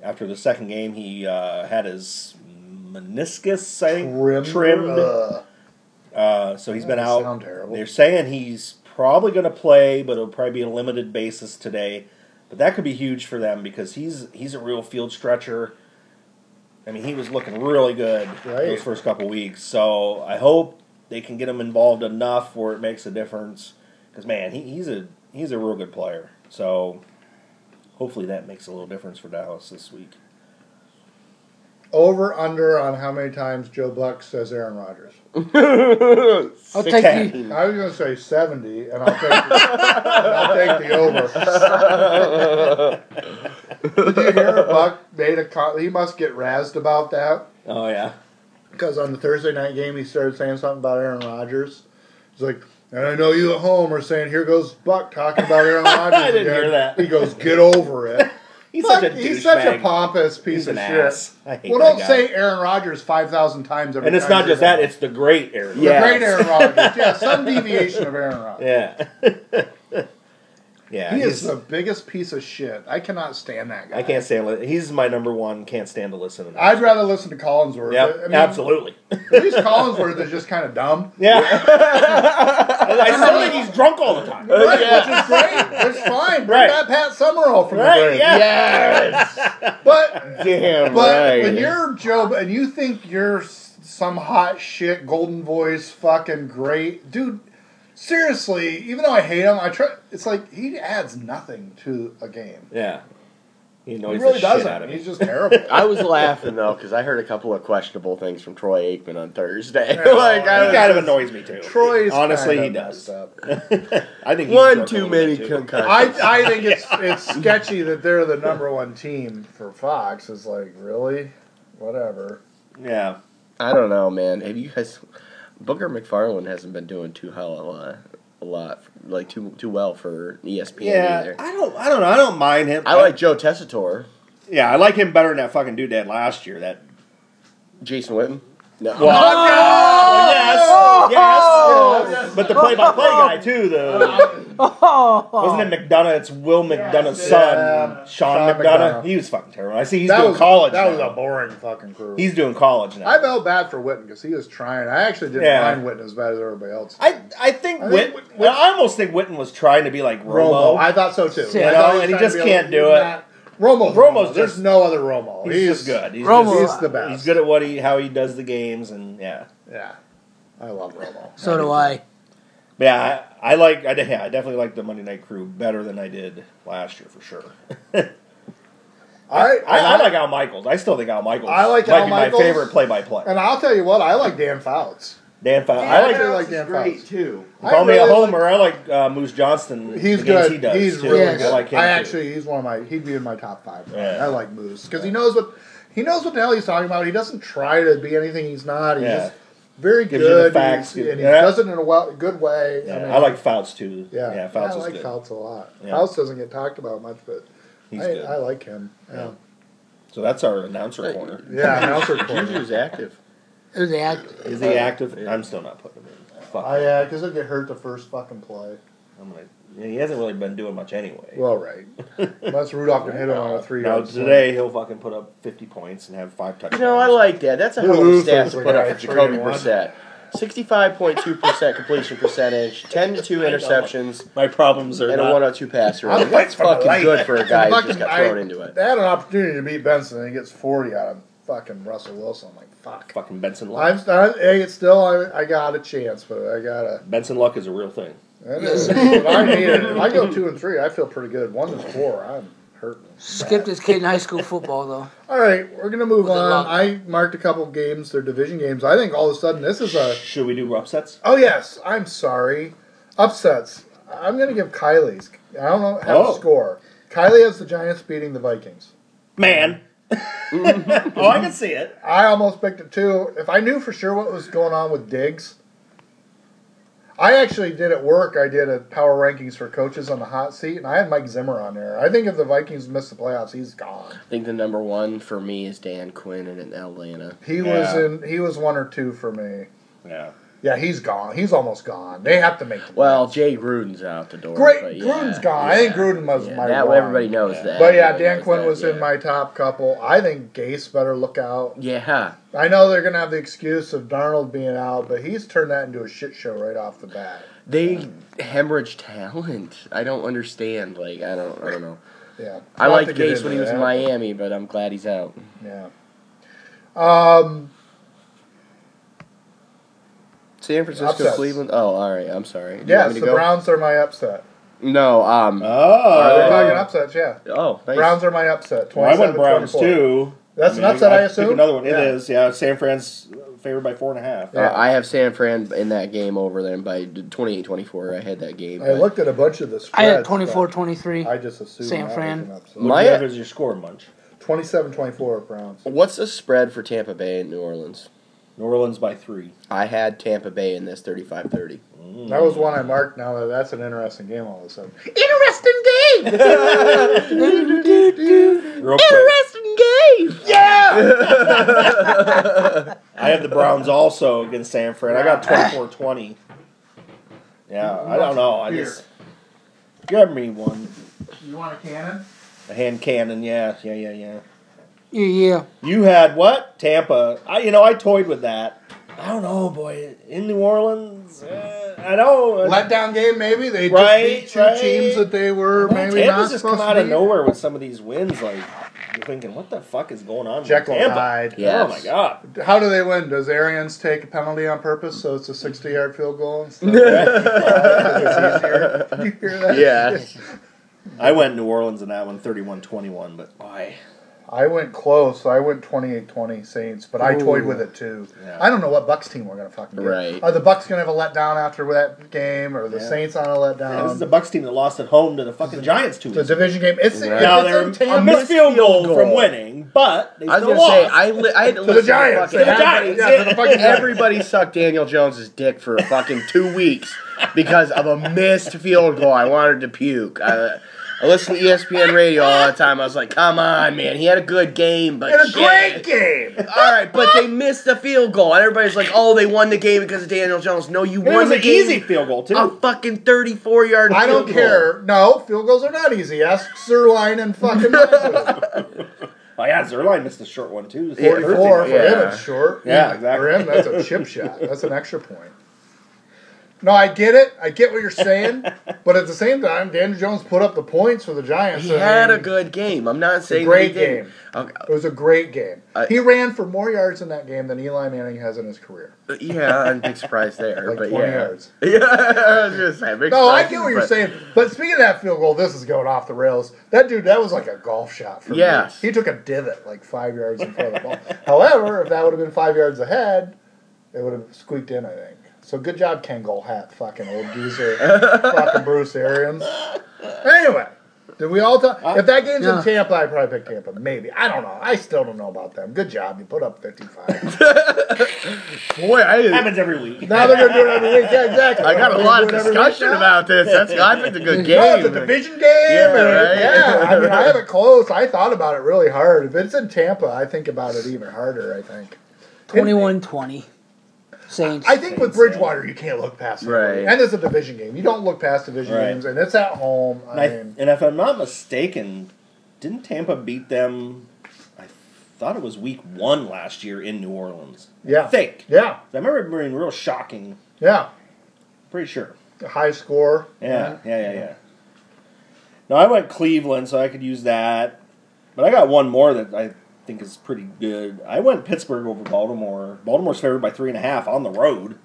Speaker 3: after the second game he uh, had his meniscus I think,
Speaker 1: Trim,
Speaker 3: trimmed.
Speaker 1: Ugh.
Speaker 3: Uh, so he's been
Speaker 1: That
Speaker 3: out.
Speaker 1: sound terrible.
Speaker 3: They're saying he's probably going to play, but it'll probably be a limited basis today. But that could be huge for them because he's he's a real field stretcher. I mean, he was looking really good
Speaker 1: Right.
Speaker 3: those first couple weeks. So I hope they can get him involved enough where it makes a difference. Because man, he, he's a he's a real good player. So hopefully that makes a little difference for Dallas this week.
Speaker 1: Over under on how many times Joe Buck says Aaron Rodgers.
Speaker 4: I'll
Speaker 3: Six
Speaker 4: take the,
Speaker 1: I was going to say seventy, and I'll take the, I'll take the over. Did you hear Buck made a? co- He must get razzed about that.
Speaker 3: Oh yeah,
Speaker 1: Because on the Thursday night game, he started saying something about Aaron Rodgers. He's like, and I know you at home are saying, here goes Buck talking about Aaron Rodgers.
Speaker 3: I didn't
Speaker 1: again."
Speaker 3: hear that.
Speaker 1: He goes, get over it.
Speaker 3: he's
Speaker 1: Buck,
Speaker 3: such a
Speaker 1: he's such a
Speaker 3: douchebag.
Speaker 1: pompous piece
Speaker 3: He's
Speaker 1: of
Speaker 3: an
Speaker 1: shit.
Speaker 3: ass. I hate
Speaker 1: Well,
Speaker 3: that
Speaker 1: don't
Speaker 3: guy.
Speaker 1: say Aaron Rodgers 5,000 times every
Speaker 3: And it's
Speaker 1: time
Speaker 3: not
Speaker 1: you
Speaker 3: just
Speaker 1: hear
Speaker 3: that; it's the great Aaron.
Speaker 1: The
Speaker 2: Yeah.
Speaker 1: great Aaron Rodgers. Yeah, some deviation of Aaron Rodgers.
Speaker 3: Yeah. yeah.
Speaker 1: He
Speaker 3: he's-
Speaker 1: is the biggest piece of shit. I cannot stand that guy.
Speaker 3: I can't stand. Li- he's my number one. Can't stand to listen to. That.
Speaker 1: I'd rather listen to Collinsworth.
Speaker 3: Yep,
Speaker 1: I mean,
Speaker 3: absolutely.
Speaker 1: At least Collinsworth is just kind of dumb.
Speaker 3: Yeah. I still think he's drunk all the time.
Speaker 1: Right, which is great. It's fine. Bring
Speaker 3: Right.
Speaker 1: back Pat Summerall from the
Speaker 3: Right,
Speaker 1: grave.
Speaker 3: yeah.
Speaker 2: Yes,
Speaker 1: But
Speaker 2: damn
Speaker 1: but
Speaker 2: right.
Speaker 1: when you're Joe and you think you're s- some hot shit, golden voice, fucking great dude. Seriously, even though I hate him, I try. It's like he adds nothing to a game.
Speaker 3: Yeah. He
Speaker 1: He
Speaker 3: annoys
Speaker 1: really
Speaker 3: the shit out of
Speaker 1: doesn't.
Speaker 3: me.
Speaker 1: He's just terrible.
Speaker 2: I was laughing though because I heard a couple of questionable things from Troy Aikman on Thursday.
Speaker 1: Oh,
Speaker 2: like
Speaker 1: yeah.
Speaker 2: I
Speaker 3: he
Speaker 2: was
Speaker 3: kind of annoys me too.
Speaker 1: Troy's
Speaker 3: honestly,
Speaker 1: kinda
Speaker 3: he does.
Speaker 1: messed up.
Speaker 3: I think he's
Speaker 2: one
Speaker 3: drunk a
Speaker 2: too
Speaker 3: little bit,
Speaker 2: many
Speaker 3: too.
Speaker 1: I,
Speaker 2: concussions.
Speaker 1: I think it's it's sketchy that they're the number one team for Fox. It's like really, whatever.
Speaker 3: Yeah.
Speaker 2: I don't know, man. Have you guys? Booker McFarlane hasn't been doing too hell of a lot, a lot, like too too well for E ESPN
Speaker 3: Yeah.
Speaker 2: either.
Speaker 3: I don't. I don't know. I don't mind him.
Speaker 2: I like Joe Tessitore,
Speaker 3: Yeah, I like him better than that fucking dude that last year. That.
Speaker 2: Jason Witten. No,
Speaker 3: Oh,
Speaker 4: Oh!
Speaker 3: yes. Yes. But the play-by-play guy too, though.
Speaker 4: oh,
Speaker 3: Wasn't it McDonough? It's Will McDonough's
Speaker 1: Yeah.
Speaker 3: son,
Speaker 1: Yeah.
Speaker 3: Sean,
Speaker 1: Sean
Speaker 3: McDonough.
Speaker 1: McDonough.
Speaker 3: He was fucking terrible. I see he's
Speaker 1: that
Speaker 3: doing
Speaker 1: was
Speaker 3: college.
Speaker 1: That was
Speaker 3: now.
Speaker 1: a boring fucking crew.
Speaker 3: he's doing college now.
Speaker 1: I felt bad for Witten because he was trying. I actually didn't
Speaker 3: Yeah.
Speaker 1: mind Witten as bad as everybody else.
Speaker 3: I I think
Speaker 1: I
Speaker 3: Witten.
Speaker 1: think Whit-
Speaker 3: well, I almost think Witten was trying to be like Romo.
Speaker 1: Romo, I thought so too.
Speaker 4: You
Speaker 1: I
Speaker 4: know,
Speaker 1: thought was
Speaker 3: and he
Speaker 1: trying to
Speaker 3: just
Speaker 1: be a-
Speaker 3: can't do
Speaker 1: he's
Speaker 3: it.
Speaker 1: not- Romo's
Speaker 3: Romo's
Speaker 1: Romo. There's
Speaker 3: just-
Speaker 1: no other Romo.
Speaker 3: he's, just good. He's
Speaker 4: Romo.
Speaker 1: He's the
Speaker 3: Just,
Speaker 1: best.
Speaker 3: he's good at what he how he does the games and yeah
Speaker 1: Yeah, I love Romo.
Speaker 4: So do I.
Speaker 3: But yeah I, I like I de- yeah, I definitely like the Monday Night Crew better than I did last year for sure.
Speaker 1: I,
Speaker 3: I, I
Speaker 1: and
Speaker 3: like Al Michaels. I still think Al Michaels.
Speaker 1: I like
Speaker 3: might
Speaker 1: Al
Speaker 3: be
Speaker 1: Michaels.
Speaker 3: my favorite play by play.
Speaker 1: and I'll tell you what. I like Dan Fouts.
Speaker 3: Dan Fou-
Speaker 1: I
Speaker 3: I like.
Speaker 1: actually like Dan Fouts.
Speaker 2: too.
Speaker 1: I
Speaker 3: Call me a
Speaker 1: really like-
Speaker 3: homer. I like uh, Moose Johnston.
Speaker 1: He's
Speaker 3: the games
Speaker 1: good.
Speaker 3: He does
Speaker 1: he's
Speaker 3: too.
Speaker 1: really
Speaker 4: Yes.
Speaker 1: good.
Speaker 3: I like him. too.
Speaker 1: actually, he's one of my. He'd be in my top five.
Speaker 3: Yeah.
Speaker 1: I like Moose because he knows what he knows what the hell he's talking about. He doesn't try to be anything he's not. He's
Speaker 3: Yeah.
Speaker 1: just very
Speaker 3: Gives you the
Speaker 1: good.
Speaker 3: facts,
Speaker 1: and
Speaker 3: gives-
Speaker 1: he's- and
Speaker 3: yeah.
Speaker 1: he does it in a well, good way.
Speaker 3: Yeah, I,
Speaker 1: mean,
Speaker 3: like Fouts too.
Speaker 1: Yeah,
Speaker 3: yeah Fouts
Speaker 1: I
Speaker 3: is
Speaker 1: like
Speaker 3: good.
Speaker 1: Fouts a lot.
Speaker 3: Yeah.
Speaker 1: Fouts doesn't get talked about much, but
Speaker 3: He's
Speaker 1: I,
Speaker 3: good.
Speaker 1: I like him. Yeah,
Speaker 3: so that's our announcer corner.
Speaker 1: yeah. announcer corner.
Speaker 2: Juju's active.
Speaker 4: It was the act.
Speaker 3: Is he active? I'm still not putting him in. Fuck.
Speaker 1: I yeah, because I get hurt the first fucking play.
Speaker 3: I'm gonna. yeah, he hasn't really been doing much anyway.
Speaker 1: Well, right. Unless Rudolph can hit him on a three.
Speaker 3: now today he'll fucking put up 50 points and have five touchdowns.
Speaker 2: You know, I like that. That's a hell of a
Speaker 1: Ooh,
Speaker 2: stat
Speaker 1: sounds
Speaker 2: to
Speaker 1: like
Speaker 2: put
Speaker 1: I
Speaker 2: up for
Speaker 1: actually
Speaker 2: Jacoby
Speaker 1: want.
Speaker 2: Brissett. Sixty-five point two percent completion percentage, ten to two interceptions,
Speaker 3: my problems are
Speaker 2: and a
Speaker 3: not.
Speaker 2: one hundred two pass
Speaker 1: I'm
Speaker 2: rating. That's
Speaker 1: fighting for my
Speaker 2: fucking
Speaker 1: life.
Speaker 2: good for a guy who
Speaker 1: Fucking-
Speaker 2: just got
Speaker 1: I-
Speaker 2: thrown into it.
Speaker 1: They had an opportunity to beat Benson, and he gets forty out of fucking Russell Wilson. I'm like, Fuck.
Speaker 3: Fucking Benson Luck.
Speaker 1: I'm I, hey, it's still I, I got a chance, but I gotta.
Speaker 3: Benson Luck is a real thing.
Speaker 1: That is, if I need it, if I go two and three, I feel pretty good. One and four, I'm hurting.
Speaker 4: Skip this kid in high school football though.
Speaker 1: All right, we're gonna move
Speaker 4: Was it
Speaker 1: on.
Speaker 4: long?
Speaker 1: I marked a couple games. They're division games. I think all of a sudden this is a.
Speaker 3: Should we do upsets?
Speaker 1: Oh yes, I'm sorry. Upsets. I'm gonna give Kylie's. I don't know how
Speaker 3: Oh.
Speaker 1: to score. Kylie has the Giants beating the Vikings.
Speaker 3: Man. oh, I can see it.
Speaker 1: I almost picked it too. If I knew for sure what was going on with Diggs, I actually did at work. I did a power rankings for coaches on the hot seat, and I had Mike Zimmer on there. I think if the Vikings miss the playoffs, he's gone.
Speaker 2: I think the number one for me is Dan Quinn in Atlanta.
Speaker 1: He
Speaker 3: Yeah.
Speaker 1: was in. He was one or two for me.
Speaker 3: Yeah.
Speaker 1: Yeah, he's gone. He's almost gone. They have to make. The
Speaker 2: Well, Jay Gruden's out the door.
Speaker 1: Great-
Speaker 2: but
Speaker 1: Gruden's gone. I think Gruden was my
Speaker 2: That
Speaker 1: one.
Speaker 2: everybody knows
Speaker 3: Yeah.
Speaker 2: that.
Speaker 1: but yeah,
Speaker 2: Everybody
Speaker 1: Dan
Speaker 2: knows
Speaker 1: Quinn
Speaker 2: that,
Speaker 1: was in
Speaker 2: yeah.
Speaker 1: my top couple. I think Gase better look out.
Speaker 2: Yeah,
Speaker 1: I know they're gonna have the excuse of Darnold being out, but he's turned that into a shit show right off the bat.
Speaker 2: they hemorrhage talent. I don't understand. Like I don't. I don't know.
Speaker 1: Yeah,
Speaker 2: I
Speaker 1: We'll have
Speaker 2: liked
Speaker 1: to get
Speaker 2: Gase
Speaker 1: into
Speaker 2: when he was in
Speaker 1: that.
Speaker 2: Miami, but I'm glad he's out.
Speaker 1: Yeah. Um,
Speaker 2: San Francisco,
Speaker 1: Upsets.
Speaker 2: Cleveland. Oh, all right. I'm sorry. Do you want
Speaker 1: yes,
Speaker 2: me
Speaker 1: the
Speaker 2: to go?
Speaker 1: Browns are my upset.
Speaker 2: No. Um.
Speaker 1: We're talking
Speaker 3: Oh.
Speaker 1: upsets, yeah.
Speaker 2: oh, nice.
Speaker 1: Browns are my upset.
Speaker 3: Well, I went
Speaker 1: 27,
Speaker 3: Browns
Speaker 1: 24.
Speaker 3: too.
Speaker 1: That's
Speaker 3: I
Speaker 1: an upset, I
Speaker 3: picked
Speaker 1: assume?
Speaker 3: Another one.
Speaker 1: Yeah.
Speaker 3: It is. Yeah. San Fran's favored by four and a half.
Speaker 2: Uh,
Speaker 1: Yeah.
Speaker 2: I have San Fran in that game over them by 28-24. I had that game.
Speaker 1: I
Speaker 2: but-
Speaker 1: looked at a bunch of the
Speaker 4: I
Speaker 1: spreads.
Speaker 4: had 24
Speaker 1: but
Speaker 4: 23.
Speaker 1: I just assumed
Speaker 4: San
Speaker 1: that
Speaker 4: Fran.
Speaker 1: was an upset.
Speaker 2: My-
Speaker 3: What do you have as your score, Munch?
Speaker 1: 27-24 Browns.
Speaker 2: What's the spread for Tampa Bay and New Orleans?
Speaker 3: New Orleans by three.
Speaker 2: I had Tampa Bay in this 35-30.
Speaker 3: Mm.
Speaker 1: That was one I marked. Now that- that's an interesting game all of a sudden.
Speaker 2: Interesting game.
Speaker 3: Real quick.
Speaker 2: Interesting game. Yeah.
Speaker 3: I have the Browns also against San Fran. I got 24 20. Yeah, I don't know. I
Speaker 1: Here.
Speaker 3: just. Grab me one.
Speaker 1: You want a cannon?
Speaker 3: A hand cannon, yeah, yeah, yeah, yeah.
Speaker 4: yeah, yeah.
Speaker 3: You had what? Tampa. I, you know, I toyed with that. I don't know, boy. In New Orleans, eh, I know.
Speaker 1: Letdown game, maybe? They just
Speaker 3: Right,
Speaker 1: beat two
Speaker 3: right.
Speaker 1: teams that they were
Speaker 3: Boy,
Speaker 1: maybe not
Speaker 3: Tampa's just
Speaker 1: supposed
Speaker 3: come
Speaker 1: to
Speaker 3: out of
Speaker 1: beat.
Speaker 3: nowhere with some of these wins. Like you're thinking, what the fuck is going on? with
Speaker 1: Jekyll and
Speaker 3: Tampa?
Speaker 1: Hyde.
Speaker 3: Oh
Speaker 2: Yes.
Speaker 3: my god.
Speaker 1: How do they win? Does Arians take a penalty on purpose so it's a 60 yard field goal? Instead of, you hear that?
Speaker 2: yeah.
Speaker 3: I went New Orleans in that one, 31-21, but why?
Speaker 1: I went close. I went 28 20 Saints, but I toyed with it too.
Speaker 3: Yeah.
Speaker 1: I don't know what Bucks team we're going to fucking get.
Speaker 2: Right.
Speaker 1: Are the Bucks going to have a letdown after that game or the
Speaker 3: Yeah.
Speaker 1: Saints on a
Speaker 3: Yeah, this is
Speaker 1: letdown?
Speaker 3: the Bucks team that lost at home to the fucking Giants two
Speaker 1: Um, the
Speaker 3: weeks. ago.
Speaker 1: division game. It's
Speaker 2: Right.
Speaker 3: Now
Speaker 1: it's in
Speaker 3: they're a
Speaker 1: Tampa.
Speaker 3: missed field goal,
Speaker 2: goal.
Speaker 3: from winning, but they
Speaker 2: I was
Speaker 3: still
Speaker 2: gonna
Speaker 3: lost.
Speaker 2: say I li- I had
Speaker 1: To
Speaker 2: to listen
Speaker 1: the Giants.
Speaker 2: To
Speaker 1: To the
Speaker 2: fucking everybody-
Speaker 1: Giants. Yeah, to the fucking Giants.
Speaker 2: Everybody sucked Daniel Jones's dick for fucking two weeks because of a missed field goal. I wanted to puke. I, I listened to E ESPN radio all the time. I was like, "Come on, man! He had a good game, but
Speaker 1: In a great
Speaker 2: shit.
Speaker 1: game.
Speaker 2: All right, but they missed the field goal, and everybody's like, "Oh, they won the game because of Daniel Jones." No, you
Speaker 3: it
Speaker 2: won
Speaker 3: was
Speaker 2: the
Speaker 3: an
Speaker 2: game. Oh.
Speaker 3: easy field goal too.
Speaker 2: A fucking thirty-four yard.
Speaker 1: I don't care. No, field goals are not easy. Ask Sirline and fucking
Speaker 3: oh yeah, Zerline missed a short one too. It was
Speaker 2: Yeah.
Speaker 1: 44 for
Speaker 2: Yeah.
Speaker 1: him. It's short.
Speaker 3: Yeah,
Speaker 1: For
Speaker 3: exactly.
Speaker 1: him, that's a chip shot. That's an extra point. No, I get it. I get what you're saying, but at the same time, Daniel Jones put up the points for the Giants.
Speaker 2: He
Speaker 1: I mean,
Speaker 2: had a good game. I'm not saying
Speaker 1: great
Speaker 2: that he didn't.
Speaker 1: game.
Speaker 2: Okay,
Speaker 1: It was a great game.
Speaker 2: I-
Speaker 1: he ran for more yards in that game than Eli Manning has in his career,
Speaker 2: Yeah, I'm big surprised there,
Speaker 1: like
Speaker 2: but
Speaker 1: 20
Speaker 2: yeah.
Speaker 1: yards.
Speaker 2: Yeah, I was gonna say. big
Speaker 1: No, I
Speaker 2: surprise,
Speaker 1: get what you're
Speaker 2: but-
Speaker 1: saying. But speaking of that field goal, this is going off the rails. That dude, that was like a golf shot for
Speaker 2: Yes.
Speaker 1: me. He took a divot like five yards in front of the ball. However, if that would have been five yards ahead, it would have squeaked in, I think. So good job, Kangol hat, fucking old geezer, fucking Bruce Arians. Anyway, did we all talk? If that game's
Speaker 4: Yeah.
Speaker 1: in Tampa, I probably pick Tampa. Maybe I don't know. I still don't know about them. Good job, you put up fifty-five.
Speaker 2: Boy, I,
Speaker 3: happens every week.
Speaker 1: now they're gonna do it every week. Yeah, exactly.
Speaker 2: I got a
Speaker 1: They're
Speaker 2: lot of
Speaker 1: doing it every week
Speaker 2: discussion
Speaker 1: now.
Speaker 2: about this. That's I picked a good game.
Speaker 1: No, it's a division game. Yeah,
Speaker 2: right?
Speaker 1: yeah. I mean, I have it close. I thought about it really hard. If it's in Tampa, I think about it even harder. I think.
Speaker 4: 21 20. Saints.
Speaker 1: I think with Bridgewater, you can't look past it.
Speaker 2: Right.
Speaker 1: And it's a division game. You don't look past division
Speaker 3: Right.
Speaker 1: games, and it's at home.
Speaker 3: And, I,
Speaker 1: I mean,
Speaker 3: and if I'm not mistaken, didn't Tampa beat them? I thought it was Week One last year in New Orleans.
Speaker 1: yeah,
Speaker 3: I think.
Speaker 1: yeah,
Speaker 3: I remember it being real shocking.
Speaker 1: yeah.
Speaker 3: Pretty sure.
Speaker 1: High score.
Speaker 3: Yeah, yeah, yeah, yeah. No, I went Cleveland, so I could use that. But I got one more that I think is pretty good. I went Pittsburgh over Baltimore. Baltimore's favored by three and a half on the road.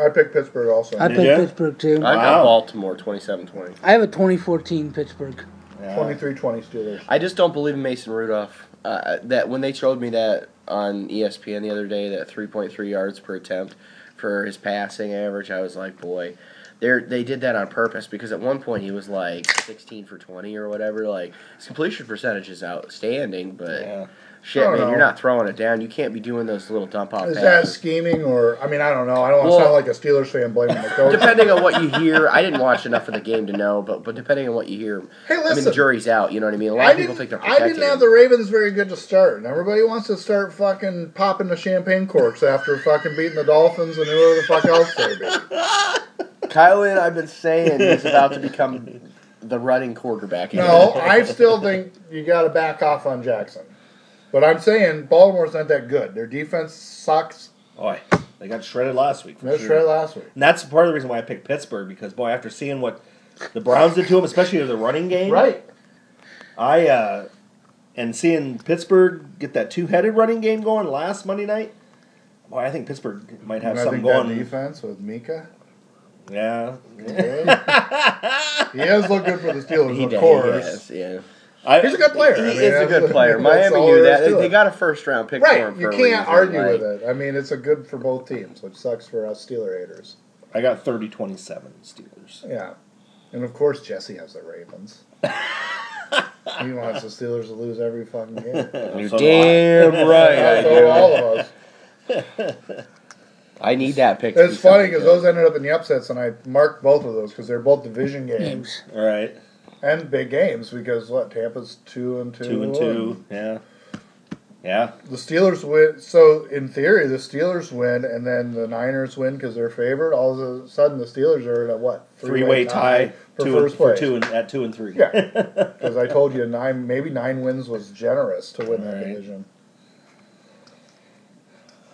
Speaker 1: I picked Pittsburgh also.
Speaker 4: I
Speaker 3: Did
Speaker 4: picked
Speaker 3: ya?
Speaker 4: Pittsburgh too.
Speaker 2: I
Speaker 3: Wow.
Speaker 2: got Baltimore 27-20.
Speaker 4: I have a 2014 Pittsburgh.
Speaker 3: Yeah.
Speaker 1: 23 20 Steelers.
Speaker 2: I just don't believe in Mason Rudolph. Uh, that when they showed me that on E ESPN the other day, that 3.3 yards per attempt for his passing average, I was like, boy, they they did that on purpose because at one point he was like 16 for 20 or whatever. Like his completion percentage is outstanding, but
Speaker 3: Yeah.
Speaker 1: I
Speaker 2: shit,
Speaker 1: don't
Speaker 2: man,
Speaker 1: know.
Speaker 2: you're not throwing it down. You can't be doing those little dump off
Speaker 1: Oh, Is that
Speaker 2: passes.
Speaker 1: scheming or, I mean, I don't know. I don't want to
Speaker 2: Well-
Speaker 1: sound like a Steelers fan blaming the coach.
Speaker 2: Depending on what you hear, I didn't watch enough of the game to know, but but depending on what you hear,
Speaker 1: Hey,
Speaker 2: I mean the
Speaker 1: listen.
Speaker 2: jury's out. You know what I mean? A lot
Speaker 1: I
Speaker 2: of people
Speaker 1: didn't,
Speaker 2: think they're
Speaker 1: I
Speaker 2: protecting.
Speaker 1: didn't have
Speaker 2: him.
Speaker 1: the Ravens very good to start, and everybody wants to start fucking popping the champagne corks after fucking beating the Dolphins and whoever the fuck else they beat.
Speaker 2: Kylan, I've been saying he's about to become the running quarterback.
Speaker 1: No, I still think you got to back off on Jackson. But I'm saying Baltimore's not that good. Their defense sucks.
Speaker 3: Boy, they got shredded last week. for
Speaker 1: No
Speaker 3: sure.
Speaker 1: shred last week.
Speaker 3: And that's part of the reason why I picked Pittsburgh because boy, after seeing what the Browns did to him, especially the running game,
Speaker 1: Right.
Speaker 3: I uh, and seeing Pittsburgh get that two-headed running game going last Monday night, boy, I think Pittsburgh might have
Speaker 1: And I
Speaker 3: something
Speaker 1: think that
Speaker 3: going.
Speaker 1: defense with Mika.
Speaker 3: Yeah,
Speaker 1: Yeah. he does look good for the Steelers,
Speaker 2: He
Speaker 1: of
Speaker 2: does,
Speaker 1: course.
Speaker 2: yes, yeah.
Speaker 3: I,
Speaker 1: He's a good player.
Speaker 2: He
Speaker 1: I mean,
Speaker 2: is a
Speaker 1: that's-
Speaker 2: good player.
Speaker 1: that's
Speaker 2: Miami
Speaker 1: all
Speaker 2: knew
Speaker 1: there is
Speaker 2: that. They,
Speaker 1: to
Speaker 2: they
Speaker 1: it.
Speaker 2: got a first round pick for
Speaker 1: right.
Speaker 2: him.
Speaker 1: You
Speaker 2: for a
Speaker 1: can't
Speaker 2: reason,
Speaker 1: argue
Speaker 2: like-
Speaker 1: with it. I mean, it's a good for both teams, which sucks for us Steeler haters.
Speaker 3: I got 30-27 Steelers.
Speaker 1: Yeah, and of course Jesse has the Ravens. he wants the Steelers to lose every fucking game.
Speaker 2: You're
Speaker 3: So do
Speaker 2: damn right. I,
Speaker 1: so do all of us.
Speaker 2: do. I need that pick. to
Speaker 1: It's
Speaker 2: be
Speaker 1: funny
Speaker 2: something
Speaker 1: because
Speaker 2: good.
Speaker 1: those ended up in the upsets, and I marked both of those because they're both division games
Speaker 4: Games.
Speaker 3: All right,
Speaker 1: and big games. Because what Tampa's two and two,
Speaker 3: two and two. Yeah, yeah.
Speaker 1: The Steelers win. So in theory, the Steelers win, and then the Niners win because they're favored. All of a sudden, the Steelers are in a what
Speaker 3: Three-way tie
Speaker 1: for
Speaker 3: two and,
Speaker 1: first
Speaker 3: for
Speaker 1: place.
Speaker 3: two and at two and three.
Speaker 1: Yeah, because I told you nine, maybe nine wins was generous to win that
Speaker 3: Alright.
Speaker 1: division.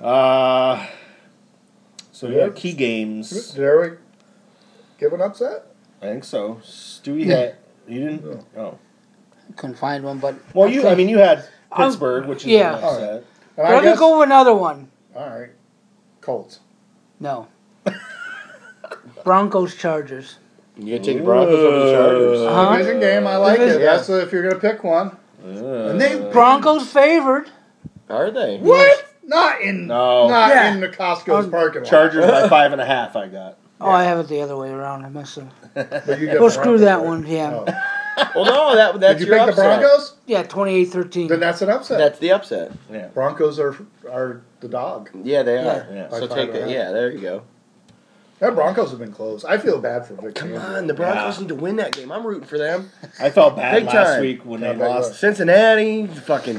Speaker 3: Uh, so we
Speaker 1: Yeah.
Speaker 3: got key games.
Speaker 1: Did Eric give an upset?
Speaker 3: I think so. Stewie
Speaker 4: Yeah.
Speaker 3: had you didn't. Oh,
Speaker 4: Couldn't find one, but
Speaker 3: well, you. I mean, you had
Speaker 4: I'm-
Speaker 3: Pittsburgh, which is
Speaker 4: yeah.
Speaker 3: an upset.
Speaker 1: And I
Speaker 4: let me
Speaker 1: guess,
Speaker 4: go with another one.
Speaker 1: All right, Colts.
Speaker 4: No. Broncos Chargers.
Speaker 2: You gonna take the Broncos over the Chargers?
Speaker 3: Uh,
Speaker 4: Uh-huh.
Speaker 1: Division game, I like it.
Speaker 4: Division- Uh,
Speaker 1: That's if you're gonna pick one. And they
Speaker 4: Broncos favored.
Speaker 2: Are they?
Speaker 1: what? Not in
Speaker 2: No.
Speaker 1: not
Speaker 4: Yeah.
Speaker 1: in the Costco's
Speaker 4: Um,
Speaker 1: parking lot.
Speaker 3: Chargers by five and a half. I got.
Speaker 4: Oh, I have it the other way around. I messed up.
Speaker 1: But you get
Speaker 4: Well, screw
Speaker 1: Broncos,
Speaker 4: that
Speaker 1: right?
Speaker 4: one. Yeah.
Speaker 1: Oh.
Speaker 2: Well, no, that
Speaker 1: Did
Speaker 2: that's
Speaker 1: you
Speaker 2: your
Speaker 1: pick the
Speaker 2: upset.
Speaker 1: Broncos?
Speaker 4: Yeah, 28-13.
Speaker 1: Then that's an upset.
Speaker 2: That's the upset.
Speaker 3: Yeah.
Speaker 1: Broncos are are the dog.
Speaker 2: Yeah, they
Speaker 4: Yeah.
Speaker 2: are.
Speaker 3: Yeah.
Speaker 1: By
Speaker 2: So take
Speaker 1: five and a
Speaker 2: that.
Speaker 1: half.
Speaker 2: Yeah, there you go.
Speaker 1: That Broncos have been close. I feel bad for Vic.
Speaker 2: Come
Speaker 1: Fangio.
Speaker 2: on, the Broncos
Speaker 3: Yeah.
Speaker 2: need to win that game. I'm rooting for them.
Speaker 3: I felt bad
Speaker 2: Big
Speaker 3: last
Speaker 2: time.
Speaker 3: week when
Speaker 1: Yeah,
Speaker 3: they
Speaker 1: big
Speaker 3: lost.
Speaker 2: Cincinnati, fucking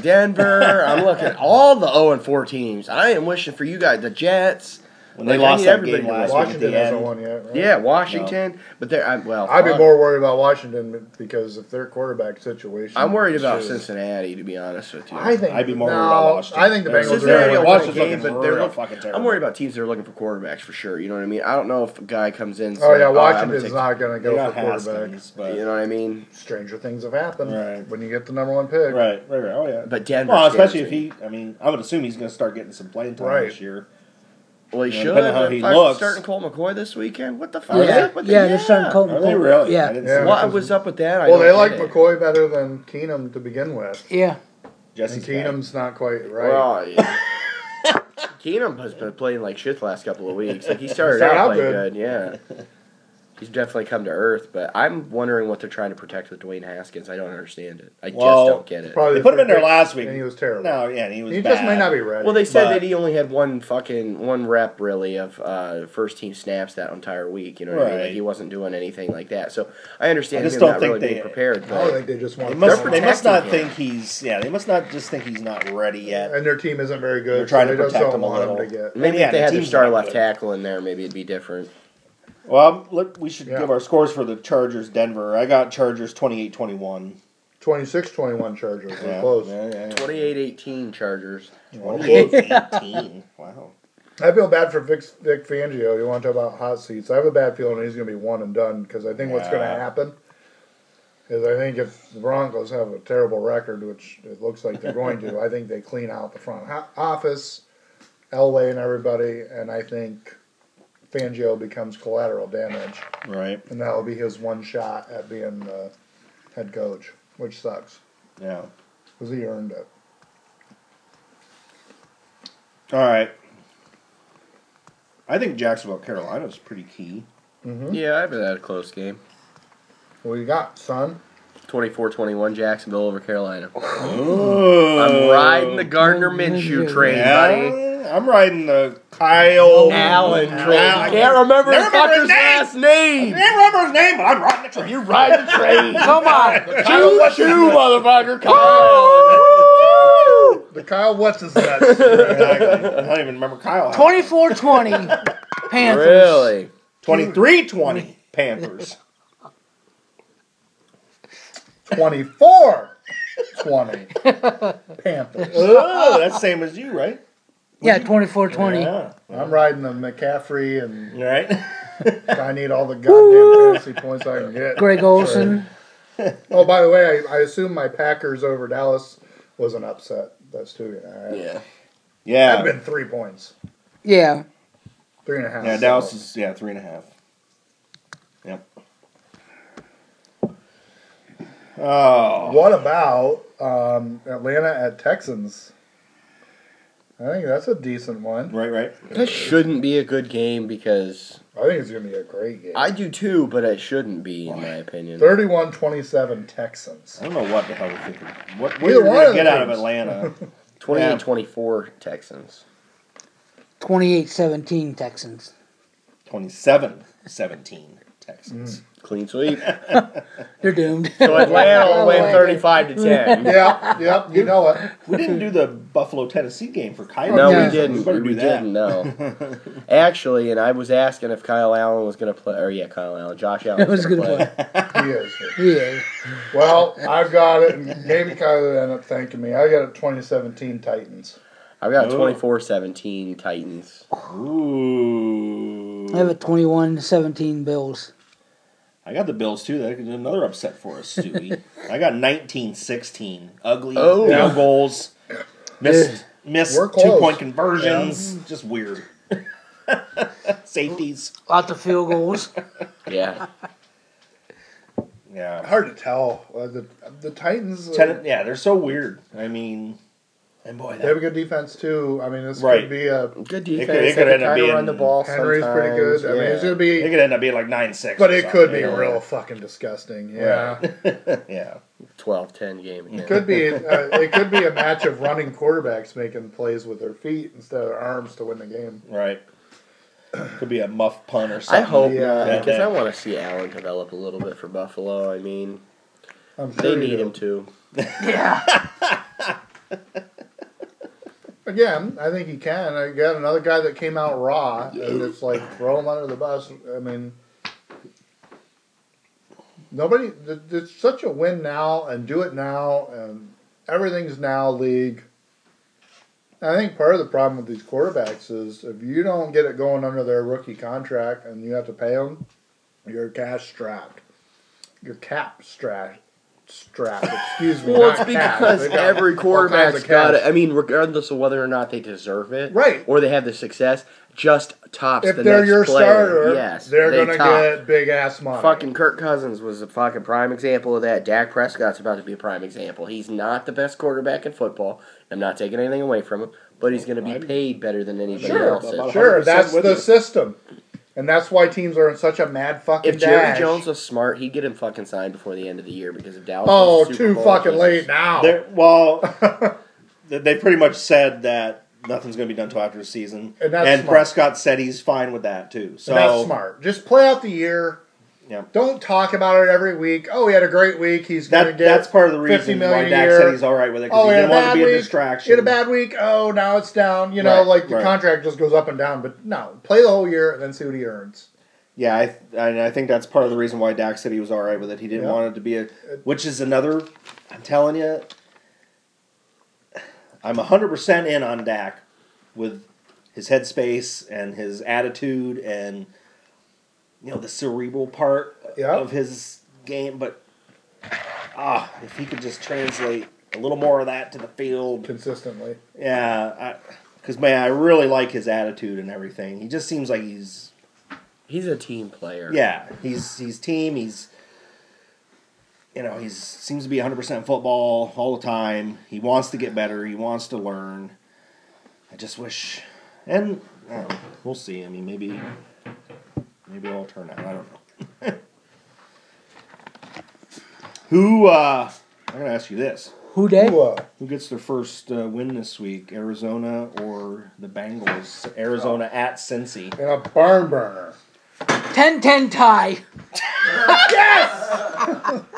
Speaker 2: Denver. I'm looking at all the 0 and 4 teams. I am wishing for you guys, the Jets.
Speaker 3: When they
Speaker 2: Like, I
Speaker 3: lost
Speaker 2: need
Speaker 3: that
Speaker 2: everybody
Speaker 3: game
Speaker 2: to
Speaker 3: last week at
Speaker 1: Washington
Speaker 3: the
Speaker 1: hasn't
Speaker 3: end.
Speaker 1: won yet. Right?
Speaker 2: Yeah, Washington. But they're, I'm, well,
Speaker 1: I'd be
Speaker 2: fuck.
Speaker 1: more worried about Washington because if their quarterback situation.
Speaker 2: I'm worried about
Speaker 1: is-
Speaker 2: Cincinnati, to be honest with you.
Speaker 1: I think
Speaker 3: I'd be more
Speaker 1: no,
Speaker 3: worried about Washington.
Speaker 1: I think the
Speaker 3: They're-
Speaker 1: Bengals
Speaker 2: Cincinnati
Speaker 1: are. gonna
Speaker 2: will win
Speaker 1: win.
Speaker 2: the
Speaker 3: Washington's looking
Speaker 2: game, but they're
Speaker 3: real
Speaker 2: look-
Speaker 3: fucking terrible.
Speaker 2: I'm worried about teams that are looking for quarterbacks for sure. You know what I mean? I don't know if a guy comes in. and
Speaker 1: Oh
Speaker 2: says,
Speaker 1: yeah,
Speaker 2: I'm gonna
Speaker 1: Washington's
Speaker 2: take-"
Speaker 1: not going to
Speaker 3: They
Speaker 1: go
Speaker 3: got
Speaker 1: for quarterback.
Speaker 3: Haskins, but
Speaker 2: You know what I mean?
Speaker 1: Stranger things have happened
Speaker 3: Right.
Speaker 1: when you get the number one pick.
Speaker 3: right, right, right. Oh yeah.
Speaker 2: But Denver.
Speaker 3: well, especially if
Speaker 2: scares me.
Speaker 3: he. I mean, I would assume he's going to start getting some playing time
Speaker 1: Right.
Speaker 3: this year.
Speaker 2: Well, he
Speaker 3: Yeah,
Speaker 2: should.
Speaker 3: depending on how
Speaker 2: They're
Speaker 3: he
Speaker 2: fucking
Speaker 3: looks.
Speaker 2: starting Colt McCoy this weekend. What the fuck
Speaker 3: Are
Speaker 2: is
Speaker 3: they?
Speaker 2: up with
Speaker 4: Oh, yeah,
Speaker 2: that?
Speaker 4: they're starting Colt
Speaker 3: Are they
Speaker 4: McCoy.
Speaker 3: really? I
Speaker 4: Yeah.
Speaker 3: didn't
Speaker 1: Yeah.
Speaker 3: see
Speaker 2: What
Speaker 3: that.
Speaker 2: was up with that? I
Speaker 1: Well,
Speaker 2: don't
Speaker 1: they like
Speaker 2: get it.
Speaker 1: McCoy better than Keenum to begin with.
Speaker 4: Yeah.
Speaker 3: Jesse's
Speaker 1: And
Speaker 3: back.
Speaker 1: Keenum's not quite right.
Speaker 2: Well, yeah. Keenum has been playing like shit the last couple of weeks. Like he started,
Speaker 1: Started
Speaker 2: out,
Speaker 1: out
Speaker 2: playing
Speaker 1: good.
Speaker 2: good. yeah. He's definitely come to earth, but I'm wondering what they're trying to protect with Dwayne Haskins. I don't understand it. I
Speaker 3: Well,
Speaker 2: just don't get it.
Speaker 1: Probably
Speaker 3: They
Speaker 1: the
Speaker 3: put him
Speaker 1: third
Speaker 3: in there
Speaker 1: pick,
Speaker 3: last week.
Speaker 1: and he was terrible.
Speaker 3: No, yeah, and he was.
Speaker 1: he just
Speaker 3: bad.
Speaker 1: may not be ready.
Speaker 2: Well, they said
Speaker 3: But-
Speaker 2: that he only had one fucking one rep really of uh, first team snaps that entire week. You know what I mean? Like
Speaker 3: Right.
Speaker 2: he wasn't doing anything like that. So I understand
Speaker 3: I just
Speaker 2: him
Speaker 3: don't
Speaker 2: not
Speaker 3: think
Speaker 2: really
Speaker 3: they-
Speaker 2: being prepared.
Speaker 1: I don't
Speaker 2: But
Speaker 1: think they just want.
Speaker 3: They must,
Speaker 1: to
Speaker 2: They're
Speaker 3: they must not
Speaker 2: protecting
Speaker 3: think he's yeah. They must not just think he's not ready yet.
Speaker 1: and their team isn't very good.
Speaker 3: They're trying
Speaker 1: so
Speaker 3: to
Speaker 1: they just
Speaker 3: protect
Speaker 1: don't
Speaker 3: him a
Speaker 1: want him to
Speaker 3: little.
Speaker 1: get.
Speaker 2: maybe
Speaker 3: yeah,
Speaker 2: if they
Speaker 3: the
Speaker 2: had their
Speaker 3: team's
Speaker 2: star
Speaker 3: not
Speaker 2: left
Speaker 3: good.
Speaker 2: tackle in there, maybe it'd be different.
Speaker 3: Well, um, look, we should
Speaker 1: Yeah.
Speaker 3: give our scores for the Chargers Denver. I got Chargers 28-21.
Speaker 1: 26-21 Chargers. They're
Speaker 3: Yeah,
Speaker 1: close.
Speaker 3: yeah, yeah, yeah.
Speaker 2: 28-18 Chargers.
Speaker 1: Well,
Speaker 3: 28-18. Wow.
Speaker 1: I feel bad for Vic, Vic Fangio. You want to talk about hot seats? I have a bad feeling he's going to be one and done because I think what's going to
Speaker 3: Yeah.
Speaker 1: happen Because I think if the Broncos have a terrible record, which it looks like they're going to, I think they clean out the front ho- office, Elway and everybody, and I think Fangio becomes collateral damage,
Speaker 3: Right.
Speaker 1: and that'll be his one shot at being the head coach, which sucks
Speaker 3: Yeah.
Speaker 1: because he earned it.
Speaker 3: All right. I think Jacksonville, Carolina is pretty key.
Speaker 1: Mm-hmm.
Speaker 2: Yeah, I haven't had a close game.
Speaker 1: What you got, son?
Speaker 2: 24-21 Jacksonville over Carolina.
Speaker 3: Oh.
Speaker 2: I'm riding the Gardner Minshew train, buddy.
Speaker 3: I'm riding the Kyle
Speaker 2: Allen train.
Speaker 3: I
Speaker 2: Can't remember
Speaker 3: Never
Speaker 2: his
Speaker 3: remember
Speaker 2: fucker's
Speaker 3: his name.
Speaker 2: last name.
Speaker 3: can't remember his name, but I'm riding the train.
Speaker 2: You ride the train.
Speaker 4: Come on.
Speaker 2: Choo choo, motherfucker. Come
Speaker 3: Oh,
Speaker 2: on.
Speaker 1: The Kyle what's his nuts?
Speaker 3: Exactly. I don't even remember Kyle.
Speaker 4: 24 20 Panthers.
Speaker 2: Really?
Speaker 3: 23 20 Panthers.
Speaker 1: Twenty four. 20. Panthers.
Speaker 3: oh, that's same as you, right?
Speaker 4: Yeah, 24 20.
Speaker 3: Yeah.
Speaker 1: I'm riding the McCaffrey, and
Speaker 3: All right.
Speaker 1: I need all the goddamn fantasy points I can get.
Speaker 4: Greg Olson.
Speaker 1: Oh, by the way, I, I assume my Packers over Dallas was an upset. That's two. Yeah.
Speaker 2: Yeah.
Speaker 1: I've
Speaker 3: Yeah.
Speaker 1: been three points,
Speaker 4: Yeah.
Speaker 1: three and a half.
Speaker 3: Yeah,
Speaker 1: so-
Speaker 3: Dallas is, yeah, three and a half. Yep. Oh.
Speaker 1: What about um, Atlanta at Texans? I think that's a decent one.
Speaker 3: Right, right.
Speaker 2: This shouldn't be a good game because
Speaker 1: I think it's going to be a great game.
Speaker 2: I do too, but it shouldn't be, in my opinion.
Speaker 1: 31 27 Texans.
Speaker 3: I don't know what the hell we're thinking.
Speaker 1: Either
Speaker 3: What, what are we
Speaker 1: one of
Speaker 3: going to get
Speaker 1: the
Speaker 3: out of
Speaker 1: teams.
Speaker 3: Atlanta?
Speaker 2: 28 24 Texans.
Speaker 4: 28 17 Texans.
Speaker 3: 27 17
Speaker 1: Mm.
Speaker 3: Texans.
Speaker 2: Clean sweep.
Speaker 4: They're doomed.
Speaker 2: So Atlanta will win 35 to 10.
Speaker 1: Yeah, yep, you know it.
Speaker 3: We didn't do the Buffalo, Tennessee game for Kyle.
Speaker 2: No,
Speaker 1: Yeah.
Speaker 2: we didn't.
Speaker 3: better
Speaker 2: We,
Speaker 3: do that.
Speaker 2: didn't. No, actually, and I was asking if Kyle Allen was gonna play, or yeah, Kyle Allen, Josh Allen
Speaker 4: was
Speaker 2: gonna
Speaker 4: gonna
Speaker 2: play.
Speaker 1: He is.
Speaker 4: Yeah.
Speaker 1: Well, I've got it, and maybe Kyle will end up thanking me. I got it 2017 Titans.
Speaker 2: I've got
Speaker 3: Oh.
Speaker 2: 24-17 Titans.
Speaker 3: Ooh.
Speaker 4: I have a 21 17 Bills.
Speaker 3: I got the Bills too. That could be another upset for us, Stewie. I got 19-16. Ugly
Speaker 2: Oh.
Speaker 3: field goals. Missed missed
Speaker 1: We're close.
Speaker 3: two point conversions. Just weird. Safeties.
Speaker 4: Lots of field goals.
Speaker 2: Yeah,
Speaker 3: Yeah.
Speaker 1: Hard to tell. Uh, the, the Titans. uh,
Speaker 3: Ten, yeah, they're so weird. I mean and boy
Speaker 1: They have a good defense too. I mean, this
Speaker 3: Right.
Speaker 1: could be a
Speaker 2: good
Speaker 3: it
Speaker 2: defense.
Speaker 3: could
Speaker 2: They can
Speaker 3: end up
Speaker 2: kind of
Speaker 3: being-
Speaker 2: run the ball.
Speaker 1: Henry's pretty good. I
Speaker 2: sometimes,
Speaker 1: mean, it's
Speaker 2: yeah.
Speaker 1: gonna be,
Speaker 3: it could end up being like nine six.
Speaker 1: but it could be real fucking disgusting. Yeah,
Speaker 3: Yeah.
Speaker 2: 12-10 game again.
Speaker 1: could be. Uh, it could be a match of running quarterbacks making plays with their feet instead of their arms to win the game.
Speaker 3: Right. Could be a muff punt or
Speaker 2: I
Speaker 3: something.
Speaker 2: hope
Speaker 1: Yeah.
Speaker 2: not, because
Speaker 3: Yeah.
Speaker 2: I want to see Allen develop a little bit for Buffalo. I mean,
Speaker 1: I'm sure
Speaker 2: they
Speaker 1: you
Speaker 2: need
Speaker 1: do.
Speaker 2: him to.
Speaker 4: yeah.
Speaker 1: Again, I think he can. Again, another guy that came out raw and it's like throw him under the bus. I mean, nobody. th- It's such a win now and do it now and everything's now league. I think part of the problem with these quarterbacks is if you don't get it going under their rookie contract and you have to pay them, you're cash strapped. You're cap strapped. Strapped. Excuse me.
Speaker 2: Well, it's
Speaker 1: not cap.
Speaker 2: because
Speaker 1: They've got all
Speaker 2: every
Speaker 1: kinds
Speaker 2: quarterback's
Speaker 1: of
Speaker 2: got
Speaker 1: cash.
Speaker 2: it. I mean, regardless of whether or not they deserve it,
Speaker 1: Right.
Speaker 2: or they have the success, just tops
Speaker 1: if
Speaker 2: the
Speaker 1: they're
Speaker 2: next
Speaker 1: your
Speaker 2: player.
Speaker 1: starter,
Speaker 2: yes,
Speaker 1: they're
Speaker 2: they
Speaker 1: gonna
Speaker 2: top.
Speaker 1: get big ass money.
Speaker 2: Fucking Kirk Cousins was a fucking prime example of that. Dak Prescott's about to be a prime example. He's not the best quarterback in football. I'm not taking anything away from him, but he's going to be paid better than anybody
Speaker 1: Sure,
Speaker 2: else. is.
Speaker 1: sure,
Speaker 3: 100%
Speaker 1: that's
Speaker 3: with
Speaker 1: the
Speaker 3: you.
Speaker 1: system, and that's why teams are in such a mad fucking
Speaker 2: If Jerry
Speaker 1: dash.
Speaker 2: Jones was smart, he'd get him fucking signed before the end of the year because of Dallas.
Speaker 1: oh,
Speaker 2: wins the Super
Speaker 1: too
Speaker 2: Bowl,
Speaker 1: fucking
Speaker 2: Jesus.
Speaker 1: late now.
Speaker 3: They're, well, th- they pretty much said that nothing's going to be done till after the season,
Speaker 1: And that's smart.
Speaker 3: Prescott said he's fine with that too. So
Speaker 1: that's smart. Just play out the year.
Speaker 3: Yeah.
Speaker 1: Don't talk about it every week. Oh, he had a great week. He's gonna
Speaker 3: That,
Speaker 1: get
Speaker 3: that's part of the
Speaker 1: 50
Speaker 3: reason
Speaker 1: million
Speaker 3: why
Speaker 1: a
Speaker 3: Dak
Speaker 1: year.
Speaker 3: said he's all right with it because
Speaker 1: Oh,
Speaker 3: he
Speaker 1: he had a
Speaker 3: didn't want
Speaker 1: bad
Speaker 3: to be
Speaker 1: week.
Speaker 3: a
Speaker 1: He had a
Speaker 3: distraction.
Speaker 1: bad week. Oh, now it's down. You know,
Speaker 3: Right,
Speaker 1: like the
Speaker 3: right.
Speaker 1: contract just goes up and down. But no, play the whole year and then see what he earns.
Speaker 3: yeah, I, th- and I think that's part of the reason why Dak said he was all right with it. He didn't
Speaker 1: Yeah. Uh,
Speaker 3: want it to be a, which is another. I'm telling you, I'm 100 percent in on Dak with his headspace and his attitude and you know the cerebral part
Speaker 1: Yeah.
Speaker 3: of his game, but ah, if he could just translate a little more of that to the field.
Speaker 1: consistently.
Speaker 3: Yeah, because man, I really like his attitude and everything. He just seems like he's
Speaker 2: He's a team player.
Speaker 3: yeah, he's he's team. He's you know he's seems to be 100 percent football all the time. He wants to get better. He wants to learn. I just wish, and I don't know, we'll see. I mean, maybe maybe it'll turn out. I don't know. Who uh, I'm gonna ask you this.
Speaker 4: Who day?
Speaker 1: Who, uh,
Speaker 3: Who gets their first uh, win this week? Arizona or the Bengals? Arizona at Cincy.
Speaker 1: and a barn burner.
Speaker 4: 10-10 tie.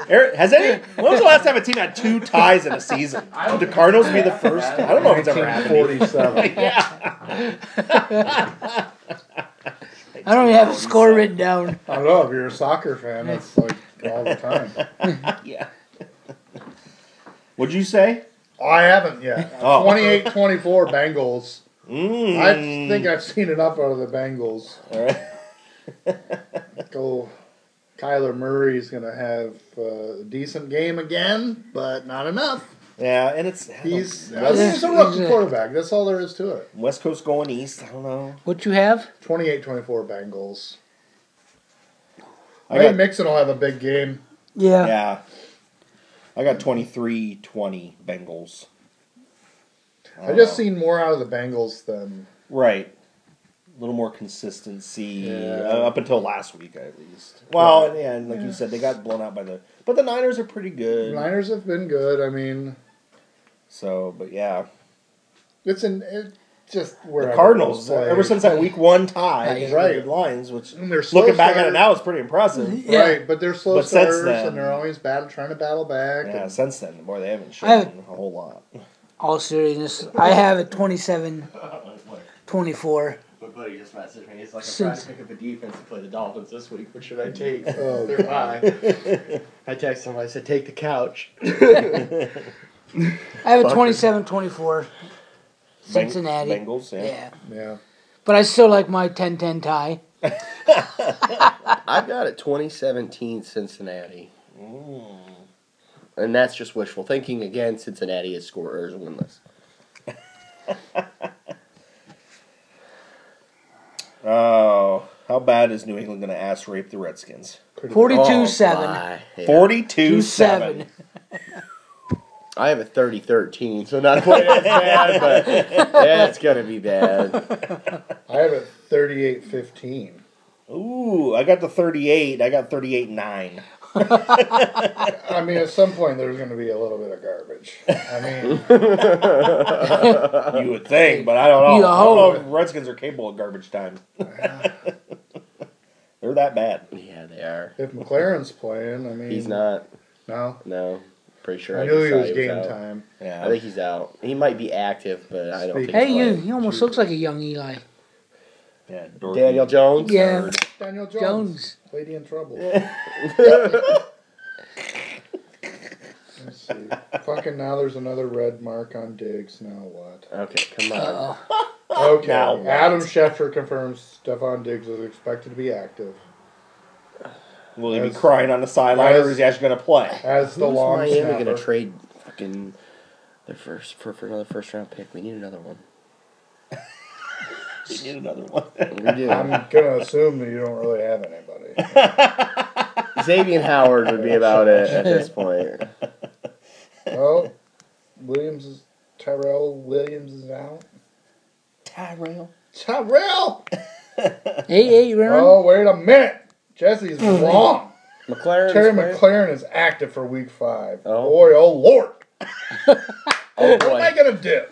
Speaker 3: Ari- Has any? When was the last time a team had two ties in a season? Would the Cardinals be the first? I don't know if it's ever happened.
Speaker 1: 1947.
Speaker 4: I don't even have a score written down.
Speaker 1: I don't know if you're a soccer fan. That's like all the time.
Speaker 3: Yeah. What'd you say?
Speaker 1: I haven't yet.
Speaker 3: Oh.
Speaker 1: 28 24 Bengals.
Speaker 3: Mm.
Speaker 1: I think I've seen enough out of the Bengals.
Speaker 3: All right.
Speaker 1: Go. Kyler Murray's going to have uh, a decent game again, but not enough.
Speaker 3: Yeah, and it's I don't-
Speaker 1: He's,
Speaker 3: West,
Speaker 1: he's a
Speaker 4: He's
Speaker 1: rookie
Speaker 4: a-
Speaker 1: quarterback. That's all there is to it.
Speaker 3: West Coast going east. I don't know.
Speaker 4: What you have?
Speaker 1: 28 24 Bengals. I,
Speaker 3: I
Speaker 1: think
Speaker 3: got
Speaker 1: Mixon will have a big game.
Speaker 4: Yeah.
Speaker 3: yeah. I got 23-20 Bengals. Oh.
Speaker 1: i just
Speaker 3: see
Speaker 1: seen more out of the Bengals than
Speaker 3: right. A little more consistency
Speaker 1: Yeah.
Speaker 3: uh, up until last week, at least. Well,
Speaker 1: Right.
Speaker 3: yeah, and like you said, they got blown out by the. But the Niners are pretty
Speaker 1: the
Speaker 3: good.
Speaker 1: Niners have been good. I mean,
Speaker 3: So, but yeah,
Speaker 1: it's an it just where
Speaker 3: the Cardinals. Ever since that Week One tie, against the
Speaker 1: Right. Mm,
Speaker 3: Lions, which
Speaker 1: And they're slow
Speaker 3: looking back at it
Speaker 1: starters.
Speaker 3: now, it's pretty impressive.
Speaker 4: Yeah.
Speaker 1: right, but they're slow
Speaker 3: But since
Speaker 1: starters
Speaker 3: then-
Speaker 1: and they're always battle, trying to battle back.
Speaker 3: Yeah,
Speaker 1: and
Speaker 3: since then, boy, they haven't
Speaker 4: I-
Speaker 3: shown a whole lot.
Speaker 4: All seriousness, I have a 27 24.
Speaker 2: My buddy just messaged me. He's like,
Speaker 4: I'm trying to
Speaker 2: pick up a defense to play the Dolphins this week. What should I take?
Speaker 1: Oh,
Speaker 2: They're high. I texted him. I said, take the couch.
Speaker 4: I have a
Speaker 2: Fucker.
Speaker 4: 27
Speaker 3: Beng-
Speaker 4: 24. Cincinnati.
Speaker 3: Bengals, yeah.
Speaker 4: Yeah.
Speaker 1: yeah.
Speaker 4: But I still like my 10 10 tie.
Speaker 2: I've got it 2017 Cincinnati.
Speaker 3: Mm.
Speaker 2: And that's just wishful thinking. Again, Cincinnati is scorers winless.
Speaker 3: Oh, how bad is New England going to ass rape the Redskins?
Speaker 4: 42
Speaker 2: Oh,
Speaker 4: 7.
Speaker 2: my. Yeah.
Speaker 3: Forty-two
Speaker 4: 2
Speaker 3: seven.
Speaker 4: 7.
Speaker 2: I have a 30 13, so not quite as bad, but that's going to be bad.
Speaker 1: I have it 38 15.
Speaker 3: Ooh, I got the thirty-eight. I got thirty-eight nine.
Speaker 1: I mean, at some point, there's going to be a little bit of garbage. I mean,
Speaker 3: You would think, but I don't know.
Speaker 4: You
Speaker 3: I don't know
Speaker 4: hope.
Speaker 3: if Redskins are capable of garbage time. They're that bad.
Speaker 2: Yeah, they are.
Speaker 1: if McLaren's playing, I mean,
Speaker 2: He's not.
Speaker 1: No,
Speaker 2: No. Pretty sure
Speaker 1: I knew he
Speaker 2: just
Speaker 1: was
Speaker 2: saw
Speaker 1: game
Speaker 2: out.
Speaker 1: time.
Speaker 3: Yeah.
Speaker 2: I think he's out. He might be active, but I don't think
Speaker 1: Speaking-
Speaker 4: Hey,
Speaker 2: he's
Speaker 4: you,
Speaker 2: playing.
Speaker 4: he almost looks like a young Eli.
Speaker 3: yeah dorky.
Speaker 2: Daniel Jones?
Speaker 4: Yeah.
Speaker 1: Daniel Jones,
Speaker 4: Jones.
Speaker 1: lady in trouble. Let's see. Fucking now there's another red mark on Diggs. Now what?
Speaker 2: Okay, come on.
Speaker 4: Uh-oh.
Speaker 1: Okay.
Speaker 3: Now what?
Speaker 1: Adam Schefter confirms Stefan Diggs is expected to be active.
Speaker 3: Will he be
Speaker 1: As-
Speaker 3: crying on the sideline, or is he actually going to play?
Speaker 1: As the
Speaker 2: Who's
Speaker 1: long
Speaker 2: Miami
Speaker 1: snapper.
Speaker 2: gonna trade fucking their first for, for another first round pick? We need another one.
Speaker 3: We need another one.
Speaker 2: We do.
Speaker 1: I'm gonna assume that you don't really have anybody.
Speaker 2: Xavier Howard would be about it at this point.
Speaker 1: Oh, Williams is Tyrell Williams is out.
Speaker 3: Tyrell.
Speaker 1: Tyrell!
Speaker 4: Hey, hey, remember?
Speaker 1: Oh, wait a minute. Jesse's wrong.
Speaker 2: McLaren.
Speaker 1: Terry McLaren is active for week five.
Speaker 2: Oh.
Speaker 1: Boy, oh lord.
Speaker 2: Oh
Speaker 1: What am I
Speaker 2: boy,
Speaker 1: gonna do?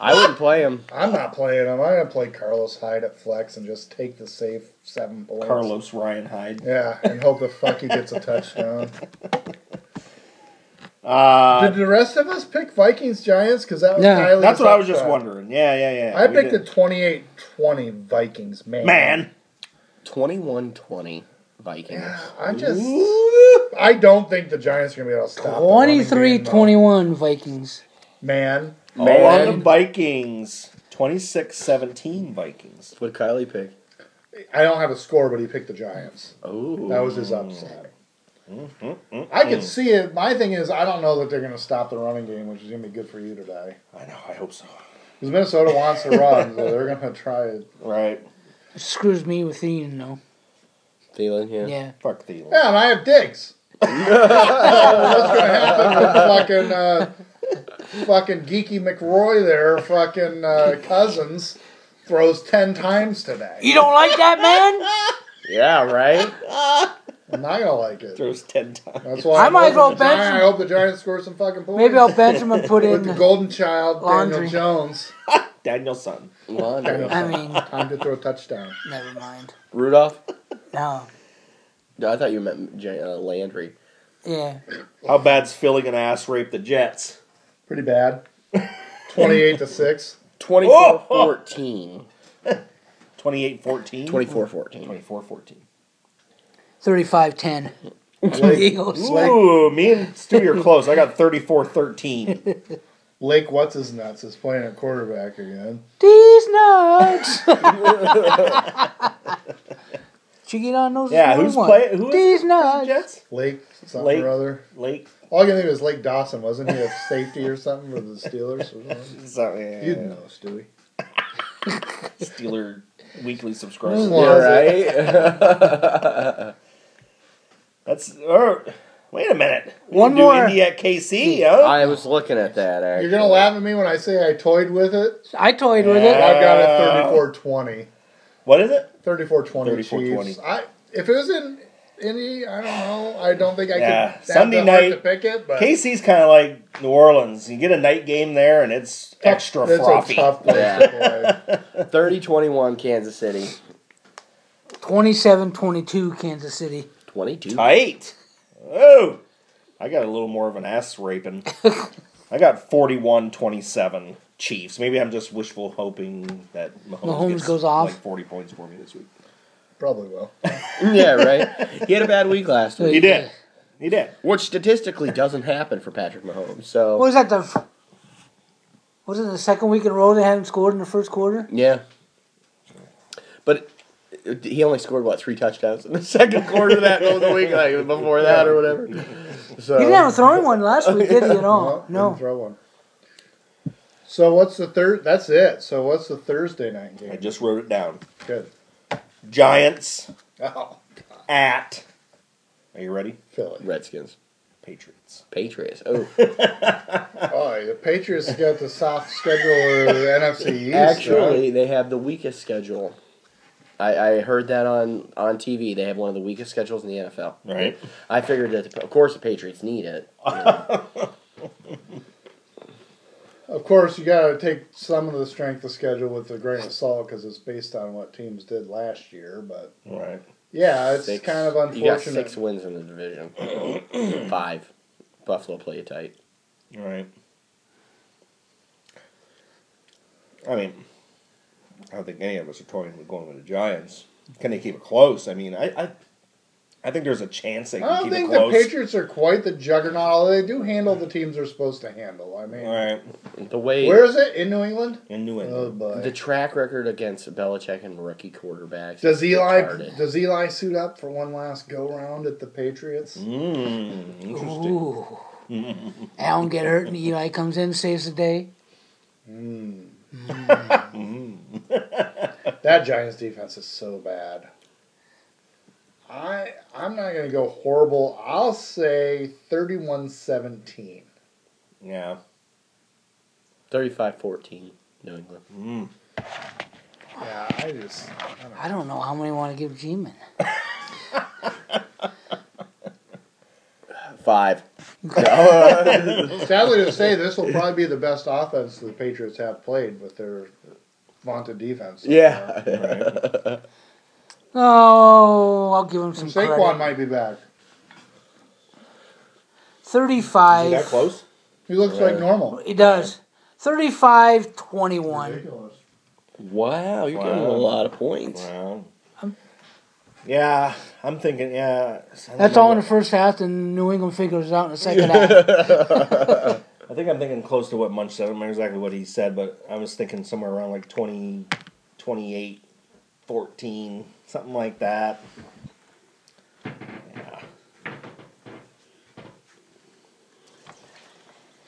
Speaker 2: I wouldn't play him.
Speaker 1: I'm not playing him. I'm gonna play Carlos Hyde at flex and just take the safe seven points.
Speaker 3: Carlos Ryan Hyde.
Speaker 1: Yeah, and hope the fuck he gets a touchdown.
Speaker 3: Uh,
Speaker 1: Did the rest of us pick Vikings Giants? Because that was
Speaker 4: No.
Speaker 1: Tyler's
Speaker 3: that's what I was just
Speaker 1: upset.
Speaker 3: wondering. Yeah, yeah, yeah.
Speaker 1: uh, I
Speaker 3: We
Speaker 1: picked the
Speaker 3: did.
Speaker 1: 28 20 Vikings, man.
Speaker 3: man.
Speaker 2: 21-20 Vikings.
Speaker 1: I just. I don't think the Giants are going to be able to stop. the running game,
Speaker 4: 23
Speaker 1: though.
Speaker 4: 21 Vikings.
Speaker 1: Man.
Speaker 3: All on the
Speaker 2: Man.
Speaker 3: Vikings. 26-17 Vikings.
Speaker 2: What Kylie pick?
Speaker 1: I don't have a score, but he picked the Giants.
Speaker 2: Oh,
Speaker 1: That was his upset. I could see it. My thing is, I don't know that they're going to stop the running game, which is going to be good for you today.
Speaker 3: I know. I hope so.
Speaker 1: Because Minnesota wants to run, so they're going to try it.
Speaker 3: Right.
Speaker 4: It screws me with Ian, though.
Speaker 2: Thielen, yeah.
Speaker 4: Yeah.
Speaker 3: Fuck Thielen.
Speaker 1: Yeah, and I have digs. That's going to happen with fucking, uh, fucking Geeky McRoy there, fucking uh, Cousins, throws 10 times today.
Speaker 4: You don't like that, man?
Speaker 2: Yeah, right?
Speaker 1: I'm not going to like it.
Speaker 3: Throws ten times.
Speaker 1: That's why
Speaker 4: I
Speaker 1: I'm hoping
Speaker 4: might go
Speaker 1: the Giants-
Speaker 4: bench him.
Speaker 1: I hope the Giants score some fucking points.
Speaker 4: Maybe I'll bench him and put
Speaker 1: with the
Speaker 4: in.
Speaker 1: golden child
Speaker 4: Laundry.
Speaker 1: Daniel Jones.
Speaker 3: Daniel's son.
Speaker 2: Laundry.
Speaker 4: I mean,
Speaker 1: Time to throw a touchdown.
Speaker 4: never mind.
Speaker 2: Rudolph?
Speaker 4: No.
Speaker 2: No, I thought you meant J- uh, Landry.
Speaker 4: Yeah.
Speaker 3: How bad's Philly gonna ass rape the Jets?
Speaker 1: Pretty bad. Twenty-eight to six.
Speaker 2: 24 14.
Speaker 3: 28-14?
Speaker 2: 24 14.
Speaker 3: 24-14.
Speaker 4: 35 10.
Speaker 1: Lake,
Speaker 4: Eagles.
Speaker 3: Ooh, me and Stu, you're close. I got 34-13.
Speaker 1: Lake what's his nuts is playing at quarterback again.
Speaker 4: These nuts. Did you get on those?
Speaker 3: Yeah,
Speaker 4: number
Speaker 3: who's
Speaker 4: one?
Speaker 3: playing? Who is
Speaker 4: These
Speaker 3: the
Speaker 4: nuts.
Speaker 3: Jets?
Speaker 1: Lake something
Speaker 3: Lake.
Speaker 1: or other.
Speaker 3: Lake.
Speaker 1: All I can think of is Lake Dawson. Wasn't he a safety or something for the Steelers? Or something?
Speaker 3: So, yeah.
Speaker 1: You'd know, Stewie.
Speaker 3: Steeler weekly
Speaker 1: Mm.
Speaker 3: subscriber.
Speaker 2: Yeah,
Speaker 1: Was
Speaker 2: right?
Speaker 3: That's. er, wait a minute. We
Speaker 4: One
Speaker 3: can do
Speaker 4: more. Hmm.
Speaker 3: Indy at KC, huh?
Speaker 2: I was looking at that, actually.
Speaker 1: You're gonna laugh at me when I say I toyed with it.
Speaker 4: I toyed with
Speaker 1: But
Speaker 4: it.
Speaker 1: I've got
Speaker 3: Uh,
Speaker 1: a 34-20.
Speaker 3: what is it?
Speaker 1: 34-20
Speaker 3: 34-20.
Speaker 1: Chiefs. I if it was in Indy, I don't know. I don't think I
Speaker 3: Yeah,
Speaker 1: could.
Speaker 3: Sunday
Speaker 1: that hard
Speaker 3: night,
Speaker 1: to pick it, but
Speaker 3: KC's kind of like New Orleans. You get a night game there, and it's extra
Speaker 1: That's
Speaker 3: frothy.
Speaker 1: a tough place to play.
Speaker 2: 30 21 Kansas City.
Speaker 4: 27 22 Kansas City.
Speaker 2: 22.
Speaker 3: Tight. Oh, I got a little more of an ass raping. I got 41-27 Chiefs. Maybe I'm just wishful hoping that Mahomes,
Speaker 4: Mahomes
Speaker 3: gets,
Speaker 4: goes off.
Speaker 3: like 40 points for me this week.
Speaker 1: Probably will.
Speaker 2: yeah, right? He had a bad week last week.
Speaker 3: He did. He did.
Speaker 2: Which statistically doesn't happen for Patrick Mahomes. So
Speaker 4: What was that? The f- was it the second week in a row they hadn't scored in the first quarter?
Speaker 2: yeah, but it- he only scored what three touchdowns in the second quarter of that of the week, like before that or whatever. So
Speaker 4: He didn't have a throwing one last week, did he? At all?
Speaker 1: didn't
Speaker 4: No.
Speaker 1: throw one. So what's the third? That's it. So what's the Thursday night game?
Speaker 3: I just wrote it down.
Speaker 1: Good.
Speaker 3: Giants
Speaker 1: Oh,
Speaker 3: at. Are you ready?
Speaker 1: Philly.
Speaker 2: Redskins,
Speaker 3: Patriots.
Speaker 2: Patriots. Oh,
Speaker 1: Oh, the Patriots got the soft schedule of the NFC
Speaker 4: uh,
Speaker 1: East.
Speaker 2: actually, they have the weakest schedule. I, I heard that on, on TV. They have one of the weakest schedules in the NFL.
Speaker 3: Right.
Speaker 2: I figured that, the, of course, the Patriots need it.
Speaker 1: huh? Of course, you got to take some of the strength of schedule with a grain of salt because it's based on what teams did last year. But
Speaker 3: Right.
Speaker 1: yeah, it's
Speaker 2: Six-
Speaker 1: kind of
Speaker 2: You got six
Speaker 1: unfortunate.
Speaker 2: wins in the division. Five. Buffalo play it tight.
Speaker 3: Right. I mean, I don't think any of us are toying with going with the Giants. Can they keep it close? I mean, I, I, I think there's a chance
Speaker 1: I
Speaker 3: they can
Speaker 1: don't
Speaker 3: keep it
Speaker 1: think the
Speaker 3: close.
Speaker 1: Patriots are quite the juggernaut. Although they do handle the teams they're supposed to handle. I mean,
Speaker 3: All right,
Speaker 2: The way
Speaker 1: where is it in New England?
Speaker 3: in New
Speaker 1: Oh
Speaker 3: England.
Speaker 1: boy.
Speaker 2: The track record against Belichick and rookie quarterbacks.
Speaker 1: Does
Speaker 2: is
Speaker 1: Eli
Speaker 2: retarded.
Speaker 1: does Eli suit up for one last go round at the Patriots?
Speaker 3: Mm, interesting.
Speaker 4: Ooh. Allen get hurt and Eli comes in, saves the day.
Speaker 1: Mm. That Giants defense is so bad. I I'm not gonna go horrible. I'll say 31-17.
Speaker 3: Yeah.
Speaker 2: 35-14, New England.
Speaker 3: Mm.
Speaker 1: Yeah, I just
Speaker 4: I don't know how many want to give G-Man.
Speaker 2: Five.
Speaker 1: sadly to say this will probably be the best offense the Patriots have played with their vaunted defense.
Speaker 2: Yeah.
Speaker 4: Oh, I'll give him some
Speaker 1: Saquon
Speaker 4: credit.
Speaker 1: might be back.
Speaker 3: Is it that
Speaker 4: 35.
Speaker 3: close?
Speaker 1: He looks like normal.
Speaker 4: He does. 35 21.
Speaker 2: Wow, you're
Speaker 3: Wow.
Speaker 2: getting a lot of points.
Speaker 3: Wow. Yeah, I'm thinking. Yeah, I don't
Speaker 4: That's
Speaker 3: know
Speaker 4: all in
Speaker 3: what-
Speaker 4: the first half, and New England figures it out in the second half.
Speaker 3: I think I'm thinking close to what Munch said. I don't remember exactly what he said, but I was thinking somewhere around like 20, 28, 14, something like that. Yeah.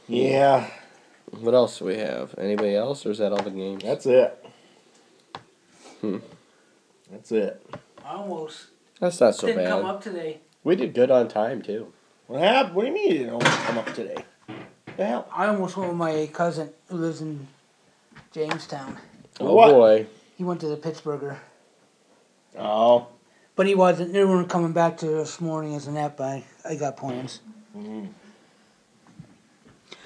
Speaker 1: Yeah,
Speaker 2: What else do we have? Anybody else, or is that all the games?
Speaker 3: That's it.
Speaker 2: Hmm.
Speaker 3: That's it.
Speaker 4: I almost
Speaker 2: That's not so
Speaker 4: didn't come
Speaker 2: bad.
Speaker 4: up today.
Speaker 2: We did good on time too.
Speaker 3: What happened? What do you mean you don't come up today? The hell?
Speaker 4: I almost went with my cousin who lives in Jamestown.
Speaker 2: Oh
Speaker 3: What?
Speaker 2: boy,
Speaker 4: He went to the Pittsburgher.
Speaker 3: Oh.
Speaker 4: But he wasn't. They weren't coming back to this morning as an app. I, I got plans.
Speaker 3: Mm-hmm.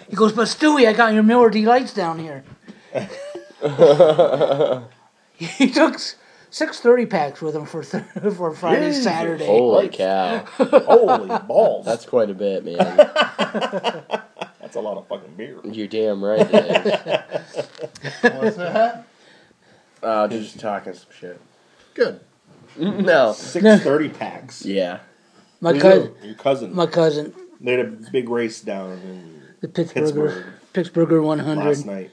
Speaker 4: He goes, but Stewie, I got your Miller D lights down here. he took s- six thirty packs with him for th- for Friday,
Speaker 3: Jesus.
Speaker 4: Saturday.
Speaker 3: Oh,
Speaker 2: holy cow,
Speaker 3: Holy balls. That's,
Speaker 2: that's quite a bit, man.
Speaker 3: a lot of fucking beer.
Speaker 2: You're damn right. It is.
Speaker 1: what's that?
Speaker 2: Uh, just talking some shit.
Speaker 1: Good.
Speaker 2: No.
Speaker 3: 630 packs.
Speaker 2: Yeah.
Speaker 4: My
Speaker 3: Who's
Speaker 4: cousin,
Speaker 3: Your cousin.
Speaker 4: my cousin,
Speaker 3: They had a big race down in
Speaker 4: the Pittsburgher,
Speaker 3: Pittsburgh
Speaker 4: Pittsburgher one
Speaker 3: last
Speaker 4: hundred.
Speaker 3: night.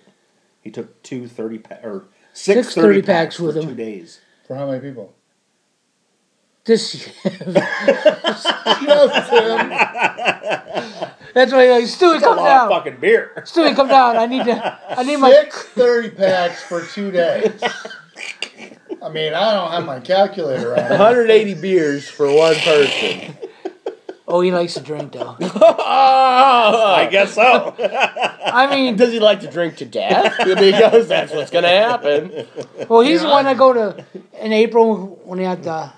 Speaker 3: He took two 30 pa- or
Speaker 4: Six
Speaker 3: six
Speaker 4: 30
Speaker 3: 30
Speaker 4: packs
Speaker 3: packs
Speaker 4: with
Speaker 3: for
Speaker 4: him.
Speaker 3: two days.
Speaker 1: For how many people?
Speaker 4: This
Speaker 1: Justin,
Speaker 4: that's why like Stewie,
Speaker 3: That's a
Speaker 4: come
Speaker 3: lot of
Speaker 4: down.
Speaker 3: fucking beer.
Speaker 4: Stewie, come down. I need to. I need my.
Speaker 1: six thirty packs for two days. I mean, I don't have my calculator on.
Speaker 2: 180 beers for one person.
Speaker 4: Oh, he likes to drink though.
Speaker 2: I
Speaker 3: I guess so.
Speaker 4: I mean,
Speaker 2: Does he like to drink to death? because that's what's gonna happen.
Speaker 4: Well, he's the one I go to in April when he had the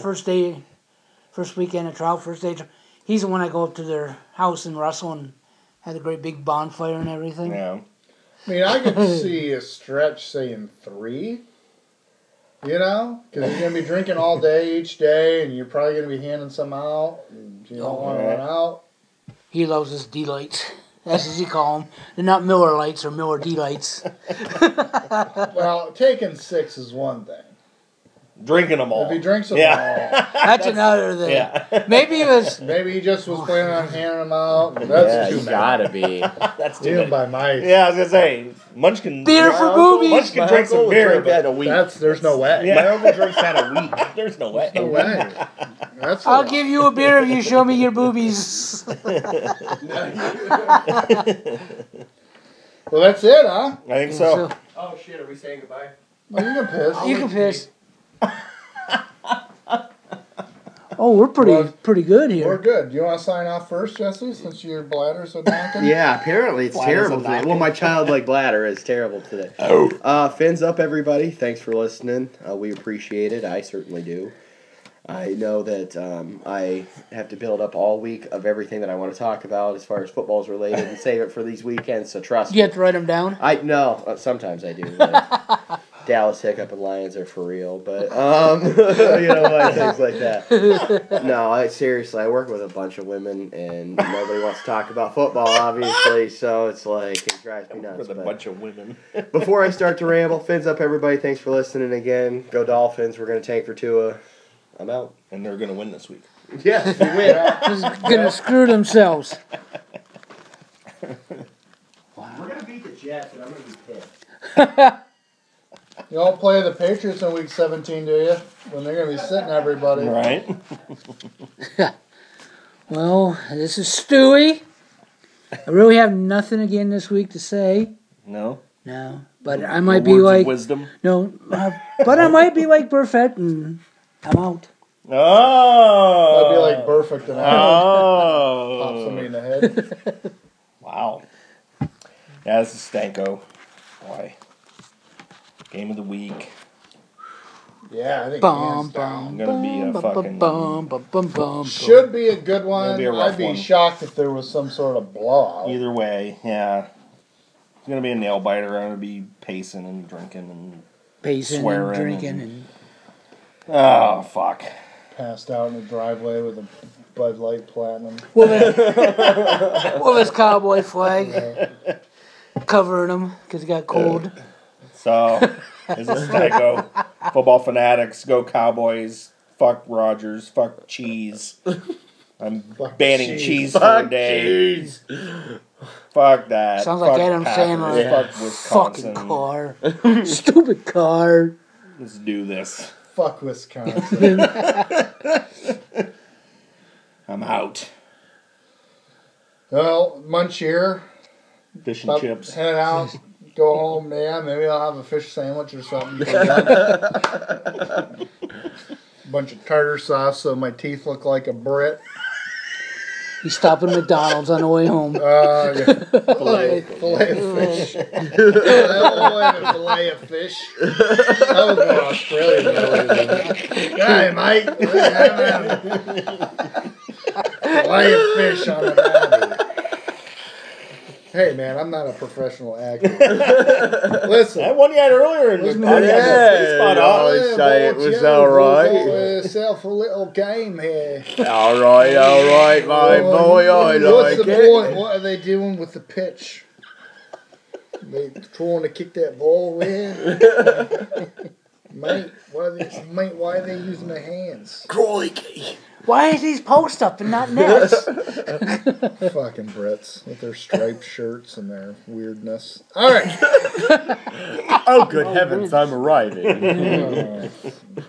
Speaker 4: first day, first weekend of trial, first day. of tri- He's the one I go up to their house in Russell and had a great big bonfire and everything.
Speaker 3: yeah.
Speaker 1: I mean, I could see a stretch saying three. You know, because you're gonna be drinking all day each day, and you're probably gonna be handing some out. And you
Speaker 3: Oh,
Speaker 1: don't want to run out.
Speaker 4: He loves his D lights. That's as he call them. They're not Miller lights or Miller D lights.
Speaker 1: Well, taking six is one thing.
Speaker 3: Drinking them all.
Speaker 1: If he drinks them
Speaker 3: Yeah.
Speaker 1: all,
Speaker 4: That's another thing.
Speaker 3: Yeah.
Speaker 4: Maybe he was.
Speaker 1: maybe he just
Speaker 3: Oh,
Speaker 1: was planning on handing them out. and That's
Speaker 2: yeah,
Speaker 1: too
Speaker 2: you
Speaker 1: bad.
Speaker 2: gotta be.
Speaker 3: That's too
Speaker 1: Even
Speaker 3: many.
Speaker 1: by my,
Speaker 3: Yeah, I was going to say, Munchkin.
Speaker 4: Beer for boobies.
Speaker 3: Munchkin drinks some beer, but
Speaker 2: a week.
Speaker 1: that's there's no way.
Speaker 3: Yeah.
Speaker 2: My uncle drinks that a week.
Speaker 3: there's no way.
Speaker 1: No way. That's a
Speaker 4: I'll
Speaker 1: lot.
Speaker 4: give you a beer if you show me your boobies.
Speaker 1: Well, that's it, huh?
Speaker 3: I think so.
Speaker 5: Oh shit, are we saying goodbye?
Speaker 1: Well, you can piss.
Speaker 4: you can piss. oh, we're pretty
Speaker 1: Well,
Speaker 4: pretty good
Speaker 1: We're
Speaker 4: here.
Speaker 1: good. Do you want to sign off first, Jesse, since your bladder's so knocking?
Speaker 2: Yeah, apparently it's
Speaker 3: Bladder's a
Speaker 2: terrible today.
Speaker 3: knockin'.
Speaker 2: Well, my childlike bladder is terrible today. Oh. Uh, fins up, everybody. Thanks for listening. Uh, we appreciate it. I certainly do. I know that um, I have to build up all week of everything that I want to talk about as far as football's related and save it for these weekends. So trust
Speaker 4: You
Speaker 2: me.
Speaker 4: have to write them down.
Speaker 2: I no. Uh, sometimes I do. But Dallas Hiccup and Lions are for real, but um, you know like, things like that. No, I seriously, I work with a bunch of women, and nobody wants to talk about football, obviously. So it's like it drives me nuts.
Speaker 3: With a
Speaker 2: But
Speaker 3: bunch of women.
Speaker 2: before I start to ramble, fins up, everybody. Thanks for listening again. Go Dolphins. We're gonna tank for Tua. I'm out.
Speaker 3: And they're going to win this week.
Speaker 2: Yes, we win.
Speaker 4: Just gonna screw themselves.
Speaker 2: We're gonna beat the Jets, and I'm gonna be pissed.
Speaker 1: You don't play the Patriots in week 17, do you? When they're going to be sitting everybody.
Speaker 3: Right?
Speaker 4: Well, this is Stewie. I really have nothing again this week to say.
Speaker 3: No.
Speaker 4: No, but I might be
Speaker 3: Words of
Speaker 4: like
Speaker 3: wisdom.
Speaker 4: no, uh, but I might be like Burfett, and I'm out.
Speaker 3: Oh.
Speaker 1: That'd be like perfect and I pop somebody
Speaker 3: Oh.
Speaker 1: in the head.
Speaker 3: Wow. Yeah, this is Stanko. Boy. Game of the week.
Speaker 1: Yeah, I think
Speaker 4: Bum
Speaker 1: hands down.
Speaker 4: bum
Speaker 3: Gonna be a
Speaker 4: bum,
Speaker 3: fucking-
Speaker 4: bum, bum, bum, bum.
Speaker 1: Should be a good one.
Speaker 3: It'll be a rough
Speaker 1: I'd be
Speaker 3: one.
Speaker 1: shocked if there was some sort of blowout.
Speaker 3: Either way, yeah. It's gonna be a nail biter. I'm gonna be pacing and drinking and
Speaker 4: pacing and
Speaker 3: Swearing
Speaker 4: drinking
Speaker 3: and-
Speaker 4: and
Speaker 3: oh fuck.
Speaker 1: Passed out in the driveway with a Bud Light Platinum.
Speaker 4: well, that- well, this cowboy flag covering them because it got cold.
Speaker 3: So this is Stanko. Football fanatics, go Cowboys. Fuck Rogers. Fuck cheese. I'm
Speaker 1: Fuck
Speaker 3: banning
Speaker 1: cheese.
Speaker 3: cheese, for a day. Fuck that.
Speaker 4: Sounds like
Speaker 3: Fuck
Speaker 4: Adam
Speaker 3: Packers.
Speaker 4: Sandler.
Speaker 3: Fuck Wisconsin.
Speaker 4: Fucking car, stupid car.
Speaker 3: Let's do this.
Speaker 1: Fuck Wisconsin.
Speaker 3: I'm out.
Speaker 1: well, Munchier,
Speaker 3: Dish and
Speaker 1: About
Speaker 3: chips.
Speaker 1: Head out, go home. Yeah, maybe I'll have a fish sandwich or something. Bunch of tartar sauce, so my teeth look like a Brit.
Speaker 4: You stop at McDonald's on the way home.
Speaker 1: Uh, yeah. fillet, fillet of fish. I wanted a fillet of fish. That was more Australian. really, than- Hey, mate, we're having a fillet of fish on a barbie. Hey, man, I'm not a professional actor. Listen,
Speaker 3: That one you had earlier in the
Speaker 1: Wasn't
Speaker 3: podcast.
Speaker 1: it?
Speaker 3: that's pretty
Speaker 2: Yeah,
Speaker 3: spot
Speaker 2: yeah.
Speaker 3: on.
Speaker 2: They say it was
Speaker 1: Yeah,
Speaker 2: all
Speaker 1: we'll
Speaker 2: right.
Speaker 1: do Yourself a little game here.
Speaker 2: All right, all right, my
Speaker 1: Well,
Speaker 2: boy, I
Speaker 1: what's
Speaker 2: like
Speaker 1: the point?
Speaker 2: it.
Speaker 1: What are they doing with the pitch? They trying to kick that ball in, mate. Why are they, mate? Why are they using their hands?
Speaker 2: Crikey.
Speaker 4: Why is these post up and not nets?
Speaker 1: Fucking Brits with their striped shirts and their weirdness. All right.
Speaker 2: Oh, good heavens, I'm arriving.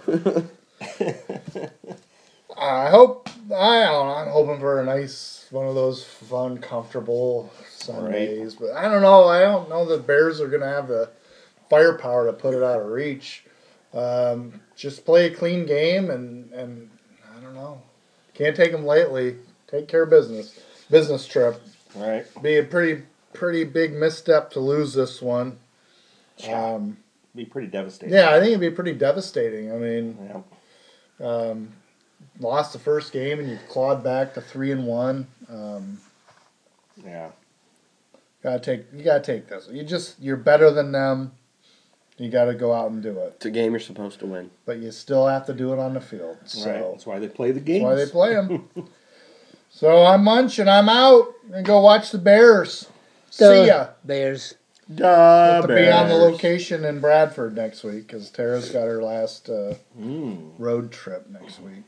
Speaker 1: Uh, I hope I don't know, I'm hoping for a nice one of those fun, comfortable Sundays. But I don't know. I don't know the Bears are gonna have the firepower to put it out of reach. Um, just play a clean game and and I don't know. Can't take them lately. Take care of business. Business trip
Speaker 3: Right.
Speaker 1: be a pretty pretty big misstep to lose this one. Um,
Speaker 3: Be pretty devastating.
Speaker 1: yeah, I think it'd be pretty devastating. I mean.
Speaker 3: Yeah.
Speaker 1: Um, lost the first game and you've clawed back to three and one. Um,
Speaker 3: Yeah.
Speaker 1: gotta take you gotta take this. You just you're better than them. You gotta go out and do it,
Speaker 2: it's a game you're supposed to win.
Speaker 1: but you still have to do it on the field. So
Speaker 3: right. That's why they play the
Speaker 1: that's
Speaker 3: games.
Speaker 1: why they play them. so I'm Munch and I'm out and go watch the Bears. See ya.
Speaker 4: Bears.
Speaker 1: Have
Speaker 2: Da
Speaker 1: to be on the
Speaker 2: Bears.
Speaker 1: location in Bradford next week because Tara's got her last uh,
Speaker 3: Mm.
Speaker 1: road trip next week.